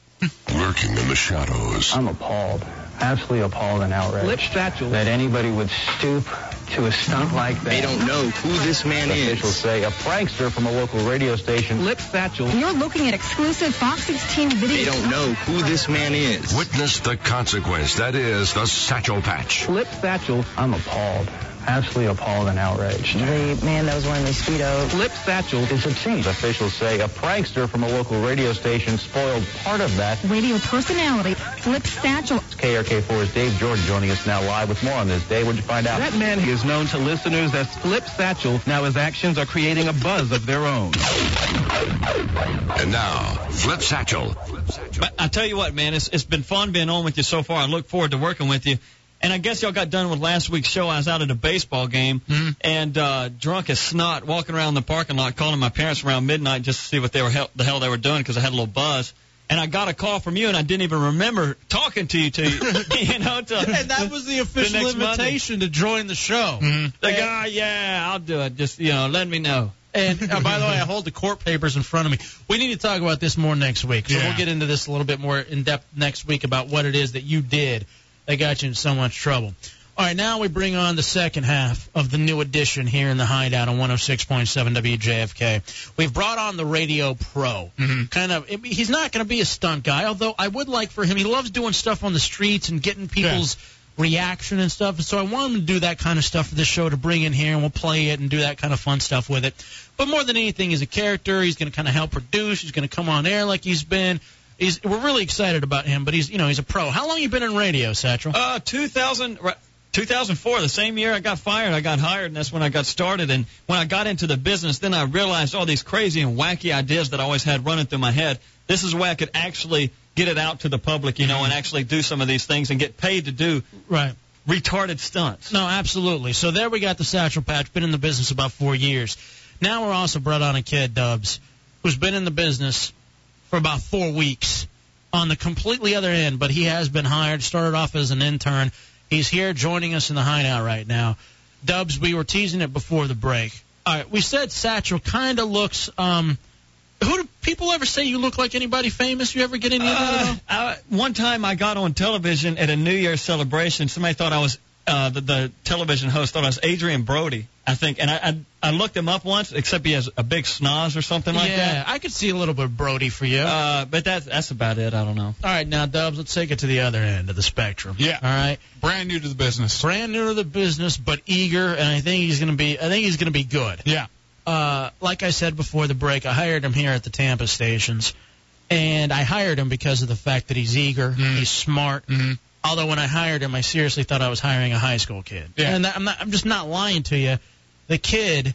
Lurking in the shadows. I'm appalled. Absolutely appalled and outraged. That anybody would stoop to a stunt like that. They don't know who this man is. Officials say a prankster from a local radio station. Lip Satchel. You're looking at exclusive Fox 16 video. know who this man is. Witness the consequence. That is the Satchel Patch. Lip Satchel. I'm appalled. absolutely appalled and outraged. The man that was wearing the Speedo. Flip Satchel is a cheat. Officials say a prankster from a local radio station spoiled part of that. Radio personality Flip Satchel. KRK4's Dave Jordan joining us now live with more on this. Dave, what'd you find out? That man is known to listeners as Flip Satchel. Now his actions are creating a buzz of their own. And now, Flip Satchel. But I tell you what, man, it's, it's been fun being on with you so far. I look forward to working with you. And I guess y'all got done with last week's show. I was out at a baseball game Mm-hmm. and uh, drunk as snot, walking around the parking lot, calling my parents around midnight just to see what they were hell, the hell they were doing because I had a little buzz. And I got a call from you, and I didn't even remember talking to you. To you know, till And that was the official next Monday. invitation to join the show. Like, ah, yeah, I'll do it. Just you know, let me know. And uh, by the way, I hold the court papers in front of me. We need to talk about this more next week. So Yeah. we'll get into this a little bit more in depth next week about what it is that you did that got you in so much trouble. All right, now we bring on the second half of the new edition here in the Hideout on 106.7 WJFK. We've brought on the radio pro. Kind of, I mean, he's not going to be a stunt guy. Although I would like for him, he loves doing stuff on the streets and getting people's reaction and stuff. So I want him to do that kind of stuff for the show to bring in here and we'll play it and do that kind of fun stuff with it. But more than anything, he's a character. He's going to kind of help produce. He's going to come on air like he's been. He's, we're really excited about him, but he's you know he's a pro. How long you been in radio, Satchel? Uh, 2000, right, 2004, the same year I got fired, I got hired, and that's when I got started. And when I got into the business, then I realized all these crazy and wacky ideas that I always had running through my head. This is where I could actually get it out to the public, you know, and actually do some of these things and get paid to do right. retarded stunts. No, absolutely. So there we got the Satchel Patch. Been in the business about four years. Now we're also brought on a kid, Dubs, who's been in the business for about four weeks on the completely other end, but he has been hired. Started off as an intern. He's here joining us in the hideout right now. Dubs, we were teasing it before the break. All right, we said Satchel kind of looks. um Who do people ever say you look like? Anybody famous? You ever get any of that? at all? I, one time I got on television at a New Year's celebration. Somebody thought I was uh, the, the television host thought I was Adrian Brody, I think, and I, I I looked him up once. Except he has a big snoz or something like yeah, that. I could see a little bit of Brody for you. Uh, but that's that's about it. I don't know. All right, now Dubs, let's take it to the other end of the spectrum. Yeah. All right. Brand new to the business. Brand new to the business, but eager, and I think he's gonna be. I think he's gonna be good. Yeah. Uh, like I said before the break, I hired him here at the Tampa stations, and I hired him because of the fact that he's eager, Mm-hmm. he's smart. Although when I hired him, I seriously thought I was hiring a high school kid. Yeah. And that, I'm not. I'm just not lying to you. The kid.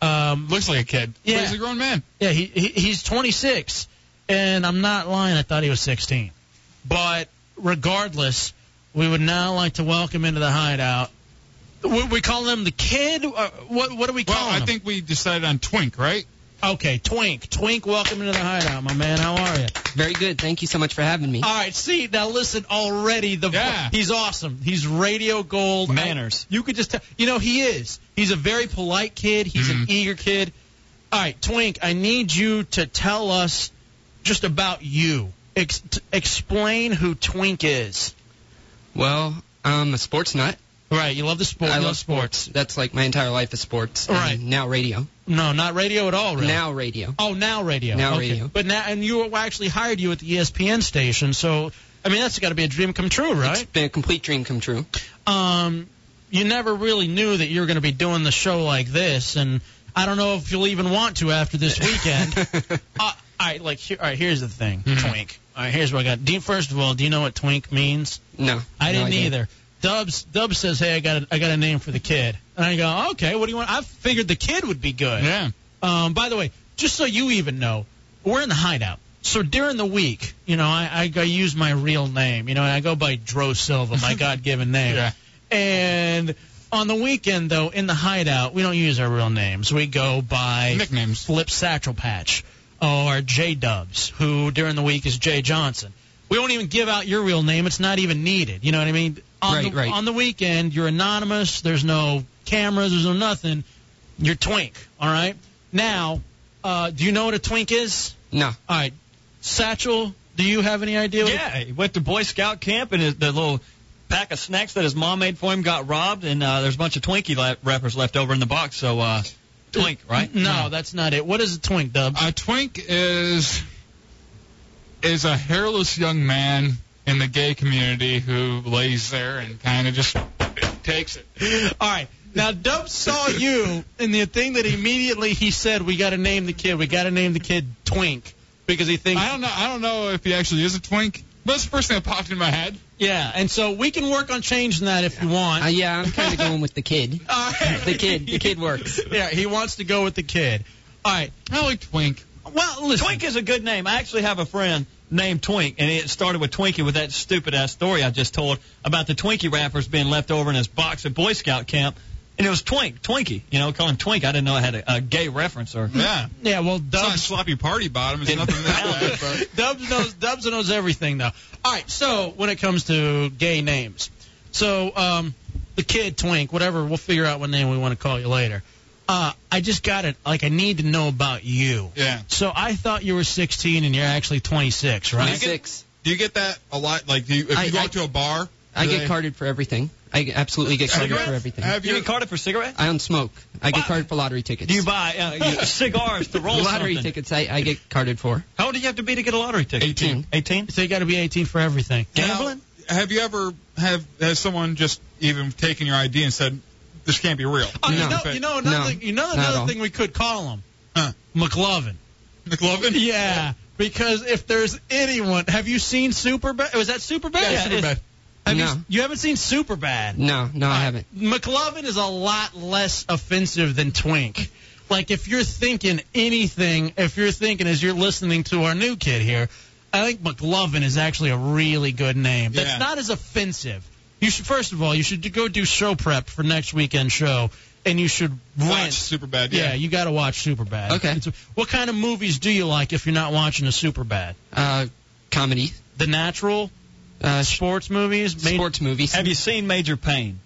Um, Looks like a kid. Yeah. But he's a grown man. Yeah, he, he he's 26, and I'm not lying. I thought he was 16. But regardless, we would now like to welcome into the hideout. We, we call him the kid. Uh, what what do we call Well, I him? think we decided on Twink, right? okay, Twink. Twink, welcome into the hideout, my man. How are you? Very good. Thank you so much for having me. All right, see now, listen. Already, the Yeah. he's awesome. He's radio gold Manners. You could just tell. You know, he is. He's a very polite kid. He's Mm-hmm. an eager kid. All right, Twink, I need you to tell us just about you. Ex- t- explain who Twink is. Well, I'm a sports nut. Right, you love the sport. I you love sports. That's like my entire life is sports. and Right. now radio. No, not radio at all. Really. Now radio. Oh, now radio. Now okay. radio. But now, and you were- actually hired you at the E ESPN station. So, I mean, that's got to be a dream come true, right? It's been a complete dream come true. um, you never really knew that you were going to be doing the show like this, and I don't know if you'll even want to after this weekend. uh, all right, like, here, all right, here's the thing, Mm-hmm. Twink. All right, here's what I got. Do you, first of all, do you know what Twink means? No. I no didn't idea. either. Dubs, Dubs says, "Hey, I got a, I got a name for the kid," and I go, "Okay, what do you want?" I figured the kid would be good. Yeah. Um, by the way, just so you even know, we're in the hideout. So during the week, you know, I, I, I use my real name. You know, and I go by Dro Silva, my God-given name. Yeah. And on the weekend, though, in the hideout, we don't use our real names. We go by Nicknames. Flip Satchel Patch or J Dubs, who during the week is Jay Johnson. We don't even give out your real name. It's not even needed. You know what I mean? On Right, the, right. On the weekend, you're anonymous. There's no cameras. There's no nothing. You're twink. All right. Now, uh, do you know what a twink is? No. All right. Satchel, do you have any idea? What Yeah, he went to Boy Scout camp and his, the little pack of snacks that his mom made for him got robbed, and uh, there's a bunch of Twinkie la- wrappers left over in the box. So uh, Twink, right? No, that's not it. What is a twink, Dubs? A Uh, twink is is a hairless young man in the gay community who lays there and kind of just takes it. All right. Now, Dope saw you, and the thing that immediately he said, "We got to name the kid. We got to name the kid Twink," because he thinks I don't know. I don't know if he actually is a twink. But it's the first thing that popped in my head. Yeah, and so we can work on changing that if you want. Uh, yeah, I'm kind of going with the kid. The kid, the kid works. Yeah, he wants to go with the kid. All right, I like Twink. Well, listen. Twink is a good name. I actually have a friend named Twink, and it started with Twinkie with that stupid ass story I just told about the Twinkie wrappers being left over in his box at Boy Scout camp. And it was Twink, Twinkie. You know, calling him Twink. I didn't know I had a, a gay reference or. Yeah. Yeah, well, It's not Dubs, sloppy party bottom. It's nothing that bad. Dubs knows Dubs knows everything though. All right, so when it comes to gay names, so um, the kid Twink, whatever, we'll figure out what name we want to call you later. Uh, I just got it. Like I need to know about you. But, yeah. So I thought you were 16 and you're actually 26, right? 26. Do you get that a lot? Like, do you, if I- you go I- out to a bar, I do get they- carded for everything. I absolutely get carded Cigarettes? for everything. Have You your- get carded for cigarettes? I don't smoke. I get What? carded for lottery tickets. Do you buy uh, cigars to roll lottery something? tickets? I, I get carded for. How old do you have to be to get a lottery ticket? 18. 18? So you got to be 18 for everything. Now, have you ever have has someone just even taken your ID and said this can't be real? Oh, No. you know, you know another, No, thing, you know not at another all. thing we could call him, Huh. McLovin. McLovin? Yeah, because if there's anyone, have you seen Superbad? Was that Superbad? Yeah, Superbad. Have No. you, you haven't seen Superbad? No, no, I haven't. McLovin is a lot less offensive than Twink. Like if you're thinking anything, if you're thinking as you're listening to our new kid here, I think McLovin is actually a really good name. That's Yeah. not as offensive. You should first of all, you should go do show prep for next weekend's show, and you should rent. Watch super bad. yeah. Yeah. you got to watch Superbad. Okay. It's- what kind of movies do you like if you're not watching a Superbad? Uh, comedy, The Natural, uh, sh- sports movies, main- sports movies. Have you seen Major Payne?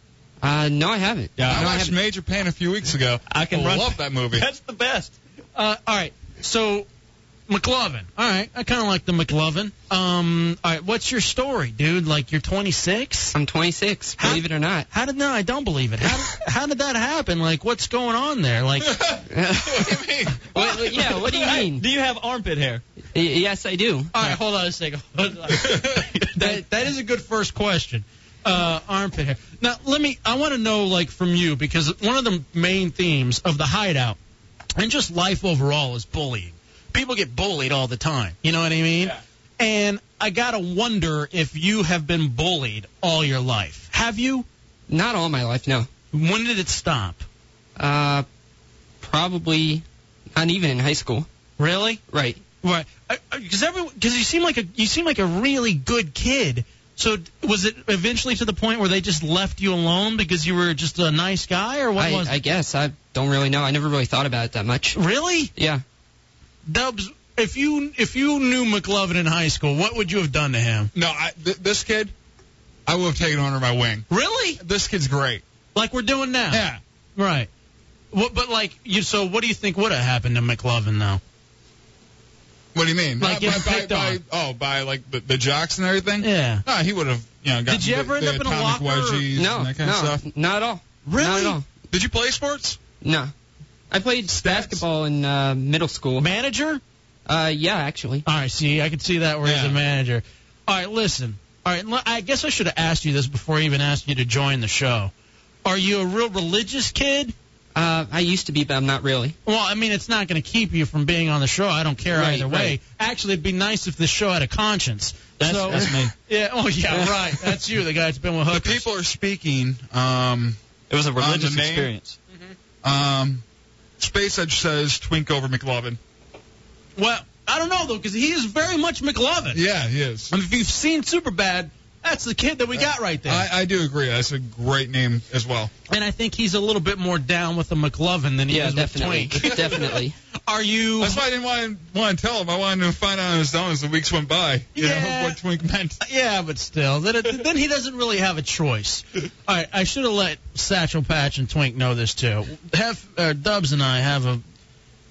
Uh, no, I haven't. Yeah, I no, watched haven't. Major Payne a few weeks ago. I can I run. love that movie. That's the best. Uh, all right. So McLovin. All right. I kind of like the McLovin. Um. All right. What's your story, dude? Like you're 26. I'm 26. Huh? Believe it or not. How did no? I don't believe it. How did, how did that happen? Like what's going on there? Like what do you mean? Wait, wait, yeah. What do you mean? Do you have armpit hair? Y- yes, I do. all right. Hold on a second. Hold on. that that is a good first question. Uh, armpit hair. Now let me. I want to know like from you because one of the main themes of the hideout and just life overall is bullying. People get bullied all the time. You know what I mean? And I gotta wonder if you have been bullied all your life. Have you? Not all my life. No. When did it stop? Uh, probably not even in high school. Really? Right. Right. Uh, Because everyone, because you seem like a you seem like a really good kid. So d- was it eventually to the point where they just left you alone because you were just a nice guy, or what I, was? I it? guess I don't really know. I never really thought about it that much. Really, Yeah. Dubs? If you if you knew McLovin in high school, what would you have done to him? No, I, th- this kid, I would have taken under my wing. Really? This kid's great. Like we're doing now? Yeah. Right. What, but like you, so what do you think would have happened to McLovin though? What do you mean? Like by, getting by, picked by, on. oh, by like the, the jocks and everything. Yeah. No, he would have. You know, gotten Did you the- ever end the up in a atomic locker or- wedgies No. and that kind no. of stuff. Not at all. Not Really? at all. Did you play sports? No. I played basketball in uh, middle school. Manager? Uh, yeah, actually. All right, see, I can see that where he's Yeah. a manager. All right, listen. All right, l- I guess I should have asked you this before I even asked you to join the show. Are you a real religious kid? Uh, I used to be, but I'm not really. Well, I mean, it's not going to keep you from being on the show. I don't care Right, either way. right. Actually, it'd be nice if the show had a conscience. That's, So- that's me. Yeah. Oh, yeah. Right. That's you, the guy that's been with The hookers. people are speaking. Um, It was a religious name? experience. um, Space Edge says Twink over McLovin. Well, I don't know though, because he is very much McLovin. Yeah, he is. I mean, if you've seen Superbad, that's the kid that we got right there. I, I do agree. That's a great name as well. and I think he's a little bit more down with the McLovin than he yeah, is definitely. with Twink. definitely. Are you? That's why I didn't want to, want to tell him. I wanted to find out on his own as the weeks went by. You Yeah. know what Twink meant. Yeah, but still, then, it, then he doesn't really have a choice. All right, I should have let Satchel Patch and Twink know this too. Hef, uh, Dubs and I have a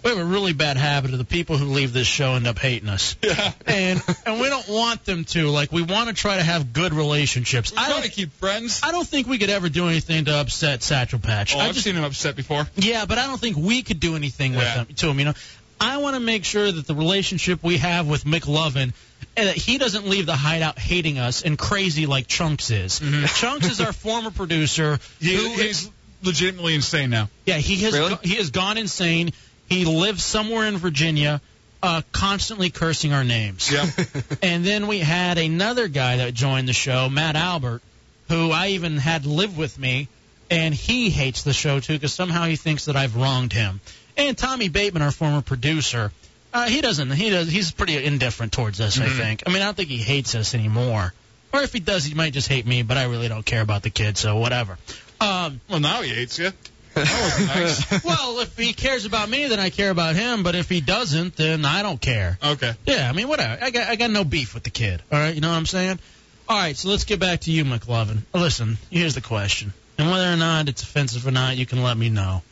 we have a really bad habit of the people who leave this show end up hating us, Yeah. and and we don't want them to. Like we want to try to have good relationships. We I try to don't, keep friends. I don't think we could ever do anything to upset Satchel Patch. Oh, I I've just seen him upset before. yeah, but I don't think we could do anything with Yeah. him to him. You know, I want to make sure that the relationship we have with McLovin, and that he doesn't leave the hideout hating us and crazy like Chunks is. Chunks is our former producer. Mm-hmm. He, who he's legitimately insane now. Yeah, he has go- he has gone insane. He lives somewhere in Virginia, uh, constantly cursing our names. Yeah. and then we had another guy that joined the show, Matt Albert, who I even had live with me, and he hates the show too because somehow he thinks that I've wronged him. And Tommy Bateman, our former producer, uh, he doesn't. He does. He's pretty indifferent towards us. I Mhm. think. I mean, I don't think he hates us anymore. Or if he does, he might just hate me. But I really don't care about the kid, so whatever. Um, well, now he hates you. That wasn't nice. well, if he cares about me, then I care about him. But if he doesn't, then I don't care. Okay. Yeah, I mean, whatever. I got I got no beef with the kid. All right, you know what I'm saying? All right, so let's get back to you, McLovin. Listen, here's the question, and whether or not it's offensive or not, you can let me know.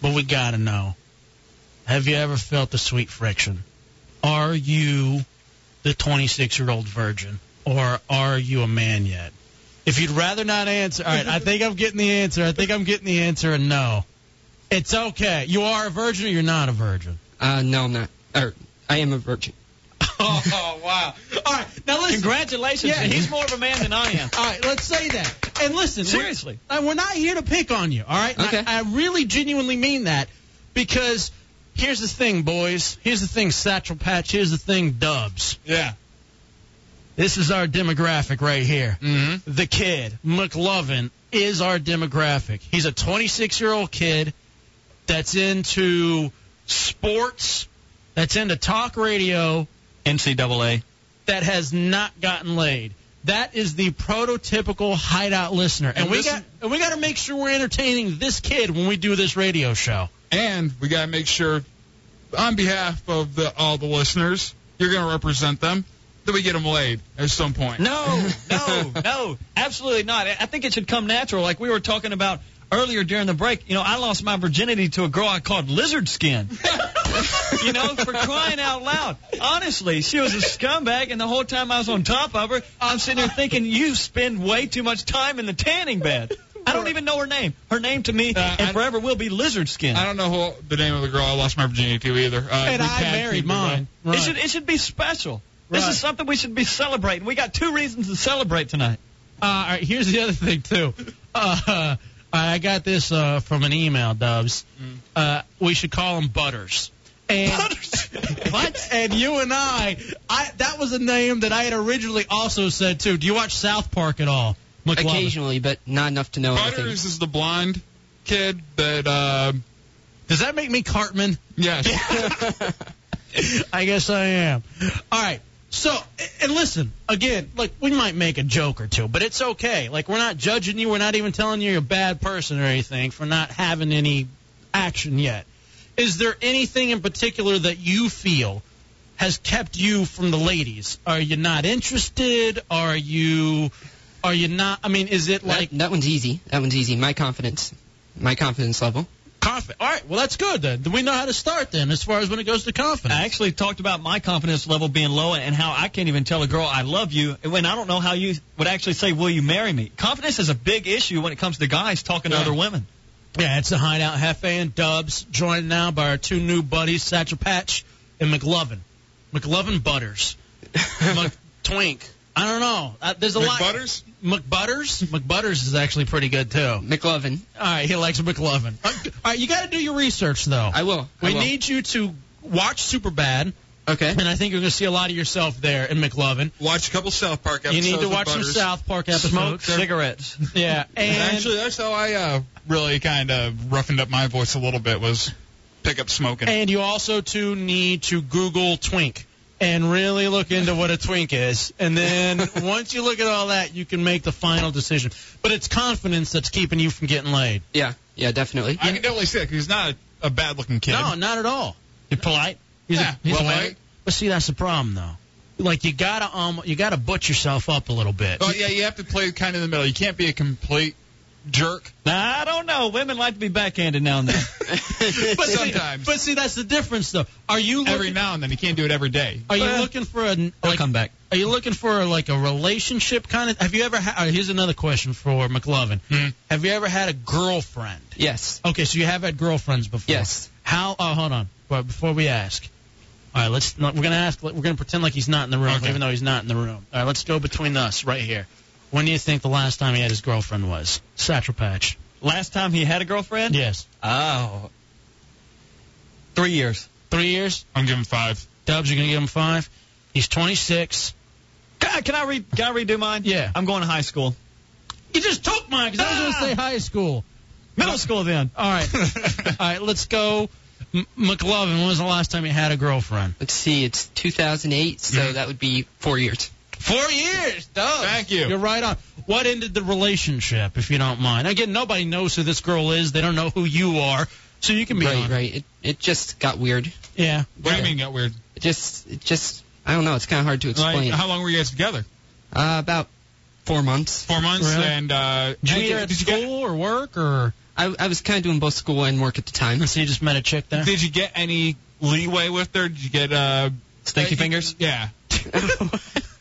But we gotta know. Have you ever felt the sweet friction? Are you the 26 year old virgin, or are you a man yet? If you'd rather not answer, all right, I think I'm getting the answer. I think I'm getting the answer, and no. It's okay. You are a virgin or you're not a virgin? Uh, no, I'm not. Or, I am a virgin. Oh, wow. All right, now listen. Congratulations. Yeah, he's more of a man than I am. All right, let's say that. And listen, we're- Seriously. uh, we're, not here to pick on you, all right? And Okay. I, I really genuinely mean that because here's the thing, boys. Here's the thing, Satchel Patch. Here's the thing, Dubs. Yeah. This is our demographic right here. Mm-hmm. The kid, McLovin, is our demographic. He's a 26 year old kid that's into sports, that's into talk radio, NCAA. that has not gotten laid. That is the prototypical hideout listener, and, And we this got is- and we got to make sure we're entertaining this kid when we do this radio show. And we gotta make sure, on behalf of the, all the listeners, you're gonna represent them. That we get them laid at some point. No, no, no, absolutely not. I I think it should come natural, like we were talking about earlier during the break. You know, I lost my virginity to a girl I called Lizard Skin. you know, for crying out loud. Honestly, she was a scumbag, and the whole time I was on top of her, I'm sitting there thinking, you spend way too much time in the tanning bed. I don't even know her name. Her name to Uh, me and forever will be Lizard Skin. I don't know who, the name of the girl I lost my virginity to either. Uh, And we I tag married teamed mine. it, right? It should it should be special. This Right. is something we should be celebrating. We got two reasons to celebrate tonight. Uh, all right, here's the other thing too. Uh, I got this uh, from an email, Dubs. Mm. Uh, we should call him Butters. And what? And you and I, I that was a name that I had originally also said too. Do you watch South Park at all? McLovin? Occasionally, but not enough to know anything. Butters is the blonde kid that. Uh, Does that make me Cartman? yes. I guess I am. All right. So, and listen, again, like, we might make a joke or two, but it's okay. Like, we're not judging you. We're not even telling you you're a bad person or anything for not having any action yet. Is there anything in particular that you feel has kept you from the ladies? Are you not interested? Are you, are you not? I mean, is it like that, that one's easy. That one's easy. My confidence. My confidence level. confident? All right. Well, that's good then. Then We know how to start then as far as when it goes to confidence. I actually talked about my confidence level being low and how I can't even tell a girl I love you when I don't know how you would actually say, Will you marry me? Confidence is a big issue when it comes to guys talking to other women. Yeah, it's the Hideout Hefe and Dubs, joined now by our two new buddies, Satchel Patch and McLovin. McLovin Butters. McTwink. I don't know. Uh, there's a lot. Butters. McButters? McButters is actually pretty good, too. All McLovin. right, he likes McLovin. Uh, All right, you got to do your research, though. I will. I We will. need you to watch Superbad, Okay. and I think you're going to see a lot of yourself there in McLovin. Watch a couple South Park You episodes. need to of watch some Butters. South Park episodes. Smoke cigarettes. Yeah, and Actually, that's how I uh, really kind of roughened up my voice a little bit was pick up smoking. And you also too need to Google twink and really look into what a twink is. And then once you look at all that, you can make the final decision. But it's confidence that's keeping you from getting laid. Yeah. Yeah, definitely. I can definitely say it 'cause he's not a, a bad looking kid. No, not at all. You're polite. He's Yeah, a, he's well, a I- But see, that's the problem though. Like you gotta um, you gotta butch yourself up a little bit. Oh yeah, you have to play kind of in the middle. You can't be a complete jerk. Now, I don't know. Women like to be backhanded now and then. but sometimes. See, but see, that's the difference though. Are you looking, Every now and then, you can't do it every day. Are you looking for a They'll like, come back. Are you looking for like a relationship kind of? Have you ever? Ha- all right, here's another question for McLovin. Hmm. Have you ever had a girlfriend? Yes. Okay, so you have had girlfriends before. Yes. How? Oh, hold on. But before we ask, all right, let's. no, We're gonna ask. We're gonna pretend like he's not in the room, Okay. even though he's not in the room. All right, let's go between us right here. When do you think the last time he had his girlfriend was? Satchel Patch. last time he had a girlfriend? Yes. Oh. Three years. Three years? I'm giving five. Dubs, you're going to give him five? He's 26. Can I, can I, re- can I redo mine? Yeah. I'm going to high school. Ah. You just took mine because I was going to say high school. Middle school then. All right. All right, let's go. M- McLovin, when was the last time you had a girlfriend? Let's see, it's 2008, so that would be four years. Four years, Doug. Thank you. You're right on. What ended the relationship, if you don't mind? Again, nobody knows who this girl is. They don't know who you are, so you can be right, honest. right. It, it just got weird. Yeah. What do you mean got weird? It just, it just, I don't know. It's kind of hard to explain. Like, how long were you guys together? uh, about four months. Four months. Really? And uh, Did you did meet her you- at did you get school or work or? I, I was kind of doing both school and work at the time. uh, So you just met a chick there? did you get any leeway with her? Did you get uh, Stinky uh, fingers? Yeah.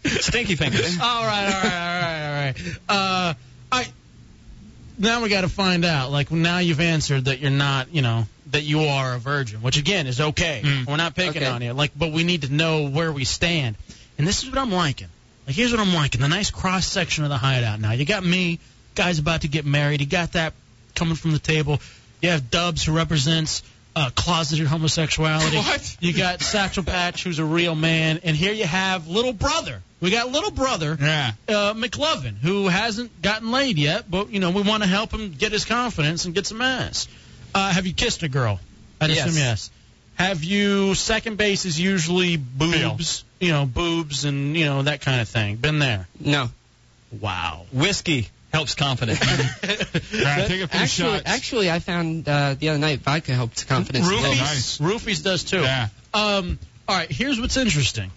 Stinky fingers. all right, all right, all right, all right. Uh, I now we got to find out. Like now you've answered that you're not, you know, that you are a virgin, which again is okay. Mm. We're not picking Okay. on you. Like, but we need to know where we stand. And this is what I'm liking. Like, here's what I'm liking: the nice cross section of the hideout. Now you got me, guys about to get married. You got that coming from the table. You have Dubs who represents. Uh, closeted homosexuality. What? You got Satchel Patch, who's a real man, and here you have little brother. We got little brother, Yeah. uh, McLovin, who hasn't gotten laid yet, but you know we want to help him get his confidence and get some ass. Uh, have you kissed a girl? I Yes. assume yes. Have you second base is usually boobs, you know, boobs and you know that kind of thing. Been there. No. Wow. Whiskey helps confidence. Right, take a few actually, shots. actually, I found uh, the other night vodka helped confidence. a little. Roofies, nice. roofies does too. Yeah. Um, all right. Here's what's interesting.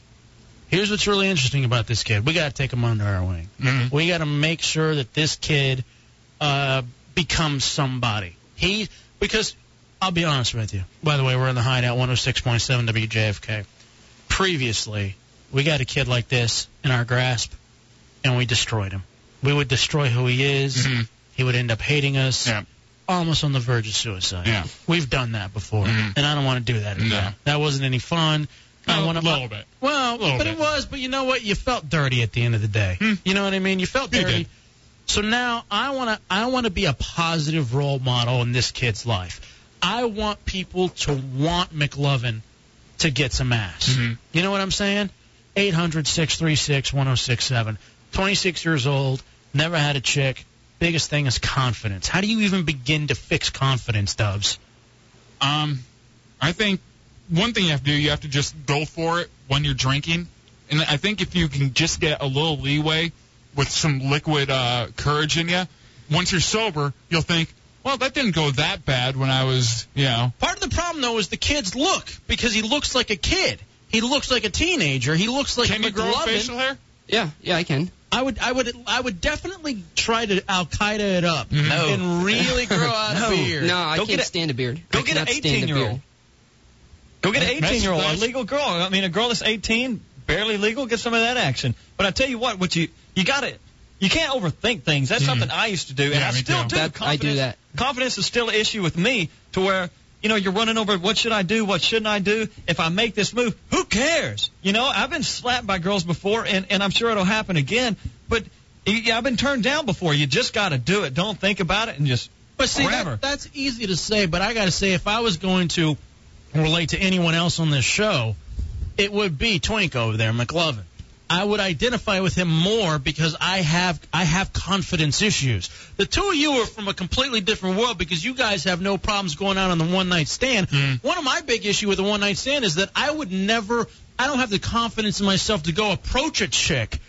Here's what's really interesting about this kid. We got to take him under our wing. Mhm. We got to make sure that this kid uh, becomes somebody. He because I'll be honest with you. By the way, we're in the hideout 106.7 WJFK. Previously, we got a kid like this in our grasp, and we destroyed him. We would destroy who he is. Mhm. He would end up hating us. Yeah. Almost on the verge of suicide. Yeah. We've done that before, Mhm. and I don't want to do that again. No. That wasn't any fun. I Well, want a to little bit. well, Little but bit. Hmm. it was. But you know what? You felt dirty at the end of the day. You know what I mean? You felt You dirty. did. So now I want to. I want to be a positive role model in this kid's life. I want people to want McLovin to get some ass. Mhm. You know what I'm saying? 800-636-1067. 26 years old, never had a chick. Biggest thing is confidence. How do you even begin to fix confidence, Dubs? Um, I think one thing you have to do, you have to just go for it when you're drinking. And I think if you can just get a little leeway with some liquid uh, courage in you, once you're sober, you'll think, well, that didn't go that bad when I was, you know. Part of the problem though is the kid's look because he looks like a kid. He looks like a teenager. He looks like Can you grow McLovin. facial hair? Yeah, yeah, I can. I would, I would, I would definitely try to Al Qaeda it up No. and really grow out a beard. No, I Go get can't a- stand a beard. go I get an cannot stand a 18-year-old. beard. Go get an That's 18 year old, a nice. legal girl. I mean, a girl that's 18, barely legal, get some of that action. But I tell you what, what you you got to You can't overthink things. That's Mm. something I used to do, and Yeah, I me still too. do. That- I do Confidence- that. Confidence is still an issue with me, to where you know you're running over. What should I do? What shouldn't I do? If I make this move, who cares? You know, I've been slapped by girls before, and and I'm sure it'll happen again. But yeah, I've been turned down before. You just got to do it. Don't think about it, and just But see, Forever. that, that's easy to say, but I got to say, if I was going to relate to anyone else on this show, it would be Twink over there, McLovin. I would identify with him more because I have I have confidence issues. The two of you are from a completely different world because you guys have no problems going out on the one night stand. Mm. One of my big issue with the one night stand is that I would never I don't have the confidence in myself to go approach a chick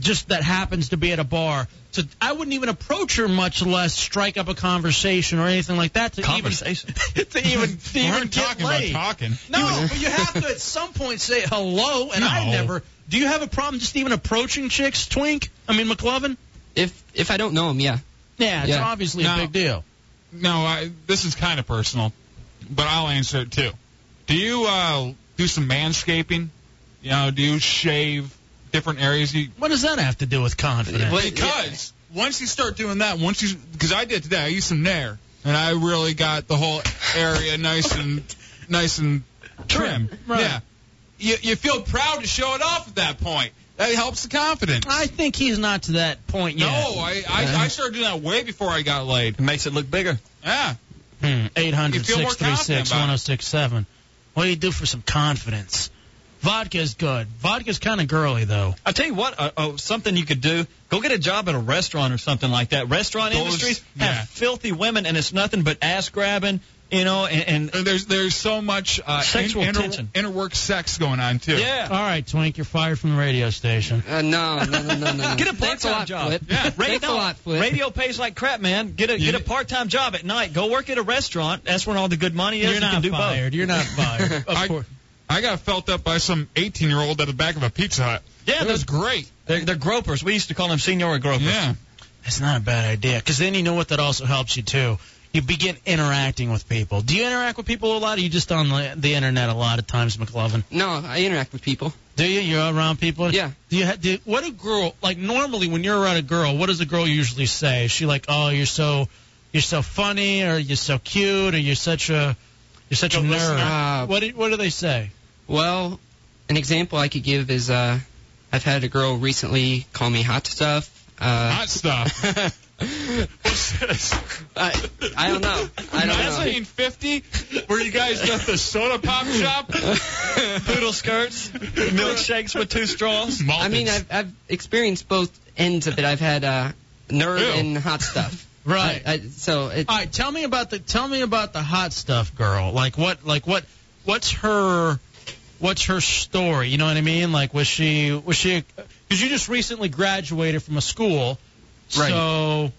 just that happens to be at a bar. So I wouldn't even approach her, much less strike up a conversation or anything like that. To conversation. Even, to even, to We're even not get talking about laid. talking. No, but you have to at some point say hello, and I No. never. Do you have a problem just even approaching chicks, Twink? I mean, McLovin? If if I don't know him, yeah. Yeah, it's Yeah. obviously No. a big deal. No, I, this is kind of personal, but I'll answer it too. Do you uh, do some manscaping? You know, do you shave different areas? You, What does that have to do with confidence? What- Because once you start doing that, once you, because I did today, I used some Nair, and I really got the whole area nice and nice and trim. Trim, right. Yeah, you you feel proud to show it off at that point. That helps the confidence. I think he's not to that point yet. No, I, I, Uh-huh. I started doing that way before I got laid. It makes it look bigger. Yeah. Hmm, You 800 feel more confident 636 about it. 1067. What do you do for some confidence? Vodka's good. Vodka's kind of girly, though. I tell you what, uh, oh, something you could do: go get a job at a restaurant or something like that. Restaurant Those- industries yeah. have filthy women, and it's nothing but ass grabbing, you know. And, and There's there's so much uh, Sexual in, inter, tension. interwork sex going on too. yeah, All right, Twink, you're fired from the radio station. Uh, no, no, no, no, no. get a Thanks part-time lot, job. Flip. Yeah. Thanks a no, lot, Flip. radio pays like crap, man. Get a get a part-time job at night. Go work at a restaurant. That's when all the good money is. You're you not can do fired. You're not fired. Of I- course. I got felt up by some 18 year old at the back of a Pizza Hut. both. Yeah, It was those, great. they're, they're gropers. We used to call them senor gropers. Yeah. That's not a bad idea, because then you know what that also helps you, too. You begin interacting with people. Do you interact with people a lot, or you just on the, the internet a lot of times, McLovin? No, I interact with people. Do you? You're around people? Yeah. Do you ha- do, what a girl like normally when you're around a girl, what does a girl usually say? Is she like, oh, you're so you're so funny, or you're so cute, or you're such a you're such a Good nerd? listener. Uh, What do, what do they say? Well, an example I could give is uh, I've had a girl recently call me hot stuff. Uh, Hot stuff. I, I don't know. I don't know. 1950, where you guys left the soda pop shop. Poodle skirts, milkshakes with two straws. I mean, I've, I've experienced both ends of it. I've had uh, nerd Ew. and hot stuff. Right. I, I, so it, All right. Tell me about the tell me about the hot stuff girl. Like what like what what's her what's her story? You know what I mean? Like was she was she because you just recently graduated from a school, Right. so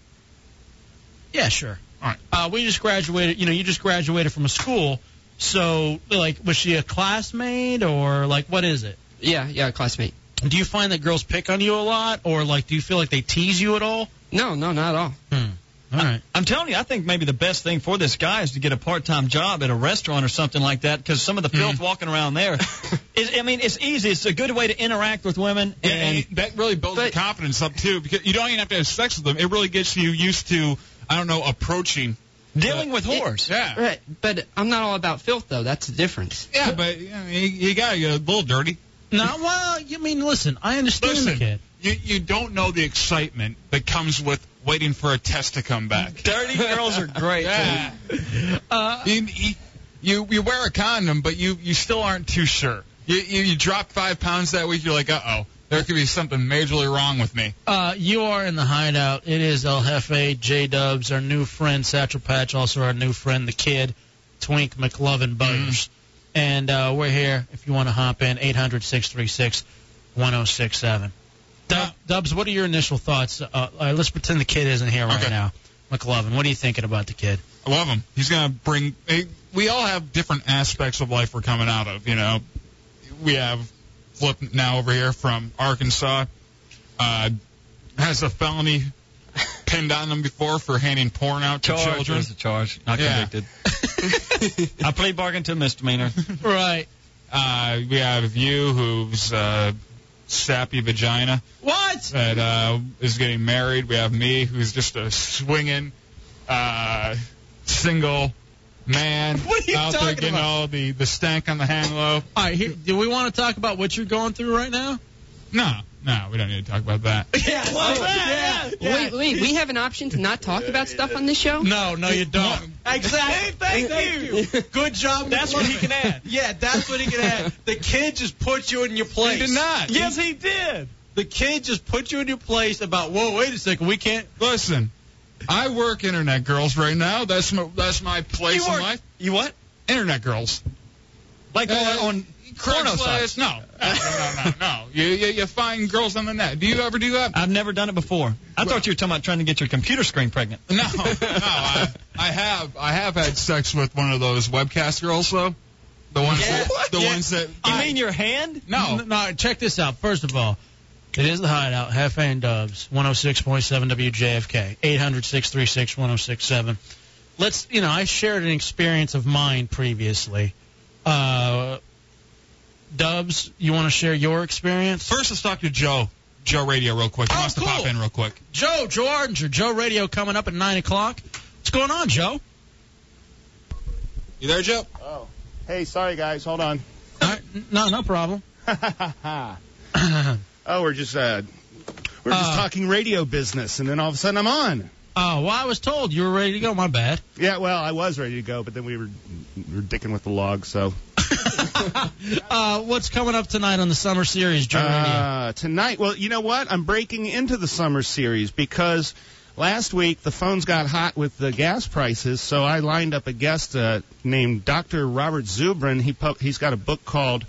yeah, sure. All right. Uh, we just graduated. You know, you just graduated from a school. So, like, was she a classmate or like what is it? yeah, yeah, classmate. Do you find that girls pick on you a lot, or like, do you feel like they tease you at all? No, no, not at all. Hmm. All right. I'm telling you, I think maybe the best thing for this guy is to get a part-time job at a restaurant or something like that, because some of the Hmm. filth walking around there, is, I mean, it's easy. It's a good way to interact with women. Yeah, And and that really builds but- your confidence up too, because you don't even have to have sex with them. It really gets you used to, I don't know, approaching. Uh, dealing with whores. Yeah, Right, but I'm not all about filth though. That's the difference. yeah, but you, know, you, you gotta get a little dirty. No, well, you mean listen, I understand the Listen, kid. you you don't know the excitement that comes with waiting for a test to come back. Dirty girls are great. Yeah. Uh, you, you- you you wear a condom, but you you still aren't too sure. You you, you drop five pounds that week. You're like, uh oh, there could be something majorly wrong with me. Uh, you are in the hideout. It is El Jefe, J Dubs, our new friend Satchel Patch, also our new friend the Kid, Twink McLovin Butters, and uh, we're here. If you want to hop in, 800-636-1067. Dub, Uh, Dubs, what are your initial thoughts? Uh, all right, let's pretend the kid isn't here right Okay. now. McLovin, what are you thinking about the kid? I love him. He's gonna bring. eh, We all have different aspects of life we're coming out of. You know, we have Flip now over here from Arkansas. Uh, has a felony pinned on him before for handing porn out to Charge children. is a charge, not Yeah. convicted. I plea bargain to a misdemeanor. Right. Uh, we have you, who's uh, sappy vagina. What? that uh, is getting married. We have me, who's just a swinging uh, single man What are you out there talking getting about? all the the stank on the hang low. All right, here, do we want to talk about what you're going through right now? No, no, we don't need to talk about that. Yeah. yeah, oh, Wait, wait, we have an option to not talk about stuff on this show. No, no, you don't. Exactly. Thank, you. Good job. That's what he can add. Yeah, that's what he can add. The kid just put you in your place. He did not. Yes, he did. The kid just put you in your place about, whoa, wait a second, we can't. Listen, I work internet girls right now. That's my that's my place You in work- life. You what? Internet girls. Like Uh, on, on porno sites. Craigslist? No, no, no, no, no. no. You, you you find girls on the net. Do you ever do that? I've never done it before. I thought you were talking about trying to get your computer screen pregnant. No, no, I, I have, I have had sex with one of those webcast girls though. The ones, that, the Yeah. ones that. You mean your hand? No. N- No, check this out. First of all, it is the hideout, Half and Dubs, 106.7 WJFK, 800 636 1067. Let's, you know, I shared an experience of mine previously. Uh, Dubs, you want to share your experience? First, let's talk to Joe. Joe Radio real quick. He Oh, wants cool. to pop in real quick. Joe, Joe Ardinger, Joe Radio coming up at 9 o'clock. What's going on, Joe? You there, Joe? Oh. Hey, sorry guys, hold on. All right, n- no, no problem. uh, oh, we're just uh, we're Uh. just talking radio business, and then all of a sudden I'm on. Oh, well, I was told you were ready to go. My bad. Yeah, well, I was ready to go, but then we were we were dicking with the log, so Uh, what's coming up tonight on the summer series, Joe? Uh, tonight, well, you know what? I'm breaking into the summer series because last week the phones got hot with the gas prices, so I lined up a guest uh, named Dr. Robert Zubrin. He pu- he's got a book called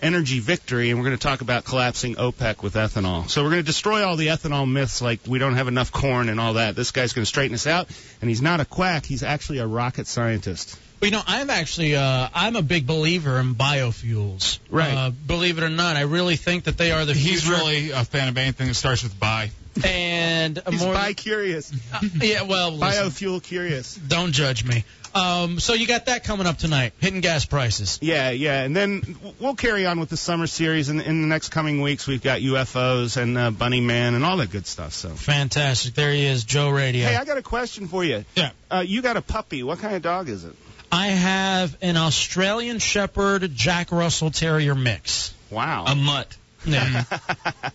Energy Victory, and we're going to talk about collapsing OPEC with ethanol. So we're going to destroy all the ethanol myths, like we don't have enough corn and all that. This guy's going to straighten us out, and he's not a quack. He's actually a rocket scientist. Well, you know, I'm actually uh, I'm a big believer in biofuels. Right. Uh, believe it or not, I really think that they are the He's future. really a fan of anything that starts with bi. and He's more Uh, bi curious. yeah, well, listen, Biofuel curious. don't judge me. Um, so you got that coming up tonight, hitting gas prices. Yeah, yeah, and then w- we'll carry on with the summer series, and in the next coming weeks we've got UFOs and uh, Bunny Man and all that good stuff. So, Fantastic. There he is, Joe Radio. hey, I got a question for you. Yeah. Uh, you got a puppy. What kind of dog is it? I have an Australian Shepherd Jack Russell Terrier mix. Wow. A mutt. Yeah.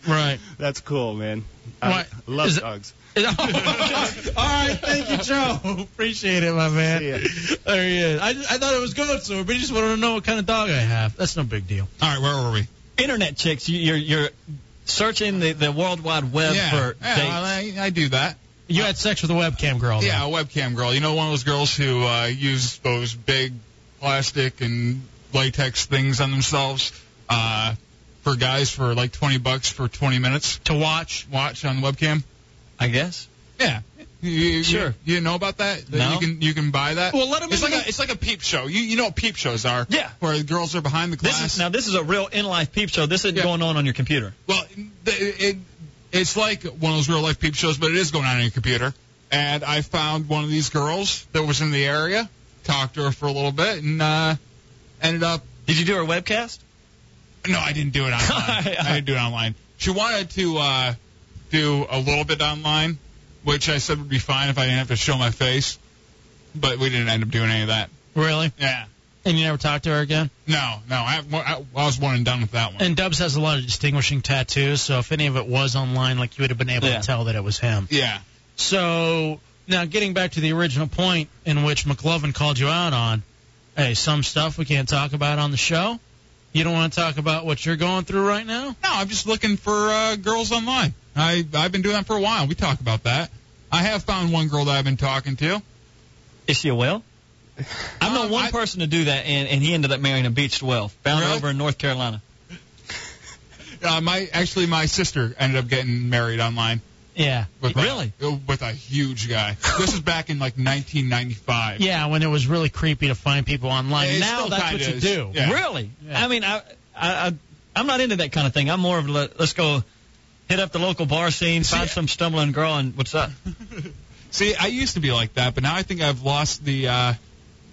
right. That's cool, man. What? I love Is it- Oh, dogs. All right, thank you, Joe. Appreciate it, my man. There he is. I, I thought it was going somewhere, but he just wanted to know what kind of dog I have. That's no big deal. All right, where were we? Internet chicks, you, you're you're searching the, the World Wide Web yeah, for yeah, dates. I, I do that. You had sex with a webcam girl. Yeah, a webcam girl. You know, one of those girls who uh, use those big plastic and latex things on themselves uh, for guys for like 20 bucks for 20 minutes to watch. Watch on the webcam. I guess. Yeah. You- You, Sure. You, you know about that? That No. You can you can buy that. Well, let 'em It's in like the- a it's like a peep show. You you know what peep shows are? Yeah. Where the girls are behind the glass. This is now this is a real in life peep show. This isn't Yeah. going on on your computer. Well, th- it, it's like one of those real life peep shows, but it is going on on your computer. And I found one of these girls that was in the area, talked to her for a little bit, and uh, ended up. Did you do her webcast? No, I didn't do it online. I didn't do it online. She wanted to uh, do a little bit online, which I said would be fine if I didn't have to show my face. But we didn't end up doing any of that. Really? Yeah. And you never talked to her again? No, no. I, I, I was one and done with that one. And Dubs has a lot of distinguishing tattoos, so if any of it was online, like you would have been able Yeah. to tell that it was him. Yeah. So now getting back to the original point in which McLovin called you out on, hey, some stuff we can't talk about on the show. You don't want to talk about what you're going through right now? No, I'm just looking for uh, girls online. I I've been doing that for a while. We talk about that. I have found one girl that I've been talking to. Is she a whale? I know Um, one I- person to do that, and, and he ended up marrying a beached whale found Really? over in North Carolina. Uh, my actually my sister ended up getting married online. Yeah. With Really? A, with a huge guy. this is back in like 1995. Yeah, when it was really creepy to find people online. It now still that's what kinda you is. do. Yeah. Really? Yeah. I mean, I, I, I, I'm not into that kind of thing. I'm more of a, let- let's go hit up the local bar scene, find some stumbling girl, and what's up? See, I used to be like that, but now I think I've lost the uh,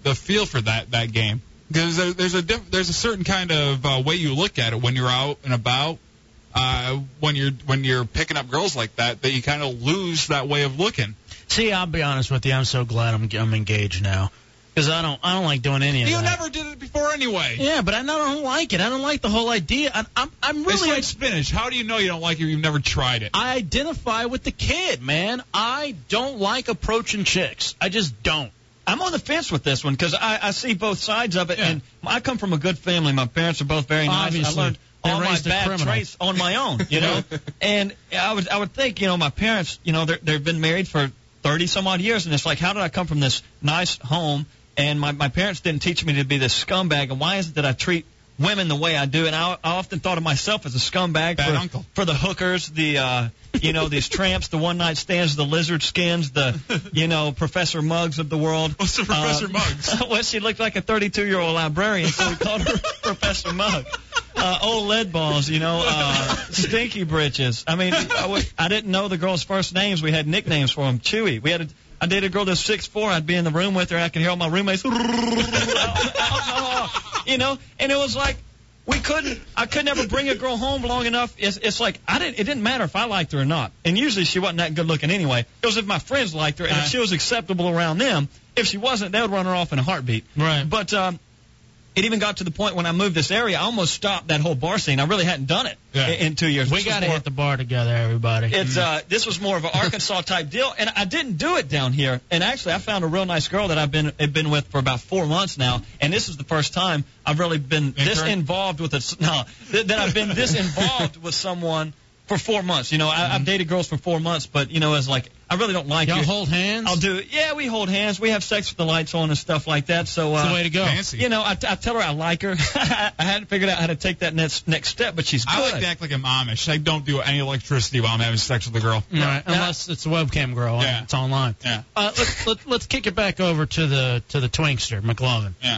the feel for that that game. Because there, there's a diff- there's a certain kind of uh, way you look at it when you're out and about. Uh, when you're when you're picking up girls like that, that you kind of lose that way of looking. See, I'll be honest with you. I'm so glad I'm, I'm engaged now. Because I don't, I don't like doing any of You that. never did it before anyway. yeah, but I don't- I don't like it. I don't like the whole idea. I, I'm, I'm it's really, like spinach. How do you know you don't like it? if You've never tried it. I identify with the kid, man. I don't like approaching chicks. I just don't. I'm on the fence with this one because I, I see both sides of it, Yeah. and I come from a good family. My parents are both very nice. Obviously. I learned They all my raised a bad criminal. traits on my own, you know. and I would I would think, you know, my parents, you know, they're- they've been married for 30 some odd years, and it's like, how did I come from this nice home and my my parents didn't teach me to be this scumbag? And why is it that I treat women the way I do? And I, I often thought of myself as a scumbag Bad for uncle. for the hookers, the uh, you know, these tramps, the one night stands, the lizard skins, the you know, Professor Muggs of the world. What's the Professor Uh, Muggs? well, she looked like a 32 year old librarian, so we called her Professor Muggs. Uh, old lead balls, you know, uh, stinky britches. I mean, I, w- I didn't know the girls' first names. We had nicknames for them. Chewy. We had a, I dated a girl that was six four. I'd be in the room with her. I could hear all my roommates, out, out, out, you know, and it was like we couldn't. I could never bring a girl home long enough. It's, it's like I didn't. It didn't matter if I liked her or not. And usually she wasn't that good looking anyway. It was if my friends liked her and if she was acceptable around them. If she wasn't, they would run her off in a heartbeat. Right. But um, It even got to the point when I moved this area, I almost stopped that whole bar scene. I really hadn't done it Yeah. in, in two years. We This was got to more- hit the bar together, everybody. it's uh, this was more of an Arkansas type deal, and I didn't do it down here. And actually, I found a real nice girl that I've been have been with for about four months now, and this is the first time I've really been this Intern? involved with a s- no that, that I've been this involved with someone for four months. You know, I, I've dated girls for four months, but you know, it's like I really don't like Mm-hmm. Y'all you. hold hands? I'll do yeah, we hold hands, we have sex with the lights on and stuff like that. So uh, It's the way to go. Fancy. You know, I, I tell her I like her. I hadn't figured out how to take that next next step, but she's good. I like to act like I'm Amish. I don't do any electricity while I'm having sex with a girl. All right, unless it's a webcam girl and Yeah. it's online. Yeah. Uh, let's let, let's kick it back over to the to the twinkster McLovin. Yeah.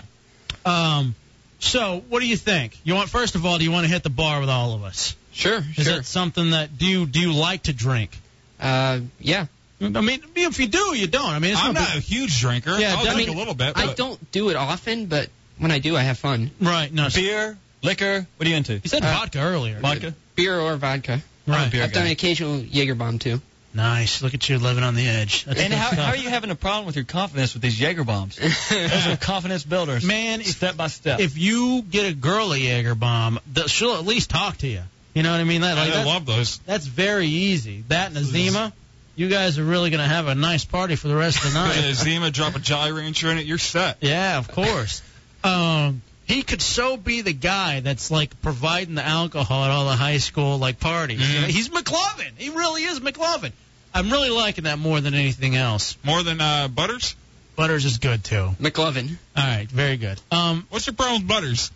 Um, so what do you think? You want first of all, do you want to hit the bar with all of us? Sure, Is sure. that something that do you do you like to drink? Uh, yeah. I mean, if you do, you don't. I mean, it's I'm no not a big- huge drinker. Yeah, I'll I drink mean, a little bit. I but- don't do it often, but when I do, I have fun. right. No, beer, liquor. What are you into? you said Uh, vodka earlier. Vodka. Beer or vodka. Right. I've done an occasional Jaeger bomb too. Nice. Look at you living on the edge. That's And good how, stuff. how are you having a problem with your confidence with these Jaeger bombs? Those are confidence builders. Man, if- step by step. If you get a girl a Jaeger bomb, th- she'll at least talk to you. You know what I mean? That, like, I that's- love those. That's very easy. That and Azima, you guys are really going to have a nice party for the rest of the Put a night. Zima, drop a Jolly Rancher in it, you're set. yeah, of course. Um, he could so be the guy that's like providing the alcohol at all the high school like parties. You know, Mm-hmm. He's McLovin. He really is McLovin. I'm really liking that more than anything else. More than uh, Butters? Butters is good too. All McLovin. right, very good. Um, What's your problem with Butters?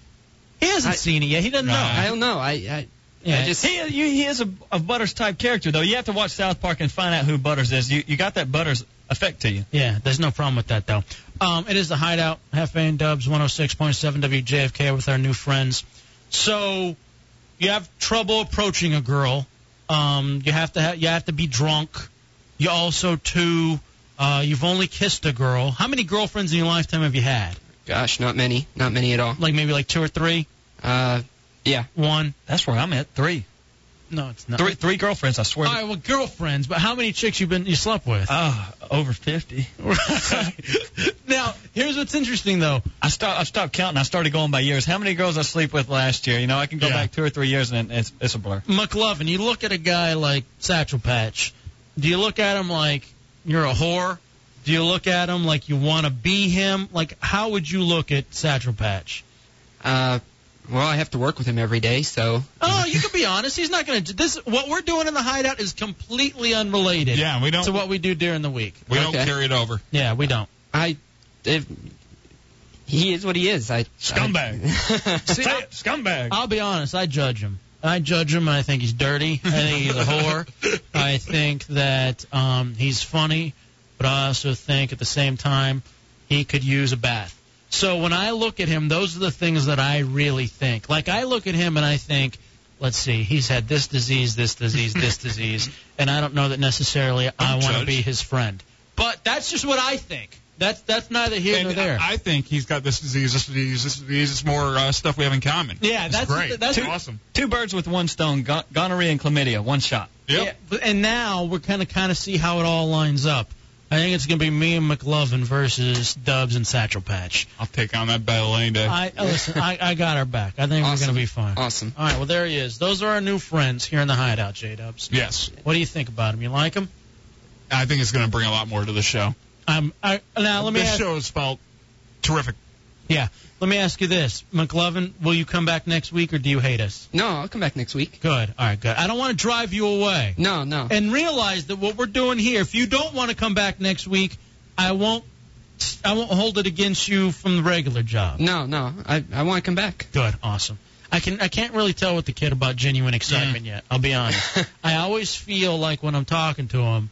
he hasn't I- seen it yet. He doesn't know. I don't know. I, I, Yeah, I just he, you, he is a, a Butters type character, though. You have to watch South Park and find out who Butters is. You, you got that Butters effect to you. Yeah, there's no problem with that though. Um, it is the Hideout, Hefe and Dubs, 106.7 WJFK with our new friends. So you have trouble approaching a girl. Um, you have to ha- you have to be drunk. You also too. Uh, you've only kissed a girl. How many girlfriends in your lifetime have you had? gosh, not many, not many at all. Like maybe like two or three. Uh, yeah. One. That's where I'm at. Three. No, it's not. Three, three girlfriends, I All swear. right, well, girlfriends, but how many chicks you been you slept with? Ah, over 50. now, here's what's interesting though. I stopped, I stopped counting. I started going by years. How many girls I sleep with last year? You know, I can go Yeah. back two or three years and it's, it's a blur. McLovin, you look at a guy like Satchel Patch, do you look at him like you're a whore? Do you look at him like you want to be him? Like, how would you look at Satchel Patch? Uh, well, I have to work with him every day, so Oh, you can be honest. He's not going to. This what we're doing in the hideout is completely unrelated Yeah, we don't to what we do during the week. we don't Okay. carry it over. Yeah, we don't. I. If, he is what he is. I Scumbag. I, See, I- Scumbag. I'll be honest. I judge him. I judge him. and I think he's dirty. I think he's a whore. I think that um, he's funny, but I also think at the same time he could use a bath. So when I look at him, those are the things that I really think. Like I look at him and I think, let's see, he's had this disease, this disease, this disease, and I don't know that necessarily I Don't want to judge. be his friend. But that's just what I think. That's that's neither here And nor there. I I think he's got this disease, this disease, this disease. It's more uh, stuff we have in common. yeah, It's that's great. that's awesome. Two birds with one stone, go- gonorrhea and chlamydia, one shot. Yep. Yeah, but- and now we're kind of kind of see how it all lines up. I think it's going to be me and McLovin versus Dubs and Satchel Patch. I'll take on that battle any day. I uh, listen. I, I got our back. I think we're Awesome. going to be fine. awesome. All right. Well, there he is. Those are our new friends here in the hideout, J Dubs. yes. What do you think about him? You like him? I think it's going to bring a lot more to the show. Um. I, now let me this ask, show is felt terrific. let me ask you this, McLovin. Will you come back next week or do you hate us? No, I'll come back next week. Good. All right. Good. I don't want to drive you away. No, no. and realize that what we're doing here, if you don't want to come back next week, I won't I won't hold it against you from the regular job. No, no. I, I want to come back. Good, awesome. I can I can't really tell with the kid about genuine excitement yet. I'll be honest. I always feel like when I'm talking to him,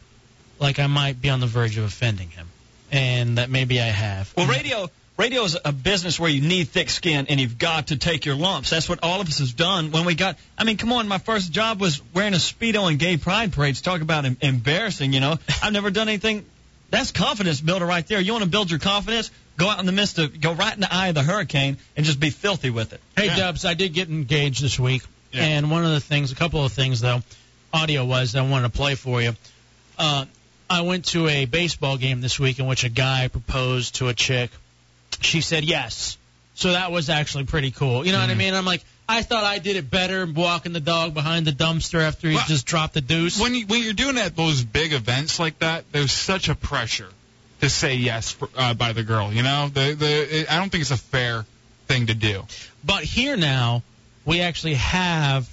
like I might be on the verge of offending him, and that maybe I have. Well, radio radio is a business where you need thick skin and you've got to take your lumps. That's what all of us has done when we got. I mean, come on, my first job was wearing a speedo in gay pride parades. Talk about em- embarrassing, you know. I've never done anything. That's confidence builder right there. You want to build your confidence? Go out in the midst of, go right in the eye of the hurricane and just be filthy with it. Hey Yeah. Dubs, I did get engaged this week, Yeah. and one of the things, a couple of things though, audio wise, I wanted to play for you. Uh, I went to a baseball game this week in which a guy proposed to a chick. She said yes. So that was actually pretty cool. You know what Mm. I mean? I'm like, I thought I did it better walking the dog behind the dumpster after he just dropped the deuce. When you, when you're doing at those big events like that, there's such a pressure to say yes for, uh, by the girl. You know, the the it, I don't think it's a fair thing to do. But here now, we actually have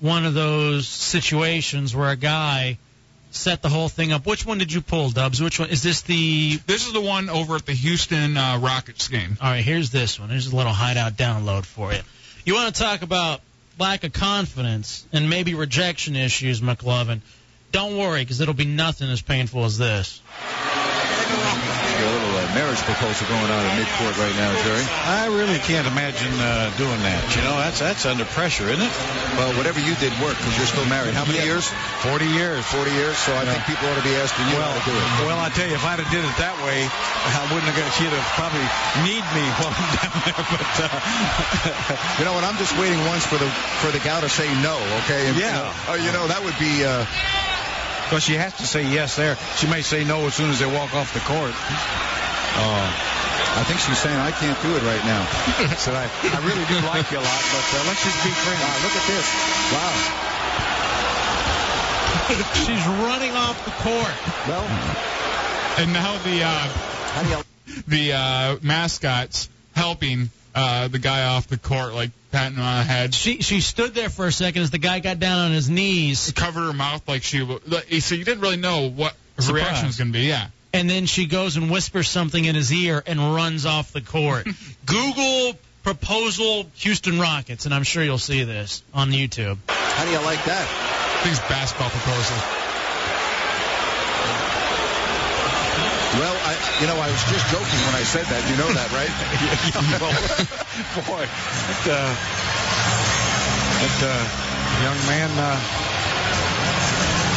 one of those situations where a guy set the whole thing up. Which one did you pull, Dubs? Which one is this the? This is the one over at the Houston uh, Rockets game. All right, here's this one. Here's a little hideout download for you. You want to talk about lack of confidence and maybe rejection issues, McLovin? Don't worry, because it'll be nothing as painful as this. Got a little uh, marriage proposal going on in midcourt right now, Jerry. I really can't imagine uh, doing that. You know, that's that's under pressure, isn't it? Well, whatever you did worked because you're still married. How many years? 40 years. 40 years. So I think people ought to be asking you how to do it. Well, I tell you, if I'd have did it that way, I wouldn't have got. She'd have probably need me while I'm down there. But uh, You know what? I'm just waiting once for the for the gal to say no. Okay. And, Yeah. You know, oh, you know that would be. Uh, Because she has to say yes there. She may say no as soon as they walk off the court. oh, I think she's saying I can't do it right now. so I, I really do like you a lot, but uh, let's just be friends. Wow, look at this. Wow. She's running off the court. Well, and now the uh, the uh, mascots helping uh, the guy off the court, like patting him on the head. She she stood there for a second as the guy got down on his knees, covered her mouth like she. wa- Like, so you didn't really know what her Surprise. reaction was going to be. Yeah. and then she goes and whispers something in his ear and runs off the court. Google proposal Houston Rockets, and I'm sure you'll see this on YouTube. How do you like that? These basketball proposals. Well, I, you know, I was just joking when I said that. You know that, right? Boy, that, uh, that uh, young man uh,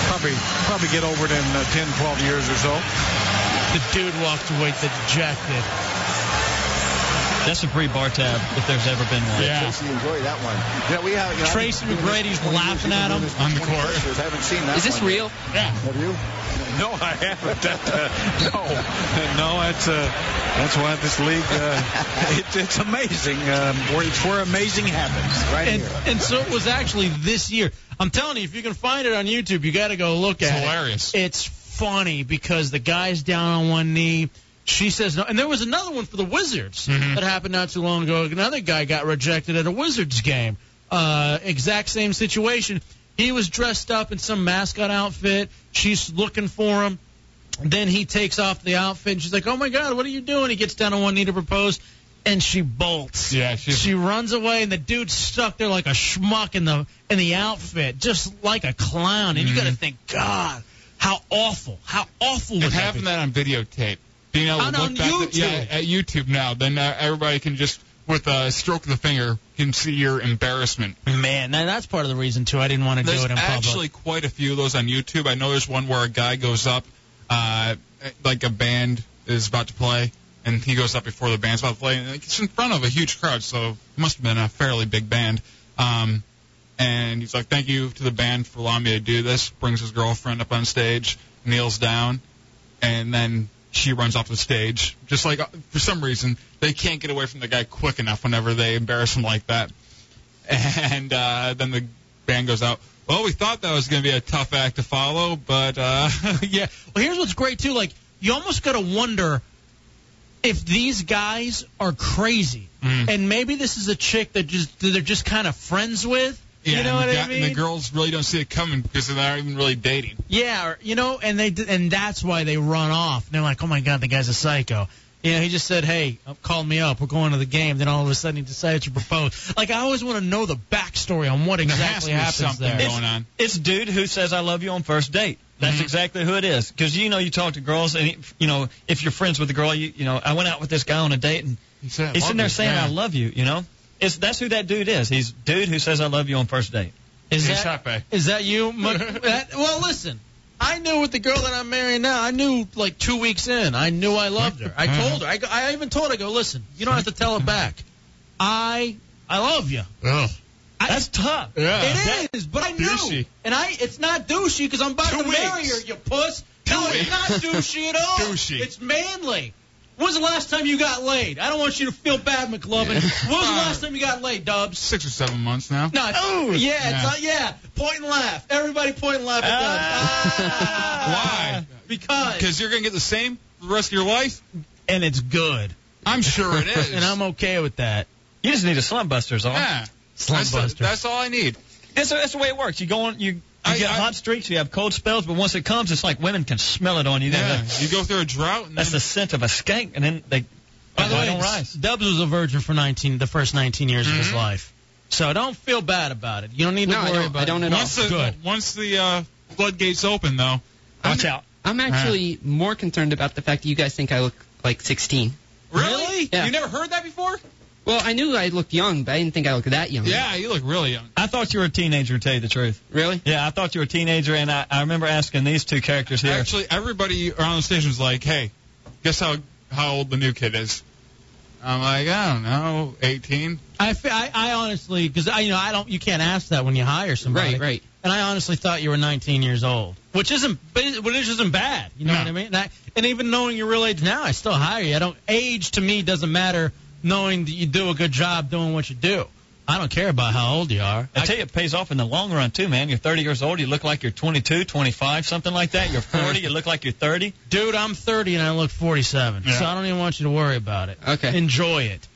probably probably get over it in uh, 10, 12 years or so. The dude walked away dejected. That's a free bar tab if there's ever been one. Tracy enjoyed that one. Yeah, we have. You know, Tracy I've been doing McGrady's this for 20 laughing years. We've been at him doing this for on the 20 court. years. I haven't seen that Is one yet. Yeah. Have you? No, I haven't. That, uh, no, no, that's uh, that's why this league uh, it, it's amazing. Um, where it's where amazing happens. Right and, here. and so it was actually this year. I'm telling you, if you can find it on YouTube, you got to go look It's at hilarious. it. It's funny because the guy's down on one knee. She says no, and there was another one for the Wizards Mm-hmm. that happened not too long ago. Another guy got rejected at a Wizards game. Uh, exact same situation. He was dressed up in some mascot outfit. She's looking for him. Then he takes off the outfit. And she's like, "Oh my God, what are you doing?" He gets down on one knee to propose, and she bolts. Yeah. She's, She runs away, and the dude's stuck there like a schmuck in the in the outfit, just like a clown. And you Mm-hmm. got to think, God, how awful, how awful and would that be? having that on videotape. Being able to And look on back YouTube. At, yeah, at YouTube now, then uh, everybody can just with a stroke of the finger can see your embarrassment. Man, now that's part of the reason too. I didn't want to do There's it in public. actually quite a few of those on YouTube. I know there's one where a guy goes up, uh, like a band is about to play, and he goes up before the band's about to play. And like, it's in front of a huge crowd, so it must have been a fairly big band. Um, and he's like, "Thank you to the band for allowing me to do this." Brings his girlfriend up on stage, kneels down, and then she runs off the stage. Just like uh, for some reason they can't get away from the guy quick enough whenever they embarrass him like that. And uh, then the band goes out. Well, we thought that was going to be a tough act to follow, but uh, yeah. Well, here's what's great too. Like you almost got to wonder if these guys are crazy, Mm. and maybe this is a chick that just that they're just kind of friends with. yeah, you know what and the, I guy- mean? and the girls really don't see it coming because they're not even really dating. Yeah, or, you know, and they d- and that's why they run off. And they're like, oh my god, the guy's a psycho. You know, he just said, hey, uh, call me up. We're going to the game. Then all of a sudden he decided to propose. Like I always want to know the backstory on what There has exactly to be happens something there. going on. Mm-hmm. It's dude who says I love you on first date. That's exactly who it is. Because you know you talk to girls and you know if you're friends with a girl, you you know I went out with this guy on a date and He said, "I love he's sitting there you." saying yeah. I love you. You know, it's that's who that dude is. He's dude who says I love you on first date. Is He's that happy. is that you? Mu- that, well, listen. I knew with the girl that I'm marrying now. I knew like two weeks in. I knew I loved her. I told her. I, go- I even told her. I go, listen. You don't have to tell her back. I I love you. Ugh. I, That's tough. Yeah. It is, but I knew. douchey. And I, it's not douchey because I'm about Two to marry weeks. her, you puss. no, weeks. it's not douchey at all. Douchey. It's manly. When's the last time you got laid? I don't want you to feel bad, McLovin. When was the last time you got laid, Dubs? Six or seven months now. No, it's, Oh, yeah, yeah. Ah. it's not, yeah. Point and laugh. Everybody point and laugh at Why? Ah. Dubs. Because Because you're going to get the same for the rest of your life? And it's good. I'm sure it is. and I'm okay with that. You just need a slum buster, is all. Yeah. Slum That's, the- buster. that's all I need. That's, that's the way it works. You go on, you, you get hot streaks, you have cold spells, but once it comes, it's like women can smell it on you. They're Yeah. like, You go through a drought and that's the scent of a skank, and then they, By the why way, don't rise? Dubs was a virgin for 19, the first 19 years of his life. So don't feel bad about it. You don't need to No, I worry don't- about I don't it. at all. once the, Good. Once the uh, floodgates open, though, watch out. I'm actually more concerned about the fact that you guys think I look like 16. Really? Yeah. You never heard that before? Well, I knew I looked young, but I didn't think I looked that young. Yeah, you look really young. I thought you were a teenager, to tell you the truth. Really? Yeah, I thought you were a teenager, and I, I remember asking these two characters here. Actually, everybody around the station was like, "Hey, guess how how old the new kid is?" I'm like, I don't know, 18. I, fe- I, I honestly, because I, you know, I don't, you can't ask that when you hire somebody. Right, right. And I honestly thought you were 19 years old, which isn't, but it- which isn't bad. You know No. what I mean? And, I, and even knowing your real age now, I still hire you. I don't age to me doesn't matter. Knowing that you do a good job doing what you do, I don't care about how old you are. I tell you, it pays off in the long run too, man. You're 30 years old, you look like you're 22, 25, something like that. You're 40, you look like you're 30. Dude, I'm 30 and I look 47, Yeah. so I don't even want you to worry about it. Okay. Enjoy it.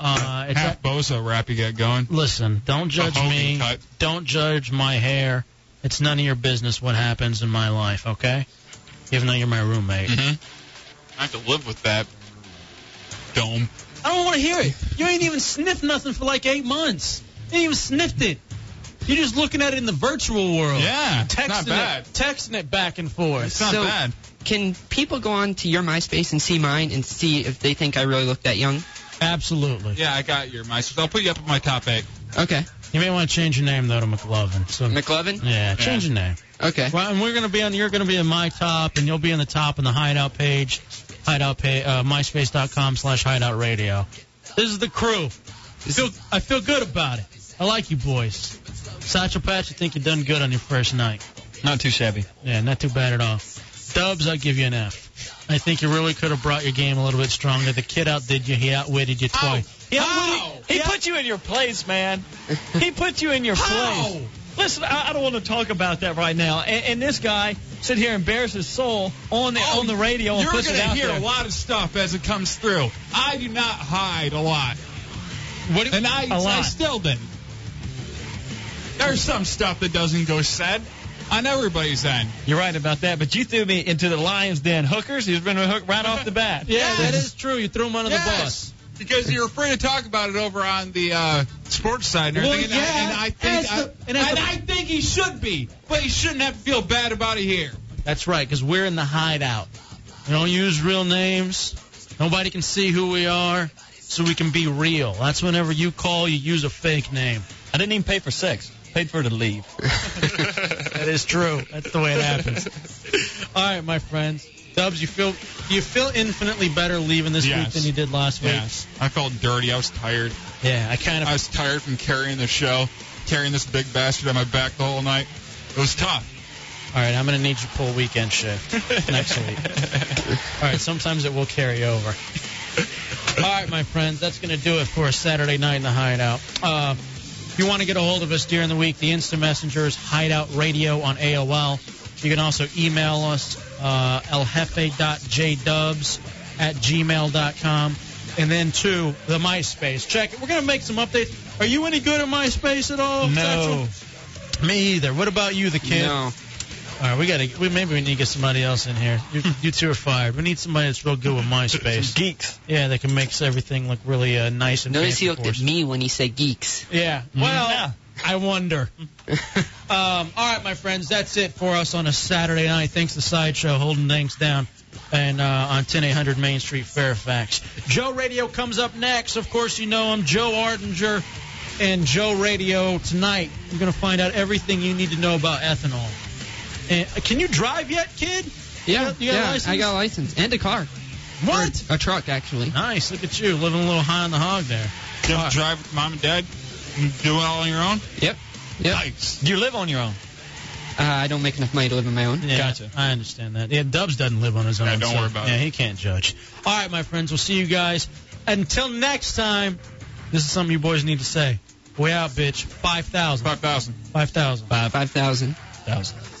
Uh, it's Half bozo rap you got going. listen, don't judge A Hogan me. cut. Don't judge my hair. It's none of your business what happens in my life, okay? Even though you're my roommate. Mm-hmm. I have to live with that dome. I don't want to hear it. You ain't even sniffed nothing for like eight months. You ain't even sniffed it. You're just looking at it in the virtual world. Yeah, it's Texting not bad. it, texting it back and forth. It's not So- bad. Can people go on to your MySpace and see mine and see if they think I really look that young? Absolutely. Yeah, I got your mice. I'll put you up in my top eight. Okay. You may want to change your name though to McLovin. So McLovin? yeah, change your name. Okay. Well, and we're gonna be on. You're gonna be in my top, and you'll be in the top on the Hideout page, Hideout page, uh, MySpace.com/slash Hideout Radio. This is the crew. I feel, I feel good about it. I like you boys. Satchel Patch, I think you done good on your first night. Not too shabby. Yeah, not too bad at all. Dubs, I'll give you an F. I think you really could have brought your game a little bit stronger. The kid outdid you. He outwitted you twice. He, he put you in your place, man. he put you in your place. Listen, I, I don't want to talk about that right now. And, and this guy sit here and bears his soul on the on the radio and Oh, You're puts gonna it out hear there. a lot of stuff as it comes through. I do not hide a lot. What do- and I, a I lot. still didn't. There's some stuff that doesn't go said on everybody's end. You're right about that, but you threw me into the lion's den. Hookers, he's been a hook right off the bat. Yeah, that is true. You threw him under the bus. Because you're afraid to talk about it over on the uh, sports side and Well, everything. and, yeah, I, and I as think I, the- and and, as the- I think he should be, but he shouldn't have to feel bad about it here. That's right, 'cause we're in the hideout. We don't use real names. Nobody can see who we are, so we can be real. That's whenever you call, you use a fake name. I didn't even pay for sex. Paid for her to leave. That is true. That's the way it happens. All right, my friends. Dubs, you feel you feel infinitely better leaving this Yes. week than you did last week. Yes, I felt dirty. I was tired. Yeah, I kind of I was tired from carrying the show, carrying this big bastard on my back the whole night. It was tough. All right, I'm going to need you to pull weekend shift next week. All right, sometimes it will carry over. All right, my friends, that's going to do it for a Saturday night in the Hideout. Uh, if you want to get a hold of us during the week, the Insta Messenger is Hideout Radio on AOL. You can also email us, uh, eljefe.jdubs at gmail.com. And then, two, the MySpace. Check it. We're going to make some updates. Are you any good at MySpace at all? No. Satchel? Me either. What about you, the kid? No. All right, we gotta. We, maybe we need to get somebody else in here. You, you two are fired. We need somebody that's real good with MySpace. Geeks. Yeah, that can make everything look really uh, nice and Notice fancy he looked for at us. me when he said geeks. Yeah. Well, I wonder. Um, all right, my friends, that's it for us on a Saturday night. Thanks to Sideshow holding things down and uh, on 10800 Main Street, Fairfax. Joe Radio comes up next. Of course, you know him, Joe Ardinger and Joe Radio tonight. You're going to find out everything you need to know about ethanol. And uh, can you drive yet, kid? Yeah, You got a yeah, license? I got a license and a car. What? A truck, actually. Nice. Look at you, living a little high on the hog there. You have to drive with mom and dad. You do it all on your own. Yep. Yep. Nice. You live on your own. Uh, I don't make enough money to live on my own. Yeah, I understand that. Yeah, Dubs doesn't live on his own. Yeah, don't so- worry about yeah, it. he can't judge. All right, my friends, we'll see you guys. Until next time, this is something you boys need to say. Way out, bitch. 5,000. 5,000. 5,000. 5,000. 5,000.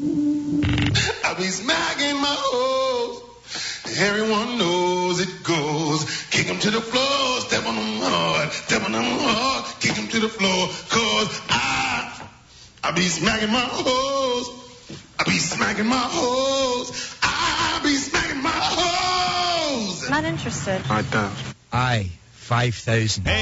I be smacking my hoes. Everyone knows it goes. Kick 'em to the floor, step on 'em hard, step on 'em hard, kick 'em to the floor. Cause I, I be smacking my hoes. I be smacking my hoes. I be smacking my hoes. Not interested. I don't. Aye, 5,000.